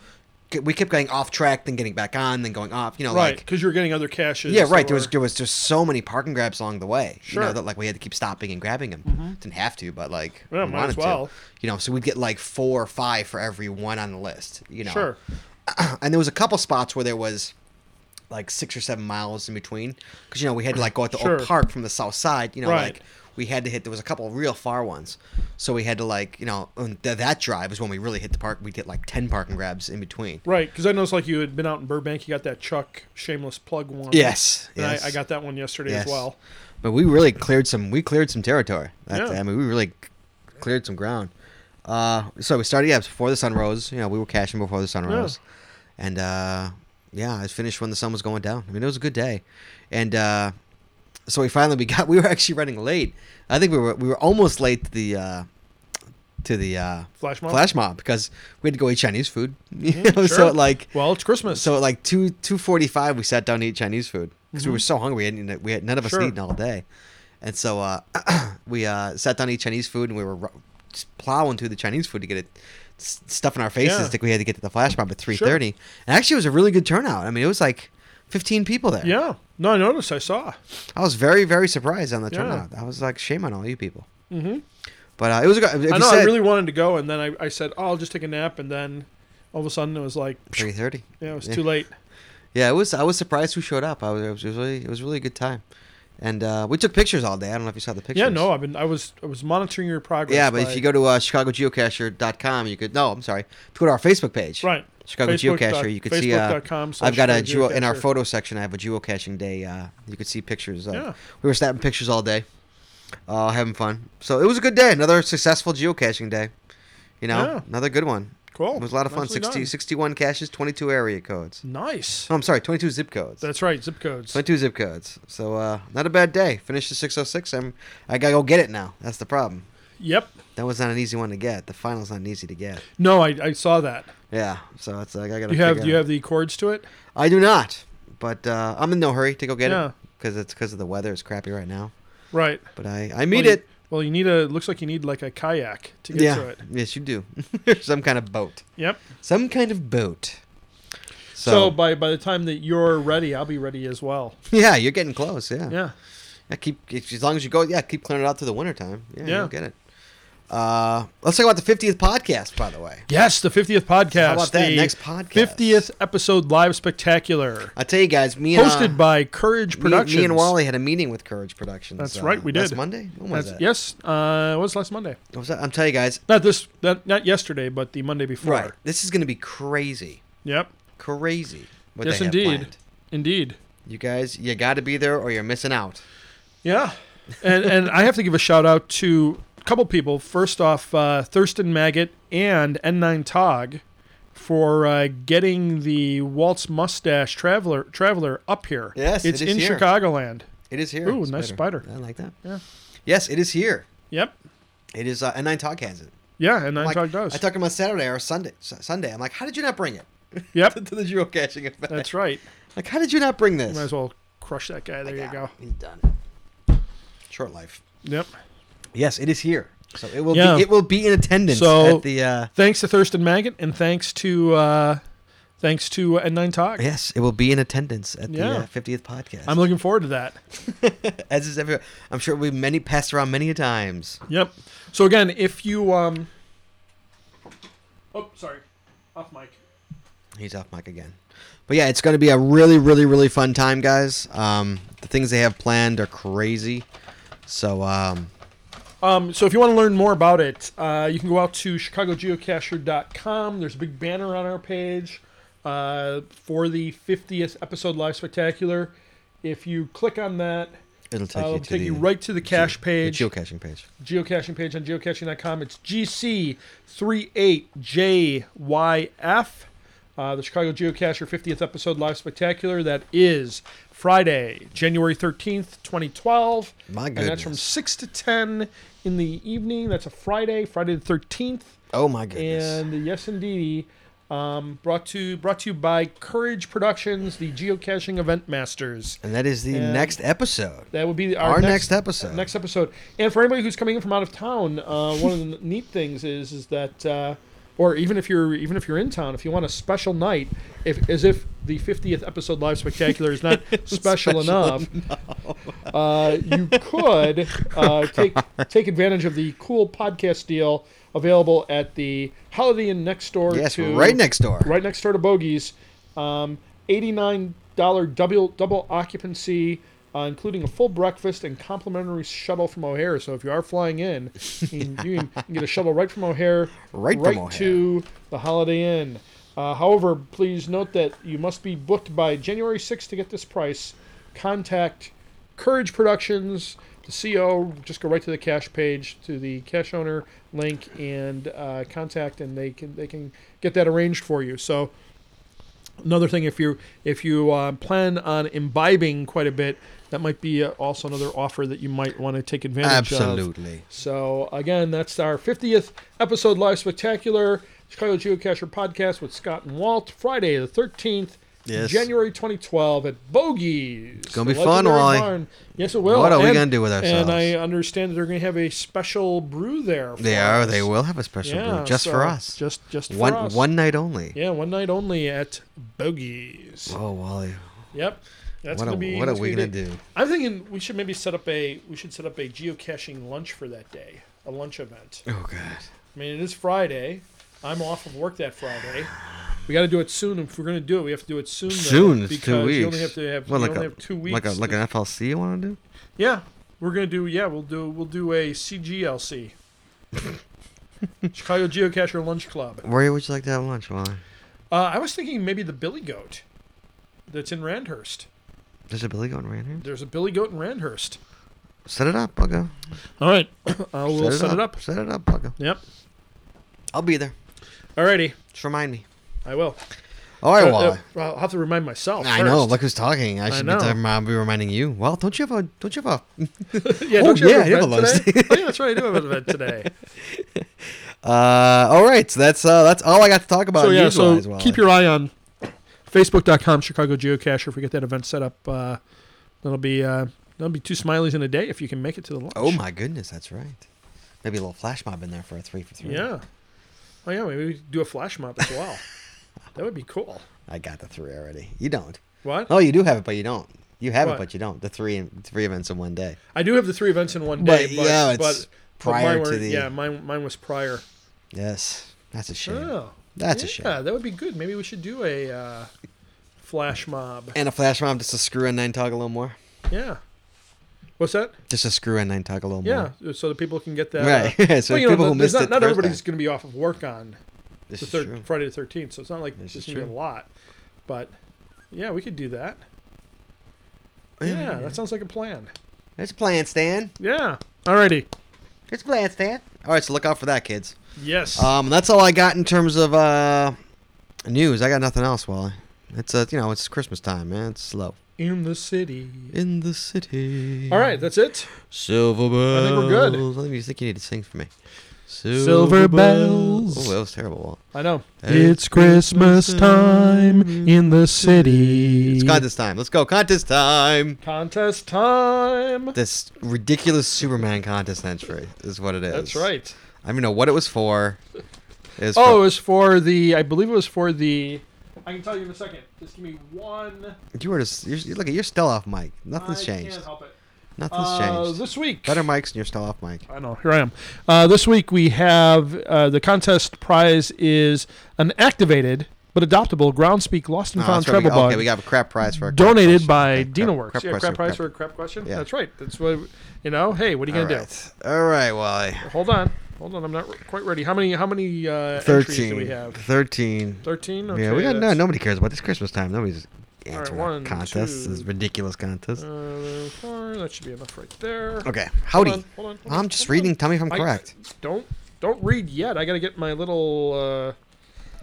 Speaker 1: we kept going off track, then getting back on, then going off. You know,
Speaker 2: right,
Speaker 1: like
Speaker 2: because you were getting other caches.
Speaker 1: yeah, right. There was
Speaker 2: or-
Speaker 1: there was just so many parking grabs along the way. You know,
Speaker 2: Sure. Mm-hmm.
Speaker 1: that like we had to keep stopping and grabbing them. Didn't have to, but like
Speaker 2: Yeah,
Speaker 1: we
Speaker 2: might as
Speaker 1: wanted
Speaker 2: well.
Speaker 1: to. You know, so we'd get like four or five for every one on the list. You know,
Speaker 2: Sure.
Speaker 1: and there was a couple spots where there was like six or seven miles in between because you know we had to like go out the
Speaker 2: Sure.
Speaker 1: old park from the south side you know
Speaker 2: Right.
Speaker 1: like we had to hit there was a couple of real far ones so we had to like you know on th- that drive is when we really hit the park we did like 10 parking grabs in between
Speaker 2: Right, because I noticed like you had been out in Burbank, you got that Chuck shameless plug one.
Speaker 1: yes
Speaker 2: and
Speaker 1: yes
Speaker 2: I, I got that one yesterday
Speaker 1: Yes.
Speaker 2: as well.
Speaker 1: but we really cleared some we cleared some territory that
Speaker 2: Yeah.
Speaker 1: day. i mean we really c- cleared some ground uh so we started yeah it was before the sun rose you know we were cashing before the sun
Speaker 2: Yeah.
Speaker 1: rose and uh yeah i finished when the sun was going down i mean it was a good day and uh so we finally we got we were actually running late i think we were we were almost late to the uh to the uh
Speaker 2: Flash mob.
Speaker 1: flash mob because we had to go eat chinese food you
Speaker 2: Mhm,
Speaker 1: know
Speaker 2: sure.
Speaker 1: so like
Speaker 2: Well, it's Christmas.
Speaker 1: so at like two two forty five, we sat down to eat Chinese food because we were so hungry. We hadn't, eaten- we had none of us had
Speaker 2: Mm-hmm. Sure.
Speaker 1: eaten all day, and so uh, we uh, sat down to eat Chinese food, and we were ru- just plowing through the Chinese food to get it s- stuff in our faces.
Speaker 2: Yeah.
Speaker 1: Like we had to get to the flash mob at three thirty, and actually it was a really good turnout. I mean, it was like fifteen people there.
Speaker 2: yeah, no, I noticed. I saw.
Speaker 1: I was very very surprised on the
Speaker 2: Yeah.
Speaker 1: turnout. I was like, shame on all you people.
Speaker 2: Mhm.
Speaker 1: But uh, it was a good. If
Speaker 2: I
Speaker 1: you
Speaker 2: know I
Speaker 1: said
Speaker 2: really wanted to go, and then I, I said, oh, I'll just take a nap, and then all of a sudden it was like,
Speaker 1: three thirty.
Speaker 2: yeah, it was
Speaker 1: Yeah.
Speaker 2: too late.
Speaker 1: Yeah, it was. I was surprised who showed up. I was. It was really. It was really a good time, and uh, we took pictures all day. I don't know if you saw the pictures.
Speaker 2: Yeah, no, I've been I was I was monitoring your progress.
Speaker 1: Yeah, but if
Speaker 2: by-
Speaker 1: you go to uh, ChicagoGeocacher.com, you could. No, I'm sorry. If you go to our Facebook page,
Speaker 2: right,
Speaker 1: Chicago
Speaker 2: Facebook dot-
Speaker 1: Geocacher, you could see. Uh,
Speaker 2: Facebook.com slash
Speaker 1: I've got a geo
Speaker 2: Chicago
Speaker 1: in our
Speaker 2: Geocacher.
Speaker 1: photo section. I have a geocaching day. Uh, you could see pictures. Of,
Speaker 2: Yeah.
Speaker 1: We were snapping pictures all day, uh, having fun. So it was a good day. Another successful geocaching day. You know,
Speaker 2: Yeah.
Speaker 1: another good one.
Speaker 2: Cool,
Speaker 1: It was a lot of fun.
Speaker 2: Nicely
Speaker 1: 60,
Speaker 2: done.
Speaker 1: 61 caches, 22 area codes.
Speaker 2: Nice.
Speaker 1: No, I'm sorry, 22 zip codes.
Speaker 2: That's right. Zip codes.
Speaker 1: 22 zip codes. So uh, not a bad day. Finished the 606. I'm, I gotta go get it now. That's the problem.
Speaker 2: Yep.
Speaker 1: That was not an easy one to get. The final's not an easy to get.
Speaker 2: No, I, I saw that.
Speaker 1: Yeah, so it's like I gotta.
Speaker 2: You have
Speaker 1: figure
Speaker 2: do you
Speaker 1: out-
Speaker 2: have the chords to it?
Speaker 1: I do not, but uh, I'm in no hurry to go get
Speaker 2: Yeah.
Speaker 1: it because it's because of the weather. It's crappy right now,
Speaker 2: Right.
Speaker 1: but I I meet
Speaker 2: well,
Speaker 1: it.
Speaker 2: You, well, you need a looks like you need like a kayak to get
Speaker 1: yeah,
Speaker 2: to it.
Speaker 1: yes, you do. Some kind of boat.
Speaker 2: Yep.
Speaker 1: Some kind of boat.
Speaker 2: So,
Speaker 1: So,
Speaker 2: by by the time that you're ready, I'll be ready as well.
Speaker 1: yeah, you're getting close. Yeah.
Speaker 2: Yeah.
Speaker 1: Yeah, keep if- as long as you go. Yeah, keep clearing it out through the wintertime. Yeah,
Speaker 2: Yeah.
Speaker 1: you'll get it. Uh, let's talk about the 50th podcast, by the way.
Speaker 2: Yes, the 50th podcast.
Speaker 1: How about that
Speaker 2: the
Speaker 1: next podcast?
Speaker 2: 50th episode live spectacular.
Speaker 1: I tell you guys, me and
Speaker 2: Hosted
Speaker 1: uh,
Speaker 2: by
Speaker 1: me
Speaker 2: Courage
Speaker 1: and-
Speaker 2: Productions.
Speaker 1: Me, and Wally had a meeting with Courage Productions.
Speaker 2: That's
Speaker 1: uh,
Speaker 2: right, we
Speaker 1: last
Speaker 2: did.
Speaker 1: Monday. When was
Speaker 2: That's,
Speaker 1: that?
Speaker 2: yes, uh, it was last Monday.
Speaker 1: What was that? I'm telling you guys.
Speaker 2: Not this, not, not yesterday, but the Monday before.
Speaker 1: Right. This is going to be crazy.
Speaker 2: Yep,
Speaker 1: Crazy. What
Speaker 2: Yes,
Speaker 1: they have
Speaker 2: indeed.
Speaker 1: planned.
Speaker 2: indeed.
Speaker 1: You guys, you got to be there or you're missing out.
Speaker 2: Yeah, and and I have to give a shout out to a couple people. First off, uh, Thurston Maggot and N9 Tog for uh, getting the Waltz Mustache Traveler Traveler up here.
Speaker 1: Yes,
Speaker 2: it's
Speaker 1: it is
Speaker 2: in
Speaker 1: here.
Speaker 2: Chicagoland.
Speaker 1: It is here.
Speaker 2: Ooh, nice spider.
Speaker 1: I like that.
Speaker 2: Yeah.
Speaker 1: Yes, it is here.
Speaker 2: Yep.
Speaker 1: It is. Uh, and Nine Talk has it.
Speaker 2: Yeah, N9
Speaker 1: Like,
Speaker 2: Tog does.
Speaker 1: I talked about Saturday or Sunday. Su- Sunday. I'm like, how did you not bring it
Speaker 2: yep,
Speaker 1: to the geocaching event?
Speaker 2: that's right.
Speaker 1: Like, how did you not bring this?
Speaker 2: Might as well crush that guy. There you
Speaker 1: Yeah,
Speaker 2: go.
Speaker 1: He's done. Short life.
Speaker 2: Yep.
Speaker 1: Yes, it is here. So it will
Speaker 2: Yeah.
Speaker 1: be. It will be in attendance
Speaker 2: So-
Speaker 1: at the. Uh,
Speaker 2: Thanks to Thurston Maggot, and thanks to uh, thanks to N9 Talk.
Speaker 1: yes, it will be in attendance at
Speaker 2: Yeah.
Speaker 1: the uh, fiftieth podcast.
Speaker 2: I'm looking forward to that.
Speaker 1: As is everywhere. I'm sure we many passed around many a times.
Speaker 2: Yep. So again, if you um, oh sorry, off mic.
Speaker 1: He's off mic again. But yeah, it's going to be a really, really, really fun time, guys. Um, the things they have planned are crazy. So um,
Speaker 2: Um, so if you want to learn more about it, uh, you can go out to chicagogeocacher.com. There's a big banner on our page uh, for the 50th episode live spectacular. If you click on that,
Speaker 1: it'll take
Speaker 2: uh,
Speaker 1: you
Speaker 2: it'll
Speaker 1: to
Speaker 2: take
Speaker 1: the,
Speaker 2: you right to the cache
Speaker 1: the
Speaker 2: page.
Speaker 1: geocaching page.
Speaker 2: geocaching page on geocaching.com. It's GC38JYF, uh, the Chicago Geocacher 50th episode live spectacular. That is Friday, January 13th, 2012.
Speaker 1: My
Speaker 2: And that's from
Speaker 1: goodness.
Speaker 2: 6 to 10 in the evening. That's a Friday, Friday the 13th.
Speaker 1: Oh my goodness!
Speaker 2: And yes, indeed. Um, brought to brought to you by Courage Productions, the geocaching event masters.
Speaker 1: And that is the
Speaker 2: and-
Speaker 1: next episode.
Speaker 2: That would be
Speaker 1: Our,
Speaker 2: our,
Speaker 1: next, episode.
Speaker 2: next episode. And for anybody who's coming in from out of town, uh, one of the neat things is is that, uh, or even if you're even if you're in town, if you want a special night, if as if the 50th episode live spectacular is not special,
Speaker 1: Special
Speaker 2: enough, uh, you could uh, take take advantage of the cool podcast deal available at the Holiday Inn next door.
Speaker 1: yes,
Speaker 2: to,
Speaker 1: right next door.
Speaker 2: right next door to Bogies. Um, Eighty-nine dollar double double occupancy, uh, including a full breakfast and complimentary shuttle from O'Hare. So if you are flying in, you can, you can get a shuttle right from O'Hare,
Speaker 1: Right from O'Hare.
Speaker 2: to the Holiday Inn. Uh, however, please note that you must be booked by January 6th to get this price. Contact Courage Productions, the CEO. Just go right to the cash page, to the cash owner link, and uh, contact, and they can they can get that arranged for you. So another thing, if you if you uh, plan on imbibing quite a bit, that might be uh, also another offer that you might want to take advantage of.
Speaker 1: Absolutely.
Speaker 2: So again, that's our 50th episode live spectacular Chicago Geocacher podcast with Scott and Walt. Friday the 13th,
Speaker 1: Yes.
Speaker 2: January 2012 at Bogies. It's
Speaker 1: gonna be fun, Wally.
Speaker 2: Yes, it will.
Speaker 1: What are we
Speaker 2: And-
Speaker 1: gonna do with ourselves?
Speaker 2: And I understand that they're going to have a special brew there. for
Speaker 1: They are. They
Speaker 2: us.
Speaker 1: will have a special
Speaker 2: Yeah,
Speaker 1: brew just for
Speaker 2: so
Speaker 1: us.
Speaker 2: Just just for
Speaker 1: one
Speaker 2: us.
Speaker 1: one night only.
Speaker 2: Yeah, one night only at Bogies.
Speaker 1: Oh, Wally.
Speaker 2: Yep. That's
Speaker 1: what
Speaker 2: gonna
Speaker 1: a,
Speaker 2: be.
Speaker 1: what are
Speaker 2: that's
Speaker 1: we
Speaker 2: gonna
Speaker 1: gonna
Speaker 2: be big.
Speaker 1: do?
Speaker 2: I'm thinking we should maybe set up a we should set up a geocaching lunch for that day. a lunch event.
Speaker 1: Oh god.
Speaker 2: I mean, it is Friday. I'm off of work that Friday. We got to do it soon. If we're going to do it, we have to do it soon. though,
Speaker 1: Soon, it's two
Speaker 2: because You only
Speaker 1: weeks.
Speaker 2: have to have,
Speaker 1: Well,
Speaker 2: you
Speaker 1: like
Speaker 2: only
Speaker 1: a-
Speaker 2: have two weeks.
Speaker 1: Like a like an FLC you want to do?
Speaker 2: yeah, we're going to do. Yeah, we'll do. We'll do a CGLC, Chicago Geocacher Lunch Club.
Speaker 1: Where would you like to have lunch, Juan?
Speaker 2: Uh, I was thinking maybe the Billy Goat, that's in Randhurst.
Speaker 1: There's a Billy going right here.
Speaker 2: There's a Billy Goat in Randhurst.
Speaker 1: Set it up, Buggo.
Speaker 2: All right, I will set it up.
Speaker 1: Set it up, Buggo.
Speaker 2: Yep.
Speaker 1: I'll be there.
Speaker 2: Alrighty,
Speaker 1: Just remind me.
Speaker 2: I will.
Speaker 1: All right,
Speaker 2: Uh, uh,
Speaker 1: Wally.
Speaker 2: I'll have to remind myself.
Speaker 1: I know.
Speaker 2: first.
Speaker 1: Look who's talking. I should be,
Speaker 2: know.
Speaker 1: talking- I'll be reminding you. Well, don't you have a don't you have a
Speaker 2: yeah,
Speaker 1: Oh,
Speaker 2: don't you
Speaker 1: yeah,
Speaker 2: have
Speaker 1: I
Speaker 2: an
Speaker 1: have a
Speaker 2: event
Speaker 1: lunch
Speaker 2: today? oh, yeah, that's right. I do have an event today.
Speaker 1: Uh, all right, so that's uh, that's all I got to talk about.
Speaker 2: so yeah,
Speaker 1: news-wise,
Speaker 2: so
Speaker 1: Wally.
Speaker 2: keep your eye on Facebook.com Chicago Geocacher. If we get that event set up, uh, that'll be uh, that'll be two smileys in a day if you can make it to the launch.
Speaker 1: Oh my goodness, that's right. Maybe a little flash mob in there for a three for three.
Speaker 2: Yeah. Oh yeah, maybe we could do a flash mob as well. that would be cool.
Speaker 1: I got the three already. You don't.
Speaker 2: What?
Speaker 1: Oh, you do have it, but you don't. You have
Speaker 2: What?
Speaker 1: it, but you don't. The three in, three events in one day.
Speaker 2: I do have the three events in one day,
Speaker 1: But,
Speaker 2: but,
Speaker 1: yeah,
Speaker 2: but-
Speaker 1: it's
Speaker 2: but
Speaker 1: prior
Speaker 2: mine
Speaker 1: to
Speaker 2: were-
Speaker 1: the-
Speaker 2: yeah, mine mine was prior.
Speaker 1: Yes, that's a shame.
Speaker 2: Oh,
Speaker 1: That's
Speaker 2: yeah,
Speaker 1: a shame.
Speaker 2: that would be good. Maybe we should do a uh, flash mob.
Speaker 1: And a flash mob just to screw in nine talk a little more.
Speaker 2: Yeah. What's that?
Speaker 1: Just to screw in nine talk a little
Speaker 2: Yeah,
Speaker 1: more.
Speaker 2: so that people can get that.
Speaker 1: Right.
Speaker 2: uh,
Speaker 1: So
Speaker 2: well, you know,
Speaker 1: people who
Speaker 2: there's
Speaker 1: missed
Speaker 2: not,
Speaker 1: it
Speaker 2: Not
Speaker 1: first
Speaker 2: everybody's going to be off of work on
Speaker 1: This
Speaker 2: the
Speaker 1: is
Speaker 2: third
Speaker 1: true.
Speaker 2: Friday the thirteenth, so it's not like
Speaker 1: This
Speaker 2: this
Speaker 1: is
Speaker 2: is going to be
Speaker 1: true.
Speaker 2: a lot. But yeah, we could do that.
Speaker 1: Yeah,
Speaker 2: Yeah,
Speaker 1: yeah, yeah.
Speaker 2: that sounds like a plan.
Speaker 1: It's a plan, Stan.
Speaker 2: Yeah. Alrighty.
Speaker 1: It's a plan, Stan. All right, so look out for that, kids.
Speaker 2: Yes.
Speaker 1: Um, that's all I got in terms of uh, news. I got nothing else, Wally. It's uh, you know, it's Christmas time, man. It's slow
Speaker 2: in the city.
Speaker 1: in the city.
Speaker 2: All right, that's it.
Speaker 1: silver bells.
Speaker 2: think we're good.
Speaker 1: I think you think you need to sing for me.
Speaker 2: Silver bells.
Speaker 1: Oh, that was terrible. Wally.
Speaker 2: I know.
Speaker 4: in the city.
Speaker 1: It's contest time. Let's go contest time.
Speaker 2: Contest time.
Speaker 1: This ridiculous Superman contest entry is what it is.
Speaker 2: That's right.
Speaker 1: I don't even know what it was for. It was
Speaker 2: Oh, it was for the. I believe it was for the. I can tell you in a second. Just give me one.
Speaker 1: for- you were just you're, look at you're still off mic. Nothing's
Speaker 2: I
Speaker 1: changed.
Speaker 2: Can't help it.
Speaker 1: Nothing's
Speaker 2: Uh,
Speaker 1: changed.
Speaker 2: This week.
Speaker 1: Better mics and you're still off mic.
Speaker 2: I know. Here I am. Uh, this week we have uh, the contest prize is an activated but adoptable Groundspeak Lost and
Speaker 1: Oh,
Speaker 2: Found
Speaker 1: that's right, we-
Speaker 2: Travel Bug
Speaker 1: Okay, we got a crap prize for our crap question.
Speaker 2: donated by
Speaker 1: Yeah,
Speaker 2: DinoWorks.
Speaker 1: crap-
Speaker 2: Dina Works.
Speaker 1: crap
Speaker 2: yeah,
Speaker 1: prize
Speaker 2: crap
Speaker 1: for
Speaker 2: prize
Speaker 1: crap-
Speaker 2: for a crap question.
Speaker 1: Yeah.
Speaker 2: That's right. That's what you know. Hey, what are you
Speaker 1: All
Speaker 2: gonna
Speaker 1: right. All right, Wally.
Speaker 2: do? Hold on. Hold on. I'm not quite ready. How many? How many uh, entries do we
Speaker 1: Thirteen.
Speaker 2: have?
Speaker 1: Thirteen.
Speaker 2: Thirteen. Okay,
Speaker 1: yeah, we got no.
Speaker 2: that's-
Speaker 1: Nobody cares about this Christmas time. Nobody's answering our
Speaker 2: one,
Speaker 1: contests.
Speaker 2: two.
Speaker 1: This ridiculous contest.
Speaker 2: Uh, four. That should be enough right there.
Speaker 1: Okay,
Speaker 2: Hold
Speaker 1: howdy.
Speaker 2: on, hold on, hold on,
Speaker 1: I'm just
Speaker 2: hold on.
Speaker 1: reading. Tell me if I'm
Speaker 2: I-
Speaker 1: correct.
Speaker 2: Don't don't read yet. I gotta get my little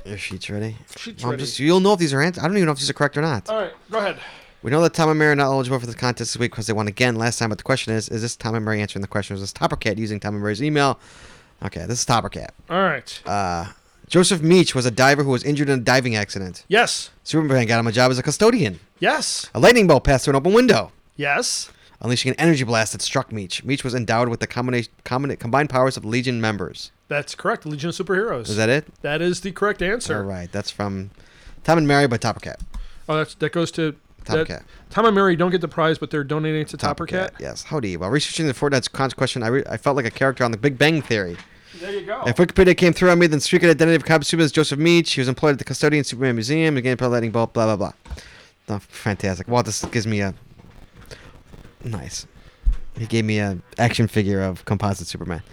Speaker 1: Your sheet's ready.
Speaker 2: uh, sheets
Speaker 1: I'm
Speaker 2: ready.
Speaker 1: just. You'll know if these are answers. I don't even know if these are correct or not.
Speaker 2: All right, go ahead.
Speaker 1: We know that Tom and Mary are not eligible for this contest this week because they won again last time. But the question is: Is this Tom and Mary answering the question? Or is this Toppercat using Tom and Mary's email? Okay, this is Toppercat.
Speaker 2: All right.
Speaker 1: Uh, Joseph Meach was a diver who was injured in a diving accident.
Speaker 2: Yes.
Speaker 1: Superman got him a job as a custodian.
Speaker 2: Yes.
Speaker 1: A lightning bolt passed through an open window,
Speaker 2: Yes.
Speaker 1: unleashing an energy blast that struck Meech. Meech was endowed with the combination, combina- combined powers of Legion members.
Speaker 2: That's correct. Legion of Superheroes.
Speaker 1: Is that it?
Speaker 2: that is the correct answer.
Speaker 1: All right, that's from Tom and Mary by Topper Cat.
Speaker 2: Oh, that's that goes to
Speaker 1: Topper
Speaker 2: that-
Speaker 1: Cat.
Speaker 2: Tom and Mary don't get the prize, but they're donating to Topper Cat.
Speaker 1: Yes. Howdy. While researching the Fortnite's con question, I, re- I felt like a character on The Big Bang Theory.
Speaker 2: There you go.
Speaker 1: If Wikipedia came through on me, then secret identity of Cobb Superman is Joseph Meach. He was employed at the Custodian Superman Museum, again, by lightning bolt, blah, blah, blah. Oh, fantastic. Walt, this gives me a. Nice. He gave me a action figure of composite Superman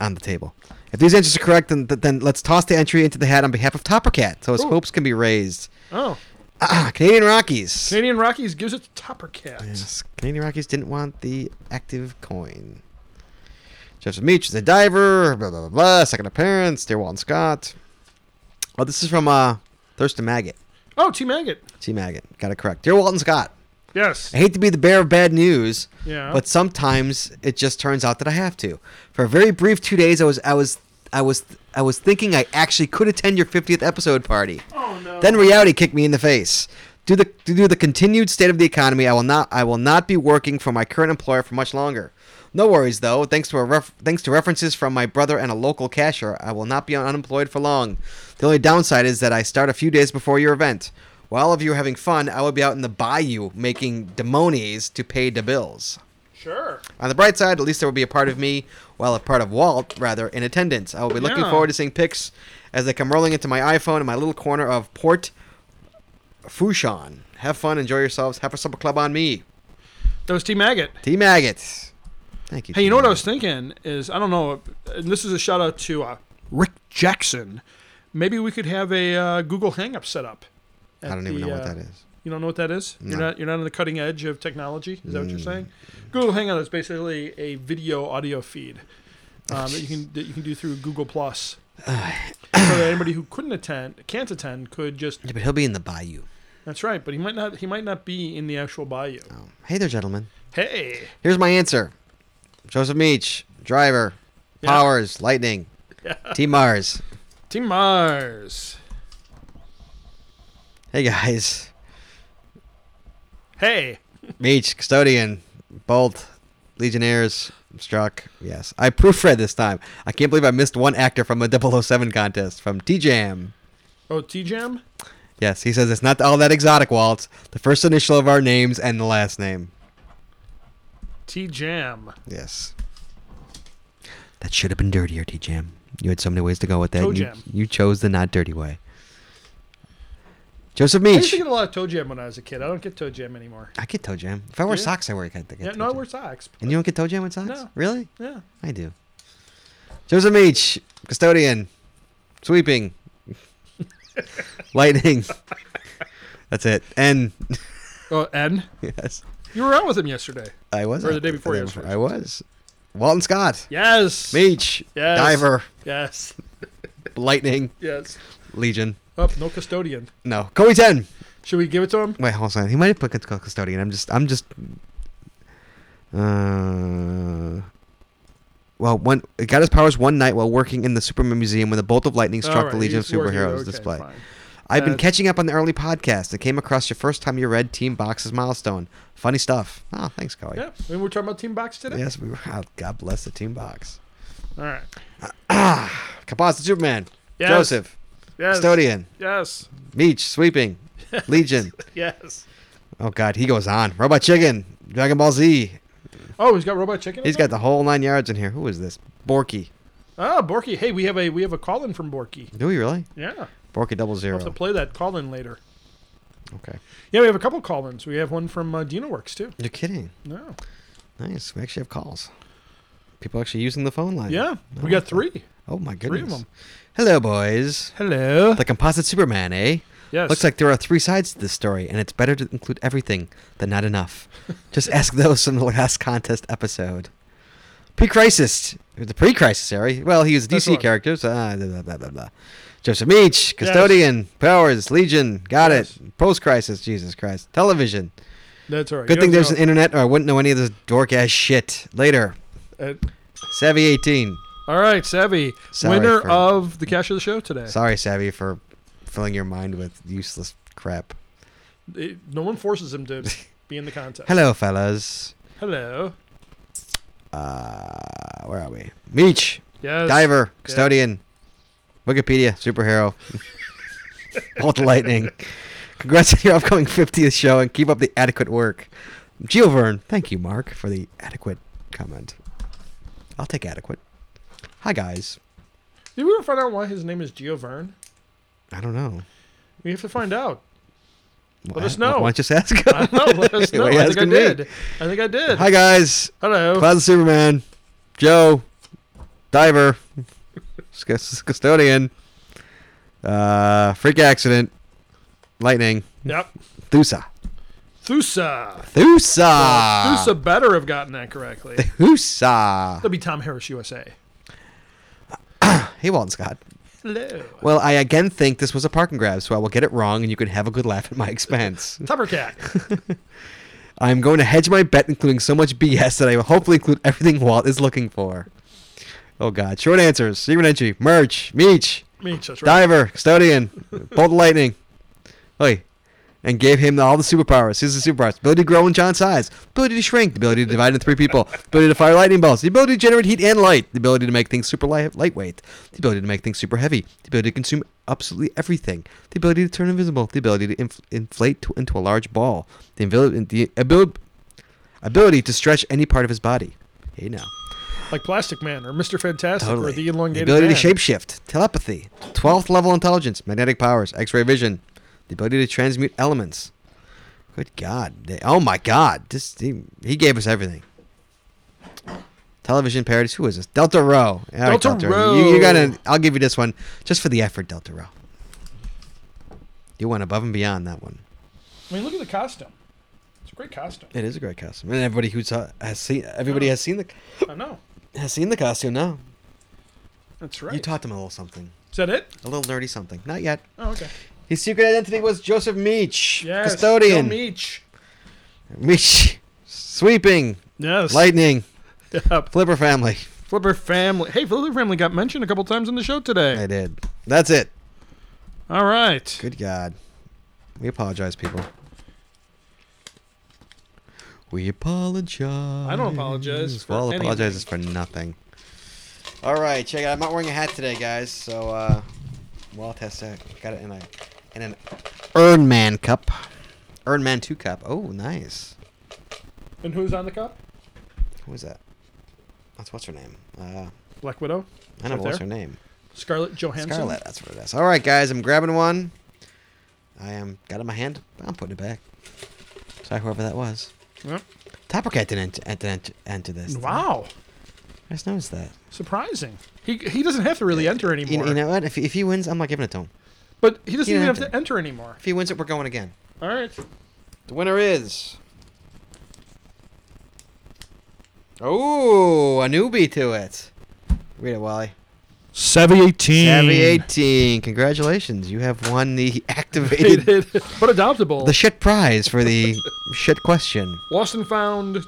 Speaker 1: on the table. If these answers are correct, then, then let's toss the entry into the hat on behalf of Topper Cat so his
Speaker 2: Ooh.
Speaker 1: hopes can be raised.
Speaker 2: Oh,
Speaker 1: Ah, Canadian Rockies.
Speaker 2: Canadian Rockies gives it to Topper Cat.
Speaker 1: Yes, Canadian Rockies didn't want the active coin. Joseph Meach is a diver, blah, blah, blah, blah. Second appearance, Dear Walton Scott. Oh, this is from uh, Thurston Maggot.
Speaker 2: Oh, T Maggot.
Speaker 1: T Maggot. Got it correct. Dear Walton Scott,
Speaker 2: Yes.
Speaker 1: I hate to be the bearer of bad news,
Speaker 2: Yeah.
Speaker 1: but sometimes it just turns out that I have to. For a very brief two days, I was, I was, I was, I was thinking I actually could attend your 50th episode party.
Speaker 2: oh no.
Speaker 1: Then reality kicked me in the face. Due, the, due to the continued state of the economy, I will not I will not be working for my current employer for much longer. No worries though. Thanks to a ref, thanks to references from my brother and a local cashier, I will not be unemployed for long. The only downside is that I start a few days before your event. While all of you are having fun, I will be out in the bayou making demonies to pay the bills.
Speaker 2: Sure.
Speaker 1: On the bright side, at least there will be a part of me, well, a part of Walt, rather, in attendance. I will be looking
Speaker 2: Yeah.
Speaker 1: forward to seeing pics as they come rolling into my iPhone in my little corner of Port Fouchon. Have fun, enjoy yourselves. Have a supper club on me.
Speaker 2: That was T Maggot.
Speaker 1: T Maggot. Thank you.
Speaker 2: Hey, you
Speaker 1: T.
Speaker 2: know what I
Speaker 1: Maggot.
Speaker 2: was thinking is I don't know, and this is a shout out to uh, Rick Jackson. Maybe we could have a uh, Google Hangup set up. uh,
Speaker 1: I don't even know what that is.
Speaker 2: You don't know what that is? You're
Speaker 1: No. Mm.
Speaker 2: not you're not on the cutting edge of technology. Is that what you're saying? Google Hangout is basically a video audio feed um, that you can that you can do through Google Plus. so that anybody who couldn't attend, can't attend, could just.
Speaker 1: Yeah, but he'll be in the bayou.
Speaker 2: That's right, but he might not. He might not be in the actual bayou.
Speaker 1: Oh. Hey there, gentlemen.
Speaker 2: Hey,
Speaker 1: Here's my answer Joseph Meach, driver,
Speaker 2: Yeah.
Speaker 1: Powers, Lightning, T Mars.
Speaker 2: Team Mars.
Speaker 1: Hey, guys.
Speaker 2: Hey,
Speaker 1: Meach, custodian, Bolt, Legionnaires, Struck. Yes, I proofread this time. I can't believe I missed one actor from a 007 contest from T Jam.
Speaker 2: oh T Jam.
Speaker 1: Yes, he says it's not all that exotic, Walt. The first initial of our names and the last name.
Speaker 2: T Jam.
Speaker 1: Yes. That should have been dirtier, T Jam. You had so many ways to go with that.
Speaker 2: Toe
Speaker 1: and you,
Speaker 2: jam.
Speaker 1: you chose the not dirty way. Joseph
Speaker 2: I used to
Speaker 1: Meach.
Speaker 2: get a lot of toe jam when I was a kid. I don't get toe jam anymore.
Speaker 1: I get toe jam. If I wear
Speaker 2: Do you?
Speaker 1: socks, I wear. I get
Speaker 2: Yeah,
Speaker 1: toe
Speaker 2: no, I
Speaker 1: jam.
Speaker 2: wear socks.
Speaker 1: And you don't get toe jam with socks?
Speaker 2: No.
Speaker 1: Really?
Speaker 2: Yeah,
Speaker 1: I do. Joseph Meach, custodian, sweeping, lightning. That's it. And
Speaker 2: oh, and
Speaker 1: yes,
Speaker 2: you were out with him yesterday.
Speaker 1: I was.
Speaker 2: Or the
Speaker 1: out
Speaker 2: day
Speaker 1: there.
Speaker 2: before
Speaker 1: The
Speaker 2: yesterday.
Speaker 1: I was. Walton Scott,
Speaker 2: Yes.
Speaker 1: Meach,
Speaker 2: Yes.
Speaker 1: Diver,
Speaker 2: Yes.
Speaker 1: Lightning,
Speaker 2: Yes.
Speaker 1: Legion.
Speaker 2: Up, no custodian.
Speaker 1: No, Kobe Ten.
Speaker 2: Should we give it to him?
Speaker 1: Wait, hold on. He might have put cust- custodian. I'm just. I'm just. Uh. Well, one it got his powers one night while working in the Superman Museum when a bolt of lightning struck
Speaker 2: All
Speaker 1: the
Speaker 2: right,
Speaker 1: Legion of
Speaker 2: he's working,
Speaker 1: Superheroes
Speaker 2: okay,
Speaker 1: display.
Speaker 2: fine.
Speaker 1: I've been
Speaker 2: That's-
Speaker 1: catching up on the early podcast and came across your first time you read Team Box's milestone. Funny stuff. Oh, thanks, Coy.
Speaker 2: Yeah, I mean, we're talking about Team Box today.
Speaker 1: Yes, we were. oh, God bless the Team Box.
Speaker 2: All right.
Speaker 1: Capaz the Superman.
Speaker 2: Yes.
Speaker 1: Joseph.
Speaker 2: Yes.
Speaker 1: Custodian.
Speaker 2: Yes.
Speaker 1: Meech. Sweeping. Legion.
Speaker 2: Yes.
Speaker 1: Oh, God. He goes on. Robot Chicken. Dragon Ball Z.
Speaker 2: Oh, he's got Robot Chicken. in
Speaker 1: He's
Speaker 2: there?
Speaker 1: got the whole nine yards in here. Who is this? Borky.
Speaker 2: Oh, Borky. Hey, we have a we have a call in from Borky.
Speaker 1: Do we really?
Speaker 2: Yeah.
Speaker 1: Borky double
Speaker 2: I'll
Speaker 1: zero.
Speaker 2: have to play that call in later.
Speaker 1: Okay.
Speaker 2: Yeah, we have a couple call ins. We have one from uh, DinoWorks too.
Speaker 1: You're kidding.
Speaker 2: No.
Speaker 1: Nice. We actually have calls. People actually using the phone line.
Speaker 2: Yeah, we got three.
Speaker 1: Oh, my
Speaker 2: Three
Speaker 1: goodness.
Speaker 2: of them.
Speaker 1: Hello, boys.
Speaker 2: Hello.
Speaker 1: The composite Superman, eh?
Speaker 2: Yes.
Speaker 1: Looks like there are three sides to this story, and it's better to include everything than not enough. Just ask those from the last contest episode. Pre-crisis, the pre-crisis era. Well, he was a
Speaker 2: That's
Speaker 1: DC
Speaker 2: right.
Speaker 1: character. So, ah, blah, blah, blah, blah, blah. Joseph Meach, Custodian, Powers, Legion. Got
Speaker 2: Yes.
Speaker 1: it. Post-crisis, Jesus Christ. Television.
Speaker 2: That's all right.
Speaker 1: Good
Speaker 2: You
Speaker 1: thing
Speaker 2: have
Speaker 1: there's
Speaker 2: to
Speaker 1: an internet, or I wouldn't know any of this dork ass shit. Later,
Speaker 2: go-
Speaker 1: Savvy eighteen.
Speaker 2: uh, all right, Savvy,
Speaker 1: Sorry
Speaker 2: winner
Speaker 1: for-
Speaker 2: of the cash of the show today.
Speaker 1: Sorry, Savvy, for filling your mind with useless crap.
Speaker 2: It- no one forces him to be in the contest.
Speaker 1: Hello, fellas.
Speaker 2: Hello.
Speaker 1: uh, where are we? Meech,
Speaker 2: Yes.
Speaker 1: diver, custodian, Wikipedia, superhero, bolt lightning. Congrats on your upcoming 50th show and keep up the adequate work. Giovern, thank you, Mark, for the adequate comment. I'll take adequate. Hi, guys.
Speaker 2: Did we ever find out why his name is Geo Vern?
Speaker 1: I don't know.
Speaker 2: We have to find out.
Speaker 1: Let
Speaker 2: us know.
Speaker 1: Why don't you just ask?
Speaker 2: I don't know. Let us know.
Speaker 1: Why
Speaker 2: I
Speaker 1: you
Speaker 2: think I
Speaker 1: asking me?
Speaker 2: did. I think I did.
Speaker 1: Hi, guys.
Speaker 2: Hello.
Speaker 1: Cloud Superman, Joe, Diver, Cus- Custodian, uh, Freak Accident, Lightning,
Speaker 2: Yep.
Speaker 1: Thusa.
Speaker 2: Thusa.
Speaker 1: Thusa!
Speaker 2: Thusa better have gotten that correctly.
Speaker 1: Thusa!
Speaker 2: That'll be Tom Harris USA.
Speaker 1: Hey, Walton Scott.
Speaker 2: Hello.
Speaker 1: Well, I again think this was a parking grab, so I will get it wrong and you can have a good laugh at my expense.
Speaker 2: Tuppercat.
Speaker 1: I'm going to hedge my bet, including so much BS that I will hopefully include everything Walt is looking for. Oh, God. Short answers. Secret entry. Merch. Meech.
Speaker 2: Me, that's right.
Speaker 1: Diver, custodian, bolt of lightning. Oi. And gave him all the superpowers. Here's the superpowers. Ability to grow and John size. Ability to shrink. The ability to divide into three people. Ability to fire lightning bolts. The ability to generate heat and light. The ability to make things super light- lightweight. The ability to make things super heavy. The ability to consume absolutely everything. The ability to turn invisible. The ability to inf- inflate to, into a large ball. The, invil- the abil- ability to stretch any part of his body. Hey now.
Speaker 2: like Plastic Man or Mister Fantastic
Speaker 1: Totally.
Speaker 2: or the elongated
Speaker 1: ability
Speaker 2: man.
Speaker 1: to shapeshift, telepathy, 12th level intelligence, magnetic powers, x ray vision, the ability to transmute elements. Good God. They- oh my God. This He, he gave us everything. Television parodies. Who is this? Delta Row. All right,
Speaker 2: Delta
Speaker 1: You, you
Speaker 2: Row.
Speaker 1: gotta. I'll give you this one just for the effort, Delta Row. You went above and beyond that one.
Speaker 2: I mean, look at the costume. It's a great costume.
Speaker 1: It is a great costume, and everybody who's uh, has seen everybody has seen the
Speaker 2: I know.
Speaker 1: has seen the costume now.
Speaker 2: That's right.
Speaker 1: You taught them a little something,
Speaker 2: Is that it?
Speaker 1: a little nerdy something. Not yet.
Speaker 2: Oh, okay.
Speaker 1: His secret identity was Joseph Meach,
Speaker 2: Yes.
Speaker 1: custodian.
Speaker 2: Joe Meach.
Speaker 1: Meach, sweeping,
Speaker 2: Yes.
Speaker 1: lightning,
Speaker 2: Yep.
Speaker 1: flipper family.
Speaker 2: Flipper Family. Hey, Flipper Family got mentioned a couple times on the show today.
Speaker 1: I did. That's it.
Speaker 2: All right.
Speaker 1: Good God. We apologize, people. We apologize.
Speaker 2: I don't apologize for
Speaker 1: Well,
Speaker 2: anything.
Speaker 1: apologizes for nothing. All right, check it out. I'm not wearing a hat today, guys. So, uh, Walt has to got it in a in an Earn Man cup, Earn Man two cup. Oh, nice.
Speaker 2: And who's on the cup?
Speaker 1: Who is that? That's what's her name. Uh,
Speaker 2: Black Widow.
Speaker 1: I don't know
Speaker 2: Right
Speaker 1: what's her
Speaker 2: there.
Speaker 1: name.
Speaker 2: Scarlett Johansson.
Speaker 1: Scarlet. That's what it is. All right, guys. I'm grabbing one. I am got it in my hand. I'm putting it back. Sorry, whoever that was.
Speaker 2: Yep.
Speaker 1: Topper Cat didn't enter, enter, enter this.
Speaker 2: Wow.
Speaker 1: I just noticed that.
Speaker 2: Surprising. He, he doesn't have to really enter
Speaker 1: You,
Speaker 2: anymore.
Speaker 1: you know what? If, if he wins, I'm not giving it to him.
Speaker 2: but he doesn't
Speaker 1: you
Speaker 2: even
Speaker 1: don't
Speaker 2: have
Speaker 1: have
Speaker 2: to enter anymore.
Speaker 1: If he wins it, we're going again.
Speaker 2: All right.
Speaker 1: The winner is. Oh, a newbie to it. Read it, Wally.
Speaker 4: Savvy 18.
Speaker 1: Savvy 18. Congratulations. You have won the activated.
Speaker 2: but adoptable.
Speaker 1: the shit prize for the shit question.
Speaker 2: Lost and found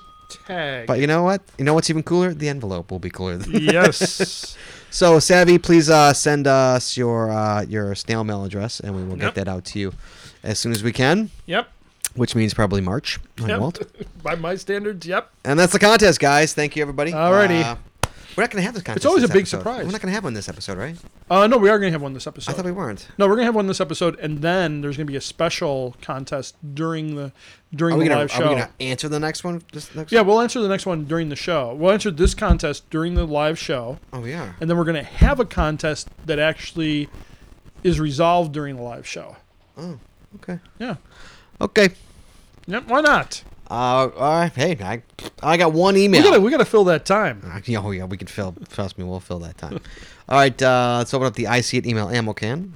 Speaker 2: tag.
Speaker 1: But you know what? You know what's even cooler? The envelope will be cooler. Than
Speaker 2: yes.
Speaker 1: so, Savvy, please uh, send us your uh, your snail mail address, and we will
Speaker 2: Yep.
Speaker 1: get that out to you as soon as we can,
Speaker 2: yep.
Speaker 1: which means probably March. my
Speaker 2: yep.
Speaker 1: Walt.
Speaker 2: By my standards, yep.
Speaker 1: And that's the contest, guys. Thank you, everybody.
Speaker 2: Alrighty.
Speaker 1: Uh, we're not gonna have this contest.
Speaker 2: always
Speaker 1: this
Speaker 2: a big
Speaker 1: episode.
Speaker 2: surprise.
Speaker 1: We're not gonna have one this episode, right?
Speaker 2: Uh, no, we are going to have one this episode.
Speaker 1: I thought we weren't.
Speaker 2: No, we're gonna have one this episode, and then there's gonna be a special contest during the during
Speaker 1: Are we
Speaker 2: the
Speaker 1: gonna,
Speaker 2: live
Speaker 1: are we
Speaker 2: show.
Speaker 1: gonna answer the next one? This next
Speaker 2: Yeah, we'll answer the next one during the show. We'll answer this contest during the live show,
Speaker 1: Oh, we are.
Speaker 2: and then we're gonna have a contest that actually is resolved during the live show.
Speaker 1: Oh, okay.
Speaker 2: Yeah,
Speaker 1: Okay.
Speaker 2: yeah. Why not?
Speaker 1: Uh, all right. Hey, I, I got one email.
Speaker 2: We gotta we gotta fill that time.
Speaker 1: Uh, yeah, Oh yeah, we can fill. Trust me, we'll fill that time. All right, uh, let's open up the IC at email ammo can,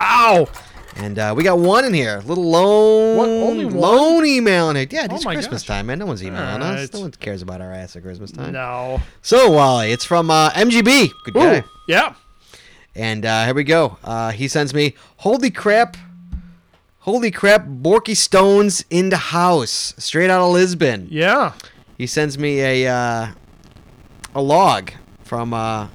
Speaker 2: Ow!
Speaker 1: and uh, we got one in here. Little lone,
Speaker 2: What, only one?
Speaker 1: lone email in here. Yeah,
Speaker 2: Oh
Speaker 1: it's
Speaker 2: my
Speaker 1: Christmas
Speaker 2: gosh.
Speaker 1: time, man. No one's emailing us.
Speaker 2: right.
Speaker 1: No one cares about our ass at Christmas time.
Speaker 2: No.
Speaker 1: So Wally, it's from uh, MGB. Good
Speaker 2: Ooh,
Speaker 1: guy.
Speaker 2: Yeah.
Speaker 1: And uh, here we go. Uh, he sends me, holy crap, holy crap, Borky Stones in the house, straight out of Lisbon.
Speaker 2: Yeah.
Speaker 1: He sends me a uh, a log from uh,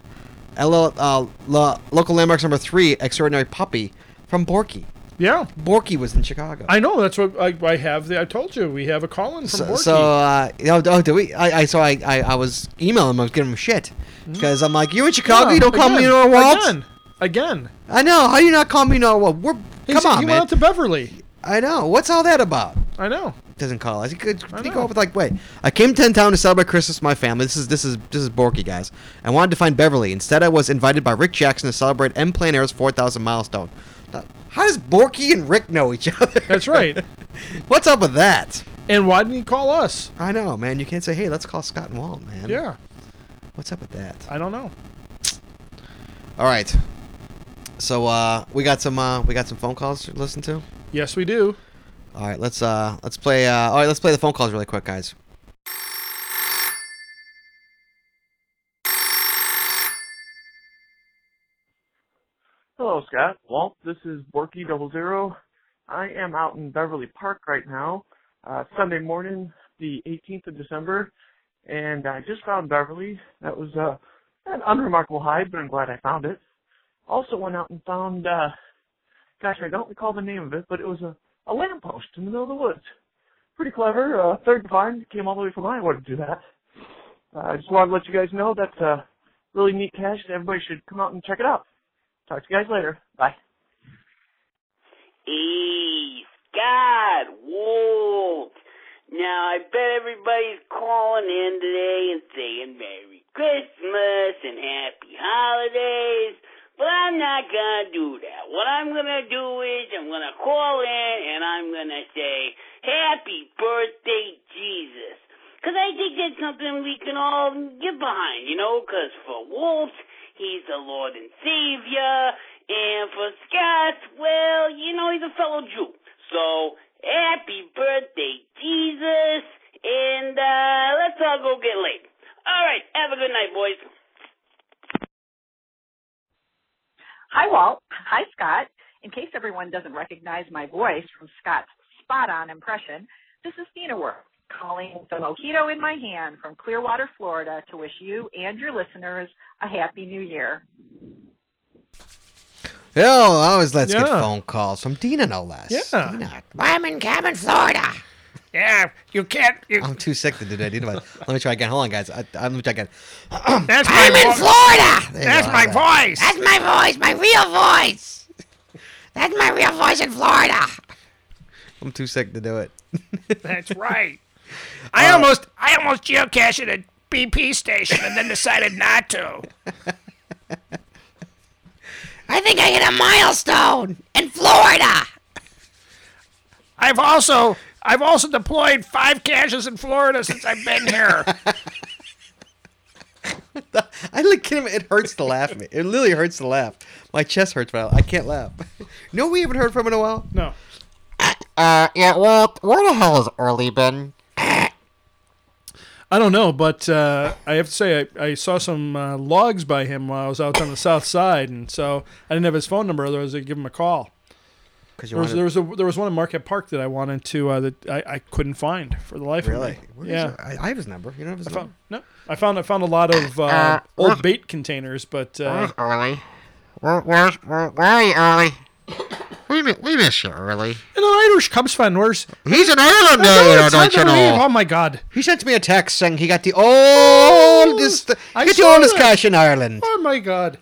Speaker 1: LL, uh, lo- local landmarks number three, extraordinary puppy from Borky.
Speaker 2: Yeah.
Speaker 1: Borky was in Chicago.
Speaker 2: I know. That's what I, I have. The, I told you we have a call in from
Speaker 1: so,
Speaker 2: Borky.
Speaker 1: so uh, oh, oh, do we? I, I so I, I, I was emailing him, I was giving him shit because I'm like, you in Chicago,
Speaker 2: Yeah,
Speaker 1: you don't call me
Speaker 2: Mm. again,
Speaker 1: Norwalt.
Speaker 2: Again. Again.
Speaker 1: I know. How you not call me Norwalt? We're
Speaker 2: He
Speaker 1: come
Speaker 2: said
Speaker 1: on,
Speaker 2: he
Speaker 1: man.
Speaker 2: went out to Beverly.
Speaker 1: I know. What's all that about?
Speaker 2: I know.
Speaker 1: Doesn't call us. He could
Speaker 2: I
Speaker 1: he
Speaker 2: know.
Speaker 1: go up with like, wait, I came to town to celebrate Christmas with my family. This is this is this is Borky guys. I wanted to find Beverly. Instead, I was invited by Rick Jackson to celebrate M Plane Air's 4,000 milestone. Now, How does Borky and Rick know each other?
Speaker 2: That's right.
Speaker 1: What's up with that?
Speaker 2: and why didn't he call us?
Speaker 1: I know, man. You can't say, hey, let's call Scott and Walt, man.
Speaker 2: Yeah,
Speaker 1: What's up with that?
Speaker 2: I don't know.
Speaker 1: All right. So uh, we got some uh, we got some phone calls to listen to.
Speaker 2: Yes, we do.
Speaker 1: All right, let's uh let's play uh all right, let's play the phone calls really quick, guys.
Speaker 5: Hello, Scott. Walt, this is Borky Double Zero. I am out in Beverly Park right now, uh, Sunday morning, the 18th of December, and I just found Beverly. That was uh, an unremarkable hide, but I'm glad I found it. Also went out and found, uh, gosh, I don't recall the name of it, but it was a, a lamppost in the middle of the woods. Pretty clever. Uh, third divine came all the way from Iowa to do that. Uh, I just wanted to let you guys know that's a really neat cache, and everybody should come out and check it out. Talk to you guys later. Bye.
Speaker 6: Ease. God, Walt. Now, I bet everybody's calling in today and saying Merry Christmas and Happy Holidays, but I'm not gonna do that. What I'm gonna do is I'm gonna call in and I'm gonna say Happy Birthday, Jesus. Cause I think that's something we can all get behind, you know, cause for Wolf, he's the Lord and Savior, and for Scott, well, you know, he's a fellow Jew. So, happy birthday, Jesus, and, uh, let's all go get laid. Alright, have a good night, boys.
Speaker 7: Hi, Walt. Hi, Scott. In case everyone doesn't recognize my voice from Scott's spot on impression, this is Tina Work calling with a mojito in my hand from Clearwater, Florida to wish you and your listeners a happy new year.
Speaker 1: Yeah, I always let's get
Speaker 4: Yeah.
Speaker 1: phone calls from Dina, no less.
Speaker 4: Yeah.
Speaker 1: Dina. I'm in Cabin, Florida.
Speaker 4: Yeah, you can't. You,
Speaker 1: I'm too sick to do that. Dina, but let me try again. Hold on, guys. I, I, let me try again.
Speaker 4: that's
Speaker 1: I'm in Florida. There you
Speaker 4: That's
Speaker 1: go.
Speaker 4: my
Speaker 1: All right.
Speaker 4: voice.
Speaker 1: That's my voice. My real voice. That's my real voice in Florida. I'm too sick to do it.
Speaker 4: That's right. I almost I almost geocached a BP station and then decided not to.
Speaker 1: I think I hit a milestone in Florida.
Speaker 4: I've also I've also deployed five caches in Florida since I've been here.
Speaker 1: I like kidding. It hurts to laugh at me. It literally hurts to laugh. My chest hurts, but I I can't laugh. No, we haven't heard from in a while.
Speaker 2: No.
Speaker 1: Uh, yeah. Well, where the hell has Early been?
Speaker 2: I don't know, but uh, I have to say I, I saw some uh, logs by him while I was out on the south side, and so I didn't have his phone number, otherwise I'd give him a call.
Speaker 1: Because you
Speaker 2: There
Speaker 1: wanted-
Speaker 2: was, there was a there was one in Marquette Park that I wanted to uh, that I, I couldn't find for the life
Speaker 1: really.
Speaker 2: of
Speaker 1: Where
Speaker 2: me.
Speaker 1: is
Speaker 2: Yeah,
Speaker 1: it? I, I have his number. You don't have his
Speaker 2: I
Speaker 1: number.
Speaker 2: found, no, I found I found a lot of uh, old bait containers, but uh,
Speaker 1: Early? Where, where's, where, where are you, Early? We, mi- we miss you, Early.
Speaker 2: and an Irish Cubs fan worse.
Speaker 1: He's an Islander, don't you know?
Speaker 2: Oh my God!
Speaker 1: He sent me a text saying he got the oldest,
Speaker 2: I
Speaker 1: he got the
Speaker 2: saw
Speaker 1: oldest
Speaker 2: that.
Speaker 1: cash in Ireland.
Speaker 2: Oh my God!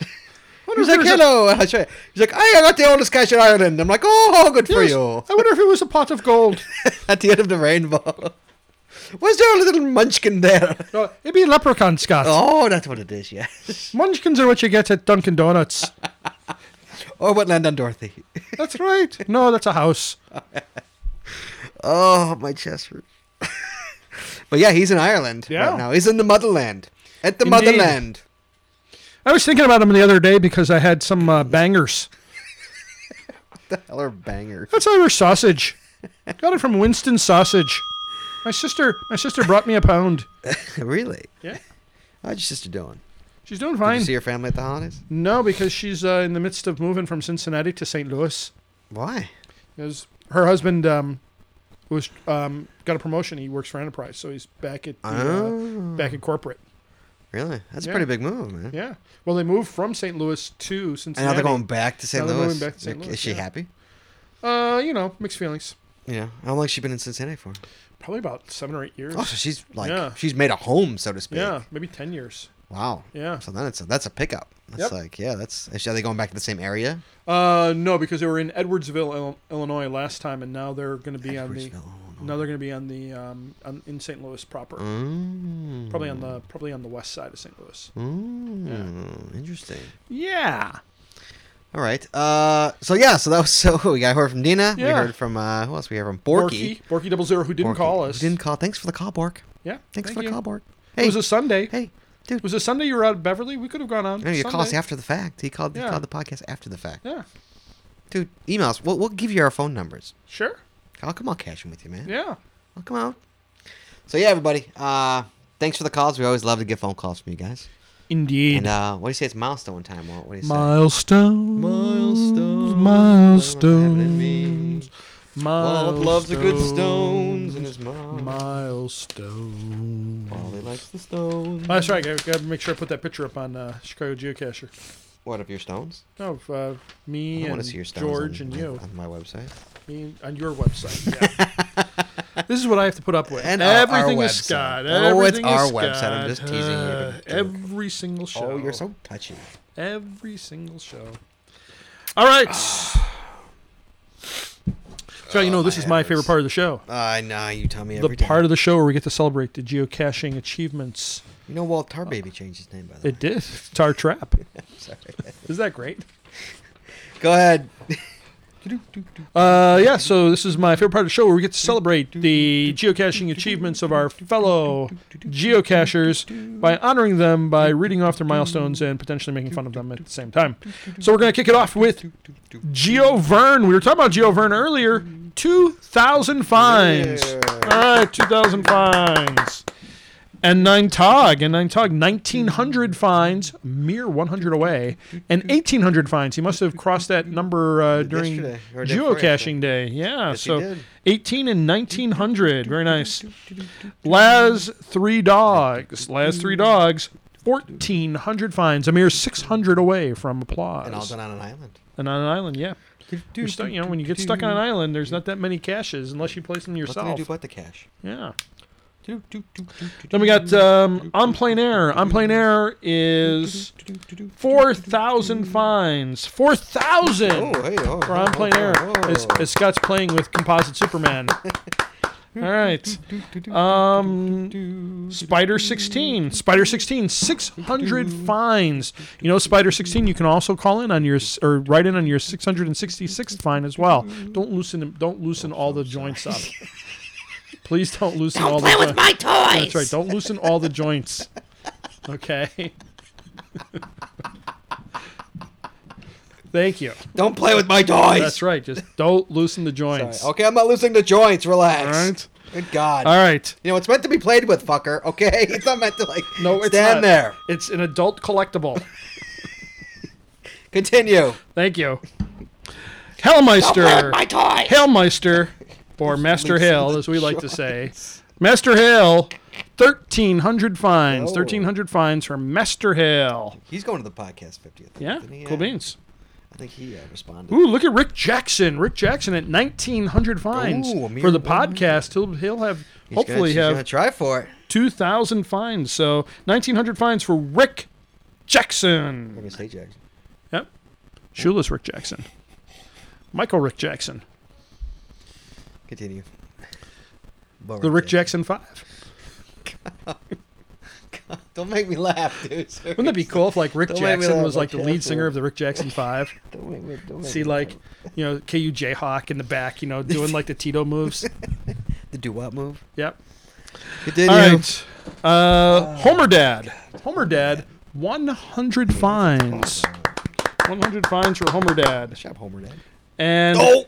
Speaker 1: He's like, hello. I show you. He's like, I got the oldest cash in Ireland. I'm like, oh, good for you.
Speaker 2: I wonder if it was a pot of gold.
Speaker 1: At the end of the rainbow. Was there a little munchkin there?
Speaker 2: No, Uh, it'd be a leprechaun, Scott.
Speaker 1: Oh, that's what it is, yes.
Speaker 2: Munchkins are what you get at Dunkin' Donuts.
Speaker 1: Or Oh, what land on Dorothy.
Speaker 2: That's right. No, that's a house.
Speaker 1: Oh, my chest hurts. but yeah, he's in Ireland
Speaker 2: Yeah.
Speaker 1: right now. He's in the motherland. At the
Speaker 2: Indeed.
Speaker 1: motherland.
Speaker 2: I was thinking about him the other day because I had some uh, bangers.
Speaker 1: The hell are bangers?
Speaker 2: That's Irish sausage. Got it from Winston Sausage. My sister, my sister brought me a pound.
Speaker 1: really?
Speaker 2: Yeah.
Speaker 1: How's your sister doing?
Speaker 2: She's doing
Speaker 1: Did
Speaker 2: fine.
Speaker 1: you see your family at the holidays?
Speaker 2: No, because she's uh, in the midst of moving from Cincinnati to St. Louis.
Speaker 1: Why?
Speaker 2: Because her husband um, was um, got a promotion. He works for Enterprise, so he's back at the,
Speaker 1: Ah.
Speaker 2: uh, back at corporate.
Speaker 1: Really? That's
Speaker 2: Yeah.
Speaker 1: a pretty big move, man.
Speaker 2: Yeah. Well, they moved from St. Louis to
Speaker 1: And
Speaker 2: Cincinnati.
Speaker 1: now they're going back to St.
Speaker 2: Now they're
Speaker 1: Louis.
Speaker 2: going back to St.
Speaker 1: Like,
Speaker 2: Louis,
Speaker 1: Is she
Speaker 2: yeah.
Speaker 1: happy?
Speaker 2: Uh, you know, mixed feelings.
Speaker 1: Yeah. How long has she been in Cincinnati for?
Speaker 2: Probably about seven or eight years.
Speaker 1: Oh, so she's like
Speaker 2: Yeah.
Speaker 1: she's made a home, so to speak.
Speaker 2: yeah, maybe ten years.
Speaker 1: Wow.
Speaker 2: Yeah.
Speaker 1: So then it's a, that's a pickup. That's
Speaker 2: Yep.
Speaker 1: like yeah, that's is she- are they going back to the same area?
Speaker 2: Uh, no, because they were in Edwardsville, Il- Illinois last time, and now they're going to be on the
Speaker 1: Edwardsville, Illinois.
Speaker 2: now they're going to be on the um on, in St. Louis proper,
Speaker 1: Mm.
Speaker 2: probably on the probably on the west side of St. Louis.
Speaker 1: Mm. Interesting.
Speaker 2: Yeah,
Speaker 1: All right. Uh, so yeah, so that was so we got heard from Dina. We
Speaker 2: Yeah.
Speaker 1: heard from uh, who else? We heard from
Speaker 2: Borky,
Speaker 1: Borky.
Speaker 2: Borky Double Zero, who didn't
Speaker 1: Borky.
Speaker 2: call us.
Speaker 1: Didn't call. Thanks for the call, Bork.
Speaker 2: Yeah,
Speaker 1: Thanks
Speaker 2: thank
Speaker 1: for the
Speaker 2: you.
Speaker 1: call, Bork.
Speaker 2: It
Speaker 1: Hey,
Speaker 2: was a Sunday.
Speaker 1: hey, dude.
Speaker 2: It was a Sunday. You were out at Beverly. We could have gone on.
Speaker 1: I know you call us
Speaker 2: Sunday.
Speaker 1: after the fact. He called.
Speaker 2: Yeah.
Speaker 1: He called the podcast after the fact.
Speaker 2: Yeah,
Speaker 1: Dude, emails. We'll, we'll give you our phone numbers.
Speaker 2: sure.
Speaker 1: I'll come on, cash them with you, man.
Speaker 2: Yeah,
Speaker 1: I'll come out. So yeah, everybody. Uh, thanks for the calls. We always love to get phone calls from you guys.
Speaker 2: indeed.
Speaker 1: And uh, what do you say? It's milestone time. Walt. What do you say?
Speaker 2: Milestones.
Speaker 1: Milestones.
Speaker 2: Milestones. Milestones.
Speaker 1: in his mouth.
Speaker 2: Milestones.
Speaker 1: Molly likes the stones.
Speaker 2: Oh, that's right. I gotta make sure I put that picture up on uh, Chicago Geocacher.
Speaker 1: What of your stones?
Speaker 2: No, of, uh, me
Speaker 1: I want
Speaker 2: and
Speaker 1: to see your stones.
Speaker 2: George
Speaker 1: on,
Speaker 2: and
Speaker 1: on-
Speaker 2: you.
Speaker 1: on my website.
Speaker 2: Me and- on your website. Yeah. this is what I have to put up with.
Speaker 1: And uh, our- our
Speaker 2: everything is
Speaker 1: website.
Speaker 2: Scott.
Speaker 1: Oh, it's
Speaker 2: everything
Speaker 1: our
Speaker 2: is
Speaker 1: website. I'm
Speaker 2: Scott.
Speaker 1: just teasing you,
Speaker 2: Uh,
Speaker 1: you jerk.
Speaker 2: every single show.
Speaker 1: Oh, you're so touchy.
Speaker 2: Every single show. All right. So you know this is my favorite part of the show.
Speaker 1: I know you tell me
Speaker 2: The
Speaker 1: Oh, every time.
Speaker 2: part of the show where we get to celebrate the geocaching achievements.
Speaker 1: you know Walt
Speaker 2: Oh.
Speaker 1: Tar Baby changed his name by the way.
Speaker 2: It did. It's our trap.
Speaker 1: Sorry.
Speaker 2: Is that great?
Speaker 1: Go ahead.
Speaker 2: Uh, yeah, so this is my favorite part of the show where we get to celebrate the geocaching achievements of our fellow geocachers by honoring them by reading off their milestones and potentially making fun of them at the same time. So we're going to kick it off with Geo Vern. We were talking about Geo Vern earlier. 2,000 fines. All right, 2,000 fines. And nine tog and nine tog, nineteen hundred fines, mere one hundred away, and eighteen hundred fines. He must have crossed that number uh, during
Speaker 1: yesterday, or day before
Speaker 2: geocaching day. Yeah,
Speaker 1: Yes, he
Speaker 2: so
Speaker 1: did.
Speaker 2: eighteen and nineteen hundred. Very nice. Laz three dogs. Laz three dogs. Fourteen hundred fines, a mere six hundred away from applause.
Speaker 1: And all done on an island.
Speaker 2: And on an island, yeah. You're stuck, you know, when you get stuck on an island, there's not that many caches unless you place
Speaker 1: What can
Speaker 2: them
Speaker 1: you
Speaker 2: yourself.
Speaker 1: do but the cash?
Speaker 2: Yeah. Then we got um, on plain air. On plain air is four thousand fines. Four thousand
Speaker 1: Oh, hey, oh,
Speaker 2: for on
Speaker 1: oh,
Speaker 2: plain
Speaker 1: oh,
Speaker 2: air
Speaker 1: oh.
Speaker 2: as, as Scott's playing with composite Superman. All right. Um, Spider 16. Spider 16, 600 fines. You know, Spider 16, you can also call in on your, s- or write in on your 666th fine as well. Don't loosen, them- don't loosen all the joints up. Please don't loosen all the joints.
Speaker 6: my toys!
Speaker 2: That's right. Don't loosen all the joints. Okay. Thank you.
Speaker 1: Don't play with my toys.
Speaker 2: That's right. Just don't loosen the joints.
Speaker 1: Okay, I'm not losing the joints. Relax.
Speaker 2: All right.
Speaker 1: Good God.
Speaker 2: All right.
Speaker 1: You know, it's meant to be played with, fucker. Okay, it's not meant to like
Speaker 2: No, it's
Speaker 1: stand
Speaker 2: not.
Speaker 1: there.
Speaker 2: It's an adult collectible.
Speaker 1: Continue.
Speaker 2: Thank you. Hellmeister.
Speaker 6: My toys!
Speaker 2: Hailmeister, or Master Hail, as we like to say. Master Hail, 1,300 fines.
Speaker 1: Oh.
Speaker 2: 1,300 fines for Master Hail.
Speaker 1: He's going to the podcast 50th.
Speaker 2: Yeah,
Speaker 1: Didn't he,
Speaker 2: cool
Speaker 1: uh,
Speaker 2: beans.
Speaker 1: I think he uh, responded.
Speaker 2: Ooh, look at Rick Jackson. Rick Jackson at 1,900 fines
Speaker 1: Ooh, a mere
Speaker 2: for the
Speaker 1: one.
Speaker 2: podcast. He'll, he'll have,
Speaker 1: He's gonna-
Speaker 2: hopefully,
Speaker 1: he's gonna
Speaker 2: have
Speaker 1: try for it.
Speaker 2: 2,000 fines. So 1,900 fines for Rick Jackson.
Speaker 1: I'm gonna say Jackson.
Speaker 2: Yep. Shoeless Rick Jackson. Michael Rick Jackson.
Speaker 1: Continue. But
Speaker 2: The Rick
Speaker 1: Jack.
Speaker 2: Jackson 5.
Speaker 1: Don't make me laugh, dude. Seriously.
Speaker 2: Wouldn't that be cool if like Rick
Speaker 1: Don't make me
Speaker 2: Jackson
Speaker 1: laugh,
Speaker 2: was like the
Speaker 1: I
Speaker 2: lead
Speaker 1: can't
Speaker 2: singer of the Rick Jackson Five?
Speaker 1: Don't make me, don't make
Speaker 2: See
Speaker 1: me
Speaker 2: like,
Speaker 1: laugh.
Speaker 2: you know, KU Jayhawk in the back, you know, doing like the Tito moves.
Speaker 1: the do what move?
Speaker 2: Yep.
Speaker 1: Continue.
Speaker 2: All right. Uh, Homer Dad. Homer Dad. One hundred fines. One hundred fines for Homer Dad.
Speaker 1: Shop Homer Dad.
Speaker 2: And
Speaker 1: Oh,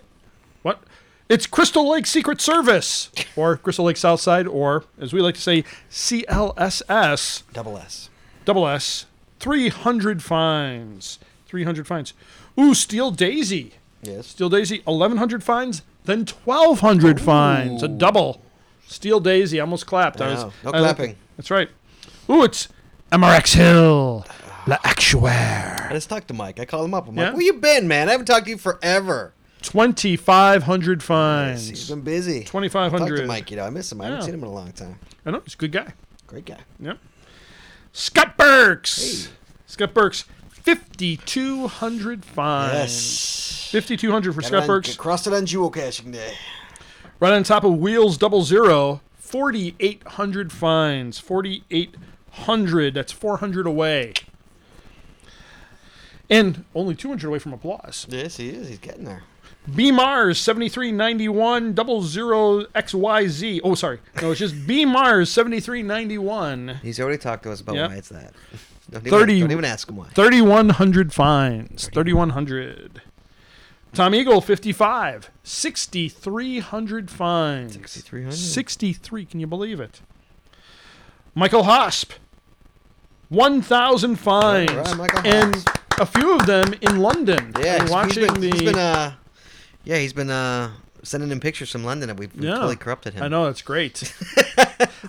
Speaker 2: what? It's Crystal Lake Secret Service, or Crystal Lake Southside, or as we like to say, CLSS.
Speaker 1: double S.
Speaker 2: double S, 300 fines. 300 fines. Ooh, Steel Daisy.
Speaker 1: Yes.
Speaker 2: Steel Daisy, 1,100 fines, then 1,200 fines. A double. Steel Daisy, I almost clapped. I was,
Speaker 1: Wow, no
Speaker 2: I-
Speaker 1: clapping.
Speaker 2: That's right. Ooh, it's MRX Hill, La Actuaire.
Speaker 1: I just talked to Mike. I called him up. I'm
Speaker 2: Yeah?
Speaker 1: like, "Where you been, man? I haven't talked to you forever."
Speaker 2: 2,500
Speaker 1: He's
Speaker 2: fines.
Speaker 1: been busy.
Speaker 2: 2,500.
Speaker 1: I talked to Mike. You know, I miss him. I haven't
Speaker 2: Yeah.
Speaker 1: seen him in a long time.
Speaker 2: I know, he's a good guy.
Speaker 1: Great guy.
Speaker 2: Yep. Scott Burks. Scott Burks, 5,200 fines.
Speaker 1: Yes.
Speaker 2: 5,200 for Scott Burks.
Speaker 1: Crossed it on jewel caching day.
Speaker 2: Right on top of Wheels Double Zero, 4,800 fines. 4,800. That's 400 away. And only 200 away from applause.
Speaker 1: Yes, he is. He's getting there.
Speaker 2: B Mars 7391 double zero XYZ. Oh, sorry. No, it's just B Mars 7391.
Speaker 1: He's already talked to us about
Speaker 2: Yeah.
Speaker 1: why it's that. Don't even,
Speaker 2: 30
Speaker 1: don't even ask him why.
Speaker 2: 3,100 fines. 3,100. Tom Eagle 55. 6,300 fines.
Speaker 1: 6,300.
Speaker 2: 63. Can you believe it? Michael Hosp. 1,000 fines.
Speaker 1: All right, Michael
Speaker 2: and
Speaker 1: Hosp.
Speaker 2: a few of them in London.
Speaker 1: Yeah,
Speaker 2: I'm
Speaker 1: he's-
Speaker 2: watching
Speaker 1: he's been,
Speaker 2: the.
Speaker 1: he's been uh, yeah, he's been uh, sending in pictures from London, and we've, we've
Speaker 2: Yeah.
Speaker 1: totally corrupted him.
Speaker 2: I know, that's great.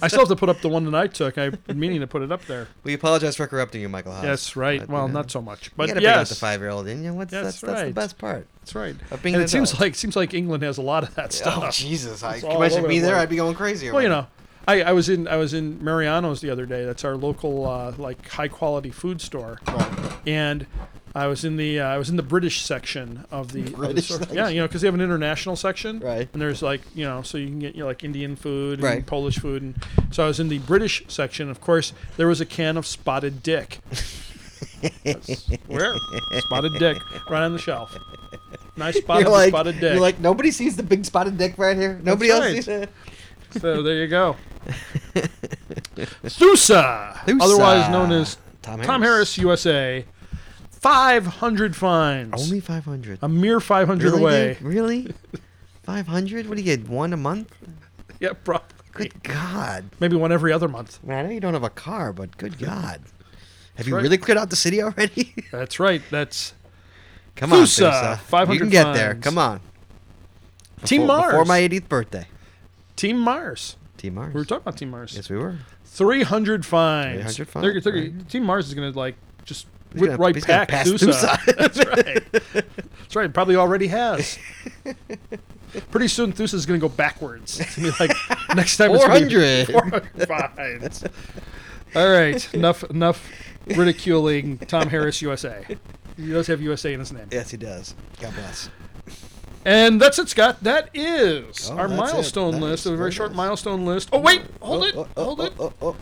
Speaker 2: I still have to put up the one that I took. I've been meaning to put it up there.
Speaker 1: We apologize for corrupting you, Michael. Haas.
Speaker 2: Yes, right.
Speaker 1: But,
Speaker 2: Well,
Speaker 1: you know,
Speaker 2: not so much.
Speaker 1: You
Speaker 2: But
Speaker 1: gotta bring out
Speaker 2: yes.
Speaker 1: the five-year-old in you. What's, that's
Speaker 2: That's
Speaker 1: that's the
Speaker 2: right.
Speaker 1: best part.
Speaker 2: That's right.
Speaker 1: of being
Speaker 2: and
Speaker 1: an
Speaker 2: it seems
Speaker 1: adult.
Speaker 2: like seems like England has a lot of that stuff.
Speaker 1: Oh Jesus! I,
Speaker 2: It's
Speaker 1: can
Speaker 2: all
Speaker 1: you imagine
Speaker 2: over
Speaker 1: me
Speaker 2: the
Speaker 1: there.
Speaker 2: place.
Speaker 1: I'd be going crazy.
Speaker 2: Well, you
Speaker 1: already.
Speaker 2: know, I, I was in I was in Mariano's the other day. That's our local uh, like high quality food store, and I was in the uh, I was in the British section of the, of the
Speaker 1: British
Speaker 2: store.
Speaker 1: section.
Speaker 2: yeah you know because they have an international section
Speaker 1: Right.
Speaker 2: and there's like you know so you can get you know, like Indian food and
Speaker 1: Right.
Speaker 2: Polish food and so I was in the British section of course there was a can of spotted dick That's where spotted dick right on the shelf nice spot
Speaker 1: You're
Speaker 2: of
Speaker 1: like,
Speaker 2: spotted dick
Speaker 1: you're like nobody sees the big spotted dick right here. Nobody else
Speaker 2: right.
Speaker 1: sees it.
Speaker 2: so there you go Thusa,
Speaker 1: Thusa.
Speaker 2: otherwise known as
Speaker 1: Tom
Speaker 2: Tom
Speaker 1: Harris.
Speaker 2: Harris USA five hundred fines
Speaker 1: Only 500.
Speaker 2: a mere five hundred
Speaker 1: really,
Speaker 2: away.
Speaker 1: dude? Really? 500? What do you get? One a month?
Speaker 2: Yeah, probably.
Speaker 1: Good God.
Speaker 2: Maybe one every other month.
Speaker 1: Man, I know you don't have a car, but good God. Have you
Speaker 2: right.
Speaker 1: really cleared out the city already?
Speaker 2: That's right. That's
Speaker 1: Come
Speaker 2: Fusa,
Speaker 1: on, Thusa. You
Speaker 2: 500
Speaker 1: can get there.
Speaker 2: fines.
Speaker 1: Come on.
Speaker 2: Team
Speaker 1: Before-
Speaker 2: Mars.
Speaker 1: Before my 80th birthday.
Speaker 2: Team Mars.
Speaker 1: Team Mars.
Speaker 2: We were talking about Team Mars.
Speaker 1: Yes, we were.
Speaker 2: Three hundred fines.
Speaker 1: 300 fines,
Speaker 2: They're- they're-
Speaker 1: right.
Speaker 2: Team Mars is gonna like just
Speaker 1: He's
Speaker 2: whip
Speaker 1: gonna-
Speaker 2: right
Speaker 1: he's gonna
Speaker 2: back
Speaker 1: pass
Speaker 2: Thusa.
Speaker 1: Thusa.
Speaker 2: That's right. That's right. Probably already has. Pretty soon Thusa's gonna go backwards. It's gonna be like next time it's gonna be
Speaker 1: 400.
Speaker 2: 400 fines. All right. Enough. Enough ridiculing Tom Harris USA. He does have USA in his name.
Speaker 1: Yes, he does. God bless.
Speaker 2: And that's it, Scott. That is
Speaker 1: Oh,
Speaker 2: our
Speaker 1: that's it.
Speaker 2: milestone
Speaker 1: That
Speaker 2: list.
Speaker 1: is
Speaker 2: A very
Speaker 1: what it
Speaker 2: short
Speaker 1: is.
Speaker 2: milestone list. Oh wait, hold
Speaker 1: Oh,
Speaker 2: it,
Speaker 1: oh, oh,
Speaker 2: hold it.
Speaker 1: Oh, oh,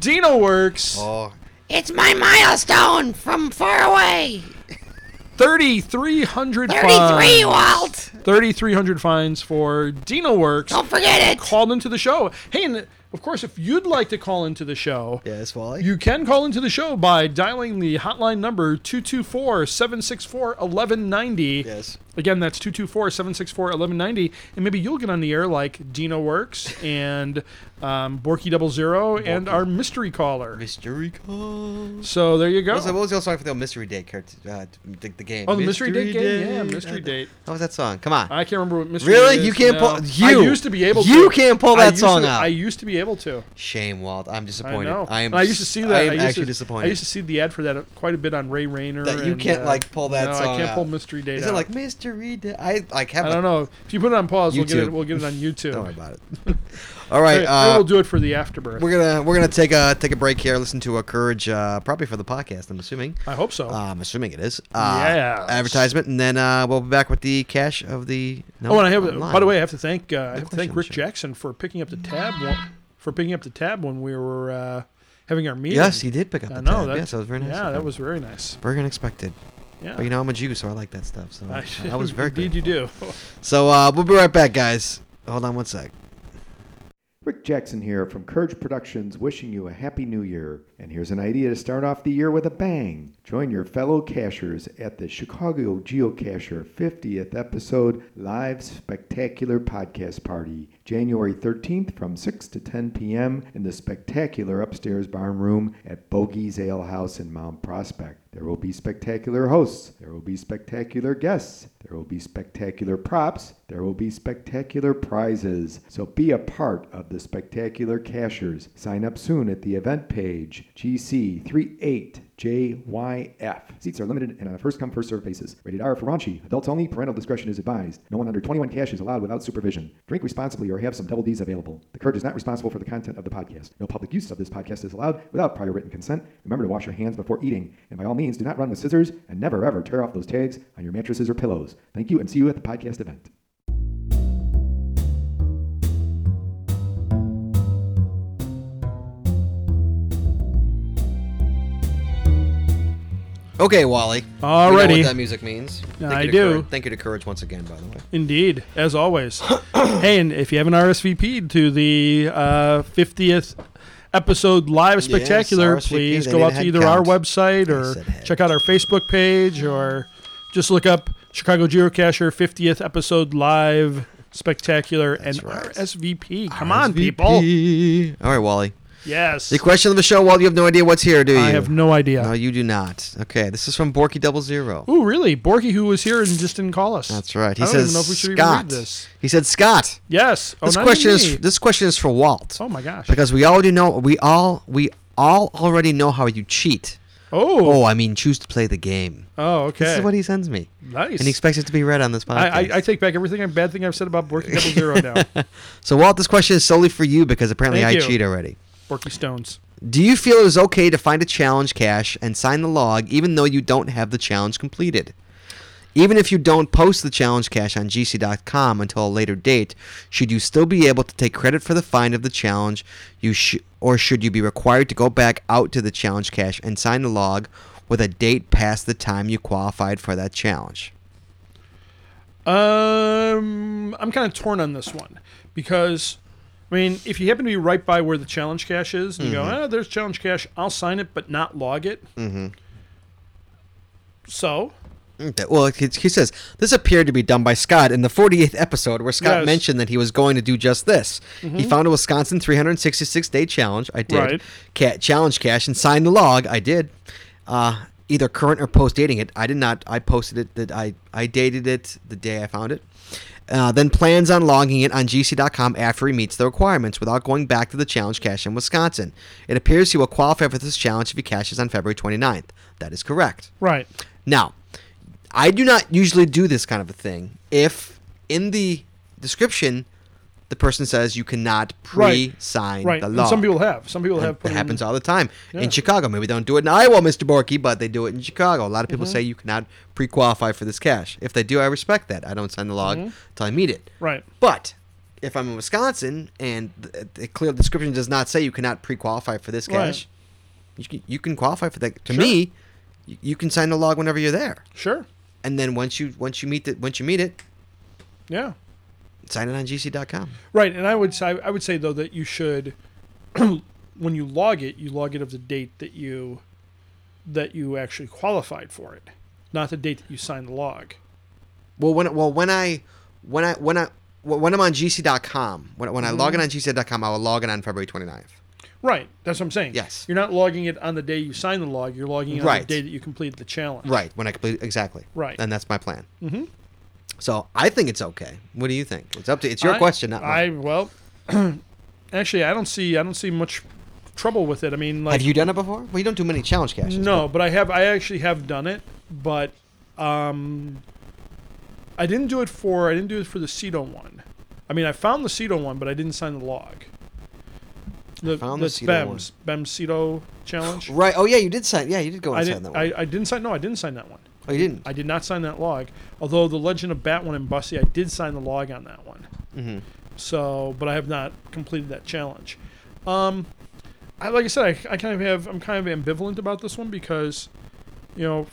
Speaker 2: Dino Works.
Speaker 1: oh. Oh.
Speaker 3: It's my milestone from far away.
Speaker 2: Thirty-three hundred
Speaker 3: 33,
Speaker 2: fines.
Speaker 3: Walt. Oh.
Speaker 2: Thirty-three hundred fines for Dino Works.
Speaker 3: Don't forget it.
Speaker 2: Called into the show. Hey, and of course, if you'd like to call into the show,
Speaker 1: Yes, Wally.
Speaker 2: You can call into the show by dialing the hotline number 224 764 1190.
Speaker 1: Yes.
Speaker 2: Again, that's 224 764 1190. And maybe you'll get on the air like Dino Works and um, Borky Double Zero and our mystery caller.
Speaker 1: Mystery call.
Speaker 2: So there you go.
Speaker 1: What was, what was the old song for the old mystery date? Kurt, uh, the, the game.
Speaker 2: Oh, the mystery, date game? Yeah,
Speaker 1: I-
Speaker 2: mystery date.
Speaker 1: What was that song? Come on.
Speaker 2: I can't remember what mystery
Speaker 1: Really?
Speaker 2: date is
Speaker 1: You can't
Speaker 2: now.
Speaker 1: pull- you-
Speaker 2: I used to be able to.
Speaker 1: you can't pull
Speaker 2: I
Speaker 1: that
Speaker 2: used
Speaker 1: song
Speaker 2: to-
Speaker 1: out.
Speaker 2: I used to be able to.
Speaker 1: Shame, Walt. I'm disappointed.
Speaker 2: I know.
Speaker 1: I am.
Speaker 2: And I used to see that.
Speaker 1: I am
Speaker 2: used
Speaker 1: actually
Speaker 2: to,
Speaker 1: disappointed.
Speaker 2: I used to see the ad for that quite a bit on Ray Rayner.
Speaker 1: That you
Speaker 2: and,
Speaker 1: can't,
Speaker 2: uh,
Speaker 1: like, pull that
Speaker 2: no,
Speaker 1: song
Speaker 2: I can't
Speaker 1: out.
Speaker 2: pull Mystery Date.
Speaker 1: Is it
Speaker 2: out.
Speaker 1: like mystery date? I like have.
Speaker 2: I don't know. If you put it on pause, we'll get
Speaker 1: YouTube.
Speaker 2: it. We'll get it on YouTube.
Speaker 1: Don't worry about it. All right.
Speaker 2: Hey,
Speaker 1: Uh,
Speaker 2: we'll do it for the afterbirth.
Speaker 1: we're gonna we're gonna take a take a break here. Listen to a courage, uh, probably for the podcast. I'm assuming.
Speaker 2: I hope so.
Speaker 1: Uh, I'm assuming it is. Uh,
Speaker 2: Yes.
Speaker 1: Advertisement, and then uh, we'll be back with the cash of the. No,
Speaker 2: oh, and I have.
Speaker 1: online.
Speaker 2: By the way, I have to thank. Uh, I have to
Speaker 1: question,
Speaker 2: thank Rick
Speaker 1: sure.
Speaker 2: Jackson for picking up the tab. When, for picking up the tab when we were uh, having our meeting.
Speaker 1: Yes, he did pick up the
Speaker 2: I
Speaker 1: tab.
Speaker 2: know. That,
Speaker 1: yes, that was very nice.
Speaker 2: Yeah,
Speaker 1: of
Speaker 2: that
Speaker 1: him.
Speaker 2: was very nice.
Speaker 1: very unexpected.
Speaker 2: Yeah.
Speaker 1: But you know, I'm a Jew, so I like that stuff. So
Speaker 2: I,
Speaker 1: I was very
Speaker 2: Indeed,
Speaker 1: good.
Speaker 2: you do.
Speaker 1: So uh, we'll be right back, guys. Hold on one sec.
Speaker 8: Rick Jackson here from Courage Productions wishing you a happy new year. And here's an idea to start off the year with a bang. Join your fellow cachers at the Chicago Geocacher 50th episode live spectacular podcast party, January 13th from 6 to 10 p.m. in the spectacular upstairs barn room at Bogey's Ale House in Mount Prospect. There will be spectacular hosts. There will be spectacular guests. There will be spectacular props. There will be spectacular prizes. So be a part of the spectacular cashers. Sign up soon at the event page GC38JYF. Seats are limited and on a first come, first served basis. Rated R for raunchy. Adults only. Parental discretion is advised. No one under 21 cash is allowed without supervision. Drink responsibly or have some double D's available. The Courage is not responsible for the content of the podcast. No public use of this podcast is allowed without prior written consent. Remember to wash your hands before eating. And by all means, do not run with scissors and never ever tear off those tags on your mattresses or pillows. Thank you and see you at the podcast event.
Speaker 1: Okay, Wally. You know
Speaker 2: Alrighty.
Speaker 1: what that music means.
Speaker 2: Yeah,
Speaker 1: Thank
Speaker 2: I
Speaker 1: you to
Speaker 2: do.
Speaker 1: Courage- Thank you to Courage once again, by the way.
Speaker 2: Indeed, as always. hey, and if you haven't RSVP'd to the uh, 50th episode live spectacular,
Speaker 1: RSVP,
Speaker 2: please
Speaker 1: they
Speaker 2: go
Speaker 1: need
Speaker 2: out
Speaker 1: a
Speaker 2: to
Speaker 1: head
Speaker 2: either our
Speaker 1: count.
Speaker 2: website
Speaker 1: I
Speaker 2: or
Speaker 1: said head.
Speaker 2: check out our Facebook page or just look up Chicago Geocacher 50th episode live spectacular and
Speaker 1: right.
Speaker 2: RSVP. Come on, people.
Speaker 1: All right, Wally.
Speaker 2: Yes.
Speaker 1: The question of the show, Wally, you have no idea what's here, do you?
Speaker 2: I have no idea.
Speaker 1: No, you do not. Okay, this is from Borky Double Zero.
Speaker 2: Ooh, really? Borky, who was here and just didn't call us.
Speaker 1: That's right. He
Speaker 2: I don't
Speaker 1: says
Speaker 2: even know if we should
Speaker 1: Scott.
Speaker 2: even read this.
Speaker 1: He said Scott.
Speaker 2: Yes. Oh,
Speaker 1: This
Speaker 2: not even
Speaker 1: question is
Speaker 2: me.
Speaker 1: this question is for Walt
Speaker 2: Oh my gosh.
Speaker 1: because we already know we all we all already know how you cheat.
Speaker 2: oh.
Speaker 1: Oh,
Speaker 2: Oh.
Speaker 1: I mean, choose to play the game.
Speaker 2: okay.
Speaker 1: This is what he sends me,
Speaker 2: nice.
Speaker 1: and he expects it to be read on this podcast.
Speaker 2: I, I, I take back everything I bad thing I've said about Borky Double Zero now.
Speaker 1: so Walt, this question is solely for you because apparently
Speaker 2: Thank
Speaker 1: I
Speaker 2: you.
Speaker 1: cheat already.
Speaker 2: Borky Stones.
Speaker 1: Do you feel it is okay to find a challenge cache and sign the log even though you don't have the challenge completed? Even if you don't post the challenge cache on gc.com until a later date, should you still be able to take credit for the find of the challenge you sh- or should you be required to go back out to the challenge cache and sign the log with a date past the time you qualified for that challenge?
Speaker 2: Um, I'm kind of torn on this one because, I mean, if you happen to be right by where the challenge cache is, and you go,
Speaker 1: Mm-hmm.
Speaker 2: "Ah, there's challenge cache," I'll sign it, but not log it. Mm-hmm. So,
Speaker 1: Okay, Well, he he says this appeared to be done by Scott in the 48th episode, where Scott
Speaker 2: Yes. Mm-hmm.
Speaker 1: mentioned that he was going to do just this. He found a Wisconsin 366 day challenge. I did
Speaker 2: Right.
Speaker 1: Ca- challenge cash and signed the log. I did. Uh, either current or post dating it. I did not. I posted it that I I dated it the day I found it. Uh, then plans on logging it on gc.com after he meets the requirements without going back to the challenge cache in Wisconsin. It appears he will qualify for this challenge if he caches on February 29th. That is correct.
Speaker 2: right,
Speaker 1: Now, I do not usually do this kind of a thing. If in the description the person says you cannot
Speaker 2: Right.
Speaker 1: pre-sign
Speaker 2: right.
Speaker 1: the
Speaker 2: And
Speaker 1: law,
Speaker 2: some people have. Some people have.
Speaker 1: it
Speaker 2: Put in-
Speaker 1: happens all the time
Speaker 2: Yeah.
Speaker 1: in Chicago. Maybe they don't do it in Iowa, Mr. Borky, but they do it in Chicago. A lot of
Speaker 2: Mm-hmm.
Speaker 1: people say you cannot pre-qualify for this cash. If they do, I respect that. I don't sign the log until I meet it.
Speaker 2: Mm-hmm. Right.
Speaker 1: But if I'm in Wisconsin and the, the clear description does not say you cannot pre-qualify for this
Speaker 2: Right.
Speaker 1: cash, you can, you can qualify for that. To
Speaker 2: Sure.
Speaker 1: me, you, you can sign the log whenever you're there
Speaker 2: Sure.
Speaker 1: and then once you once you meet it once you meet it
Speaker 2: Yeah.
Speaker 1: sign it on gc.com
Speaker 2: Right, and I would say I would say though that you should, when you log it, you log it of the date that you, that you actually qualified for it, not the date that you signed the log.
Speaker 1: well when well when i when i when i well, when I'm on gc.com, when, when I log in
Speaker 2: Mm-hmm.
Speaker 1: on gc.com, I will log in on February 29th.
Speaker 2: Right, that's what I'm saying.
Speaker 1: Yes.
Speaker 2: you're not logging it on the day you sign the log. You're logging it on
Speaker 1: Right.
Speaker 2: the day that you completed the challenge.
Speaker 1: Right, when I complete exactly.
Speaker 2: Right.
Speaker 1: And that's my plan. Mm-hmm. So I think it's okay. What do you think? It's up to it's your
Speaker 2: I-
Speaker 1: question, not mine.
Speaker 2: I well, actually, I don't see I don't see much trouble with it. I mean, like
Speaker 1: Have you done it before? Well, you don't do many challenge caches.
Speaker 2: No, but I have. I actually have done it, but um, I didn't do it for. I didn't do it for the Cedo one. I mean, I found the Cedo one, but I didn't sign the log. The,
Speaker 1: Found
Speaker 2: the
Speaker 1: the Cedo
Speaker 2: BEMS BEMS Cedo challenge.
Speaker 1: Right. Oh yeah, you did sign. Yeah, you did go
Speaker 2: I
Speaker 1: and sign
Speaker 2: didn't.
Speaker 1: that one.
Speaker 2: I, I didn't sign. No, I didn't sign that one.
Speaker 1: oh, you didn't.
Speaker 2: I did not sign that log. Although the Legend of Bat one and Bussy, I did sign the log on that one. So, but I have not completed that challenge. Um, I, like I said, I, I kind of have. I'm kind of ambivalent about this one because, you know,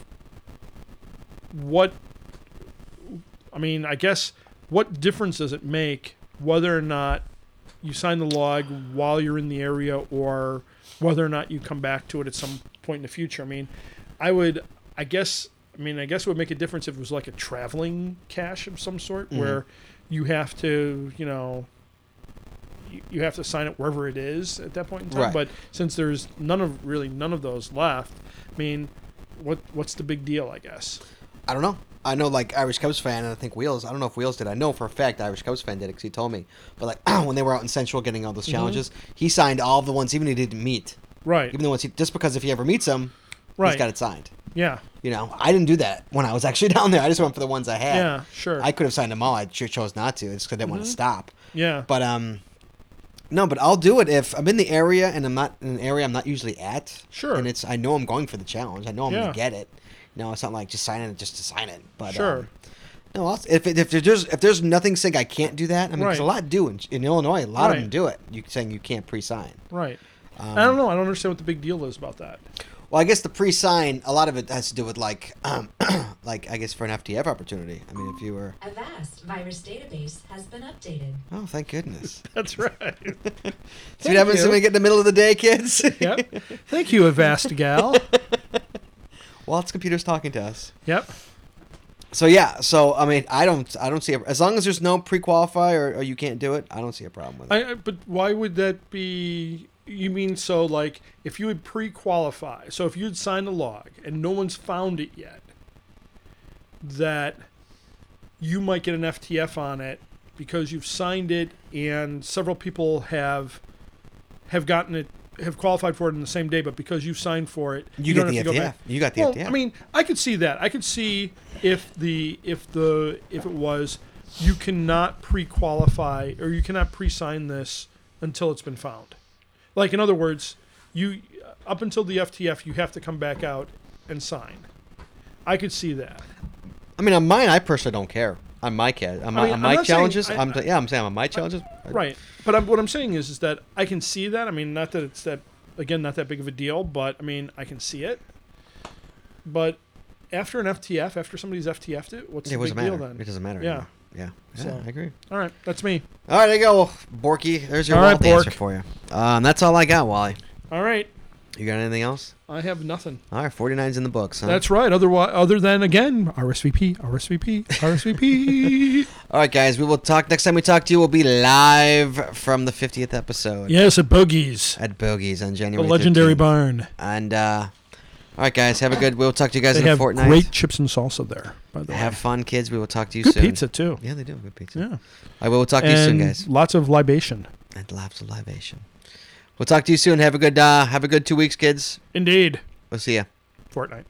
Speaker 2: what? I mean, I guess what difference does it make whether or not you sign the log while you're in the area or whether or not you come back to it at some point in the future. I mean, I would, I guess, I mean, I guess it would make a difference if it was like a traveling cache of some sort where you have to, you know, you, you have to sign it wherever it is at that point in time.
Speaker 1: Right.
Speaker 2: But since there's none of really none of those left, I mean, what what's the big deal? I guess.
Speaker 1: I don't know. I know, like Irish Cubs fan, and I think Wheels. I don't know if Wheels did. I know for a fact Irish Cubs fan did because he told me. But like when they were out in Central getting all those
Speaker 2: Mm-hmm.
Speaker 1: challenges, he signed all of the ones, even he didn't meet.
Speaker 2: Right.
Speaker 1: Even the ones he just because if he ever meets them,
Speaker 2: right.
Speaker 1: he's got it signed.
Speaker 2: yeah.
Speaker 1: You know, I didn't do that when I was actually down there. I just went for the ones I had.
Speaker 2: Yeah. Sure. Mm-hmm.
Speaker 1: I could have signed them all. I sure chose not to. It's because I didn't want to stop.
Speaker 2: yeah.
Speaker 1: But um, no, but I'll do it if I'm in the area and I'm not in an area I'm not usually at.
Speaker 2: Sure.
Speaker 1: And it's I know I'm going for the challenge. I know I'm
Speaker 2: Yeah.
Speaker 1: gonna get it. You know, it's not like just signing it just to sign it. But
Speaker 2: Sure.
Speaker 1: um, no, I'll, if it- if there's if there's nothing saying I can't do that, I mean, 'cause a
Speaker 2: Right.
Speaker 1: lot do in, in Illinois. A lot
Speaker 2: Right.
Speaker 1: of them do it. You saying you can't pre-sign.
Speaker 2: Right. I don't know. I don't understand what the big deal is about that.
Speaker 1: Well, I guess the pre-sign a lot of it has to do with like um, like I guess for an FTF opportunity. I mean, if you were
Speaker 9: Avast virus database has been updated.
Speaker 1: oh, thank goodness.
Speaker 2: That's right.
Speaker 1: See what happens
Speaker 2: you.
Speaker 1: when we get in the middle of the day, kids.
Speaker 2: yep. Thank you, Avast Gal.
Speaker 1: Walt's computer's talking to us.
Speaker 2: Yep.
Speaker 1: So yeah, so I mean, I don't, I don't see a, as long as there's no pre-qualify or, or you can't do it, I don't see a problem with it.
Speaker 2: I, I- but why would that be? You mean so like if you would pre-qualify? So if you'd signed a log and no one's found it yet, that you might get an FTF on it because you've signed it and several people have have gotten it have qualified for it in the same day, but because you signed for it,
Speaker 1: You get
Speaker 2: don't
Speaker 1: the
Speaker 2: have to go
Speaker 1: FTF.
Speaker 2: back.
Speaker 1: You got the
Speaker 2: well,
Speaker 1: FTF.
Speaker 2: I mean, I could see that. I could see if the if the if it was you cannot pre-qualify or you cannot pre-sign this until it's been found. Like in other words, you up until the FTF, you have to come back out and sign. I could see that.
Speaker 1: I mean, on mine, I personally don't care. On my cat, on my,
Speaker 2: I
Speaker 1: on
Speaker 2: mean, I'm
Speaker 1: my
Speaker 2: not saying-
Speaker 1: challenges,
Speaker 2: I-
Speaker 1: I, am yeah, I'm saying on my challenges,
Speaker 2: Right. But I'm, what I'm saying is, is that I can see that. I mean, not that it's that again, not that big of a deal, but I mean, I can see it. But after an FTF, after somebody's FTF'd it, what's
Speaker 1: It
Speaker 2: the
Speaker 1: doesn't
Speaker 2: big
Speaker 1: matter.
Speaker 2: deal then?
Speaker 1: It doesn't matter.
Speaker 2: Yeah.
Speaker 1: anymore. yeah, yeah.
Speaker 2: So-
Speaker 1: I agree.
Speaker 2: All right, that's me.
Speaker 1: All right, there you go, Borky. There's your
Speaker 2: All right,
Speaker 1: wall dancer
Speaker 2: Bork.
Speaker 1: for you. Um, that's all I got, Wally.
Speaker 2: All right,
Speaker 1: You got anything else?
Speaker 2: I have nothing.
Speaker 1: All right, 49's in the books. Huh?
Speaker 2: That's right. Otherwise, other than again, RSVP, RSVP, RSVP.
Speaker 1: all right, guys. We will talk next time we talk to you. We'll be live from the 50th episode
Speaker 2: yes, at Bogies,
Speaker 1: at Bogies on
Speaker 2: the
Speaker 1: January.
Speaker 2: legendary
Speaker 1: 13th.
Speaker 2: barn.
Speaker 1: And uh, all right, guys, have a good. We'll talk to you guys
Speaker 2: They
Speaker 1: in a
Speaker 2: have
Speaker 1: fortnight.
Speaker 2: great chips and salsa there. By the way,
Speaker 1: Have fun, kids. We will talk to you
Speaker 2: good
Speaker 1: soon.
Speaker 2: pizza too.
Speaker 1: Yeah, they do have good pizza.
Speaker 2: Yeah,
Speaker 1: I will we'll talk to you soon,
Speaker 2: and
Speaker 1: guys.
Speaker 2: lots of libation.
Speaker 1: And lots of libation. We'll talk to you soon. Have a good uh, have a good two weeks, kids.
Speaker 2: Indeed,
Speaker 1: We'll see ya.
Speaker 2: Fortnite.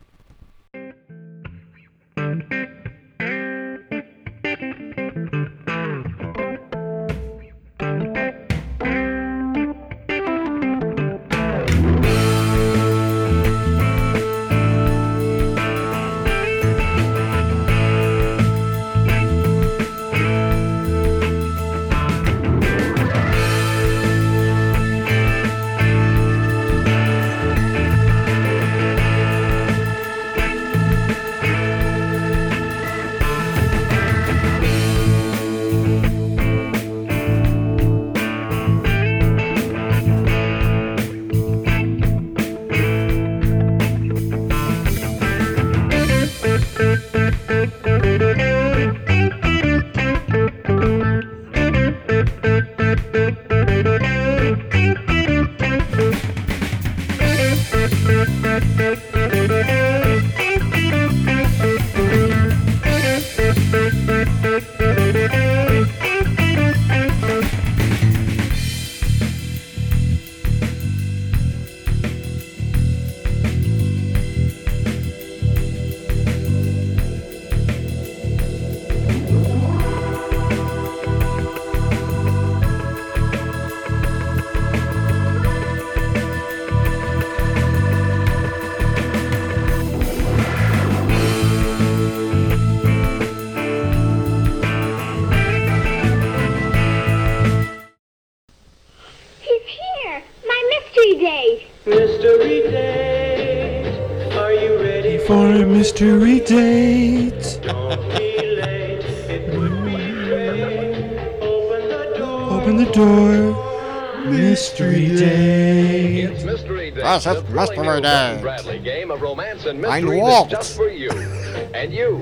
Speaker 10: He's here! My mystery date!
Speaker 11: Mystery date. Are you ready for
Speaker 4: a mystery date.
Speaker 11: delay? It would be great. Open the door.
Speaker 4: Open the door. Mystery date.
Speaker 12: Mystery Day.
Speaker 1: Yes, it's
Speaker 12: the thrilling
Speaker 1: Mystery
Speaker 12: new Milton
Speaker 1: Day.
Speaker 12: Bradley game of romance and
Speaker 1: Ein
Speaker 12: mystery that's
Speaker 1: Waltz.
Speaker 12: just for you. And you.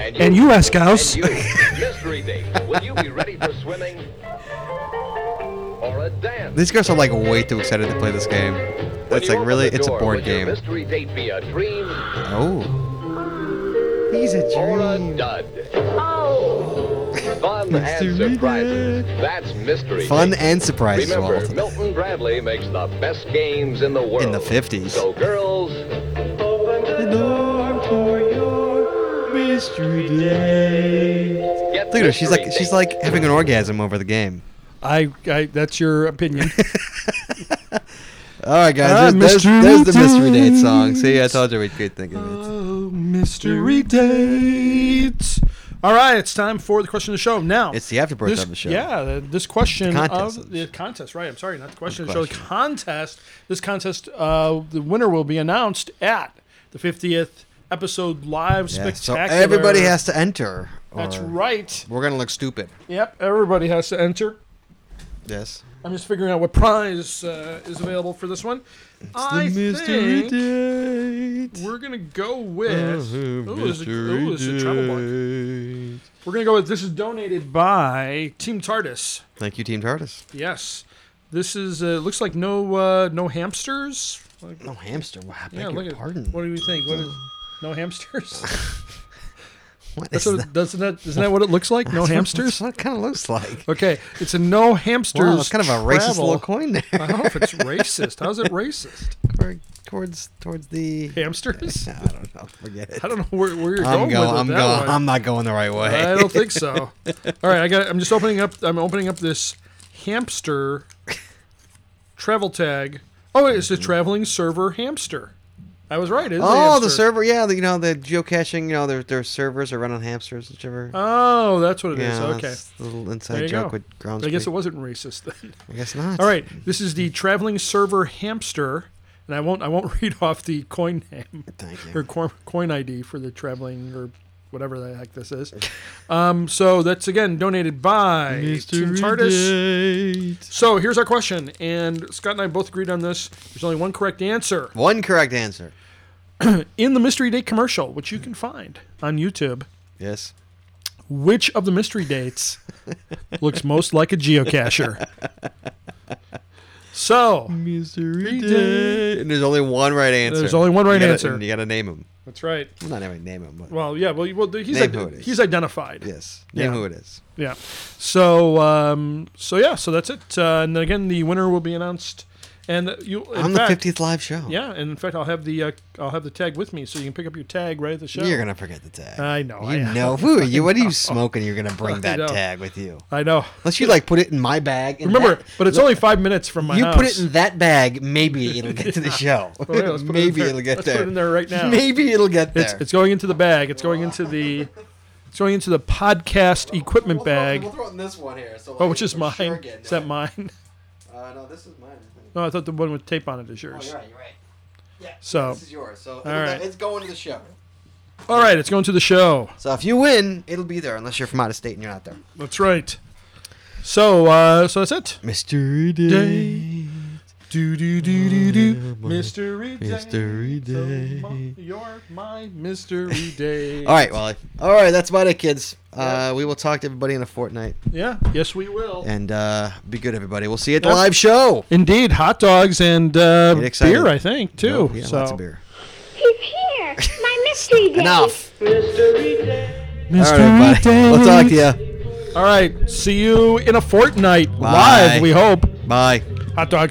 Speaker 12: And you.
Speaker 4: And you, Ask House.
Speaker 12: And you. mystery Day. Will you be ready for swimming? Or a dance?
Speaker 1: These guys are like way too excited to play this game.
Speaker 12: When
Speaker 1: That's
Speaker 12: you
Speaker 1: like
Speaker 12: open
Speaker 1: really
Speaker 12: the
Speaker 1: it's a
Speaker 12: door,
Speaker 1: board
Speaker 12: will your
Speaker 1: game.
Speaker 12: Mystery date be a dream
Speaker 1: Oh. He's a
Speaker 12: or a dud. Fun and surprises. That's mystery.
Speaker 1: Fun
Speaker 12: Date.
Speaker 1: and surprises are all
Speaker 12: Remember,
Speaker 1: today.
Speaker 12: Milton Bradley makes the best games in the world.
Speaker 1: In the 50s.
Speaker 12: So girls,
Speaker 11: Open the door for your mystery date.
Speaker 12: get
Speaker 1: Look at her, she's like
Speaker 12: Mystery
Speaker 1: she's
Speaker 12: Date.
Speaker 1: like having an orgasm over the game.
Speaker 2: I, I, that's your opinion.
Speaker 1: All right, guys.
Speaker 4: Ah,
Speaker 1: there's,
Speaker 4: mystery
Speaker 1: there's, there's the mystery date
Speaker 4: date.
Speaker 1: song. See, I told you we could think of it.
Speaker 4: Oh, mystery date.
Speaker 2: All right, it's time for the question of the show. Now
Speaker 1: It's the afterbirth
Speaker 2: this,
Speaker 1: of the show.
Speaker 2: Yeah, the- this question
Speaker 1: contest
Speaker 2: of
Speaker 1: of the
Speaker 2: the
Speaker 1: show.
Speaker 2: contest. Right. I'm sorry, not the question
Speaker 1: The
Speaker 2: of the show. The contest. This contest. Uh, the winner will be announced at the 50th episode live
Speaker 1: Yeah, so
Speaker 2: spectacular.
Speaker 1: everybody has to enter. or
Speaker 2: That's right.
Speaker 1: We're gonna look stupid.
Speaker 2: Yep. Everybody has to enter.
Speaker 1: Yes.
Speaker 2: I'm just figuring out what prize uh, is available for this one. I think
Speaker 1: date.
Speaker 2: we're gonna go with.
Speaker 1: Uh-huh,
Speaker 2: Ooh, it's a, ooh, it's a travel book. We're gonna go with. This is donated by Team Tardis.
Speaker 1: Thank you, Team Tardis.
Speaker 2: Yes, this is. Uh, looks like no uh, no hamsters. Like,
Speaker 1: No hamster. Wow, I beg
Speaker 2: yeah,
Speaker 1: your
Speaker 2: look at.
Speaker 1: pardon.
Speaker 2: What do we think? What is, no hamsters.
Speaker 1: what
Speaker 2: That's
Speaker 1: is
Speaker 2: what,
Speaker 1: that?
Speaker 2: it- doesn't that isn't that what it looks like? No hamsters.
Speaker 1: That's what it kind of looks like.
Speaker 2: Okay, it's a no hamsters.
Speaker 1: Wow, it's kind of a racist
Speaker 2: travel. Uh-huh.
Speaker 1: little coin
Speaker 2: I
Speaker 1: there.
Speaker 2: don't know if it's racist. How's it racist?
Speaker 1: Or towards towards the.
Speaker 2: Hamsters?
Speaker 1: I don't know. Forget it.
Speaker 2: I don't know where, where you're
Speaker 1: I'm
Speaker 2: going,
Speaker 1: going.
Speaker 2: with it
Speaker 1: I'm
Speaker 2: that
Speaker 1: going.
Speaker 2: one.
Speaker 1: I'm not going the right way.
Speaker 2: I don't think so. All right, I got. I'm just opening up. I'm opening up this hamster travel tag Oh, it's a traveling server hamster. I was right. It's
Speaker 1: Mm-hmm.
Speaker 2: a
Speaker 1: Oh, the
Speaker 2: hamster.
Speaker 1: server. Yeah, the, you know the geocaching. You know their their servers are run on hamsters, whichever.
Speaker 2: Oh, that's what it is.
Speaker 1: Yeah,
Speaker 2: Okay.
Speaker 1: that's the little inside
Speaker 2: There you
Speaker 1: joke
Speaker 2: go.
Speaker 1: with Groundspeak.
Speaker 2: But I guess it wasn't racist then.
Speaker 1: I guess not.
Speaker 2: All right. This is the traveling server hamster, and I won't I won't read off the coin name or coin, coin ID for the traveling or whatever the heck this is. Um, so that's again donated by Team Tardis. So here's our question, and Scott and I both agreed on this. There's only one correct answer.
Speaker 1: One correct answer.
Speaker 2: In the mystery date commercial, which you can find on YouTube.
Speaker 1: Yes.
Speaker 2: Which of the mystery dates looks most like a geocacher? So, mystery
Speaker 1: Day. And there's only one right answer.
Speaker 2: There's only one
Speaker 1: You
Speaker 2: right
Speaker 1: gotta-
Speaker 2: answer.
Speaker 1: and You got to name him.
Speaker 2: That's right.
Speaker 1: Well, not even name him, but
Speaker 2: Well, yeah. Well, you- well he's
Speaker 1: Name
Speaker 2: ide-
Speaker 1: who it is.
Speaker 2: he's identified.
Speaker 1: yes,
Speaker 2: Yeah.
Speaker 1: name who it is.
Speaker 2: Yeah. So, um, so yeah. So that's it. Uh, and again, the winner will be announced. And you in
Speaker 1: On the
Speaker 2: fact-
Speaker 1: 50th live show.
Speaker 2: Yeah, and in fact, I'll have the uh, I'll have the tag with me, so you can pick up your tag right at the show.
Speaker 1: You're gonna forget the tag.
Speaker 2: I know.
Speaker 1: You
Speaker 2: I
Speaker 1: know who are you? What are
Speaker 2: Uh, I
Speaker 1: you smoking? You're gonna
Speaker 2: I
Speaker 1: bring that
Speaker 2: know.
Speaker 1: tag with you.
Speaker 2: I know.
Speaker 1: Unless you like put it in my bag. and
Speaker 2: Remember,
Speaker 1: that-
Speaker 2: but it's only five minutes from my
Speaker 1: you
Speaker 2: house.
Speaker 1: put it in that bag, maybe it'll get to the show.
Speaker 2: Oh, yeah, let's put it in
Speaker 1: maybe
Speaker 2: there.
Speaker 1: it'll get
Speaker 2: Let's
Speaker 1: there.
Speaker 2: Put it in there right now.
Speaker 1: Maybe it'll get there.
Speaker 2: It's, it's going into the bag. It's going into the. It's going into the podcast equipment bag.
Speaker 1: We'll throw it in this one here. So
Speaker 2: Oh, which is
Speaker 1: I'm
Speaker 2: mine.
Speaker 1: sure again.
Speaker 2: is that mine?
Speaker 1: Uh, no, this is mine.
Speaker 2: No, I thought the one with tape on it is yours.
Speaker 1: Oh, you're right. You're right. Yeah.
Speaker 2: So-
Speaker 1: this is yours. So
Speaker 2: All
Speaker 1: it'll-
Speaker 2: right.
Speaker 1: it's going to the show.
Speaker 2: All right, it's going to the show.
Speaker 1: So if you win, it'll be there unless you're from out of state and you're not there.
Speaker 2: That's right. So, uh, so that's it.
Speaker 1: Mystery day.
Speaker 2: Do do do do do. Mystery day.
Speaker 1: Mystery day.
Speaker 2: So my- you're my mystery day.
Speaker 1: All right, Wally. All right, that's about it, kids. Uh, we will talk to everybody in a fortnight.
Speaker 2: Yeah. Yes, we will.
Speaker 1: And uh, be good, everybody. We'll see you at the
Speaker 2: Yep.
Speaker 1: live show.
Speaker 2: Indeed, hot dogs and uh,
Speaker 1: Get excited.
Speaker 2: beer, I think, too.
Speaker 1: Oh, yeah,
Speaker 2: so.
Speaker 1: lots of beer.
Speaker 10: He's here. My mystery day.
Speaker 1: Enough.
Speaker 10: Mystery day.
Speaker 1: All right, everybody. We'll talk to you.
Speaker 2: All right. See you in a fortnight.
Speaker 1: Bye.
Speaker 2: Live, we hope.
Speaker 1: Bye.
Speaker 2: Hot dog.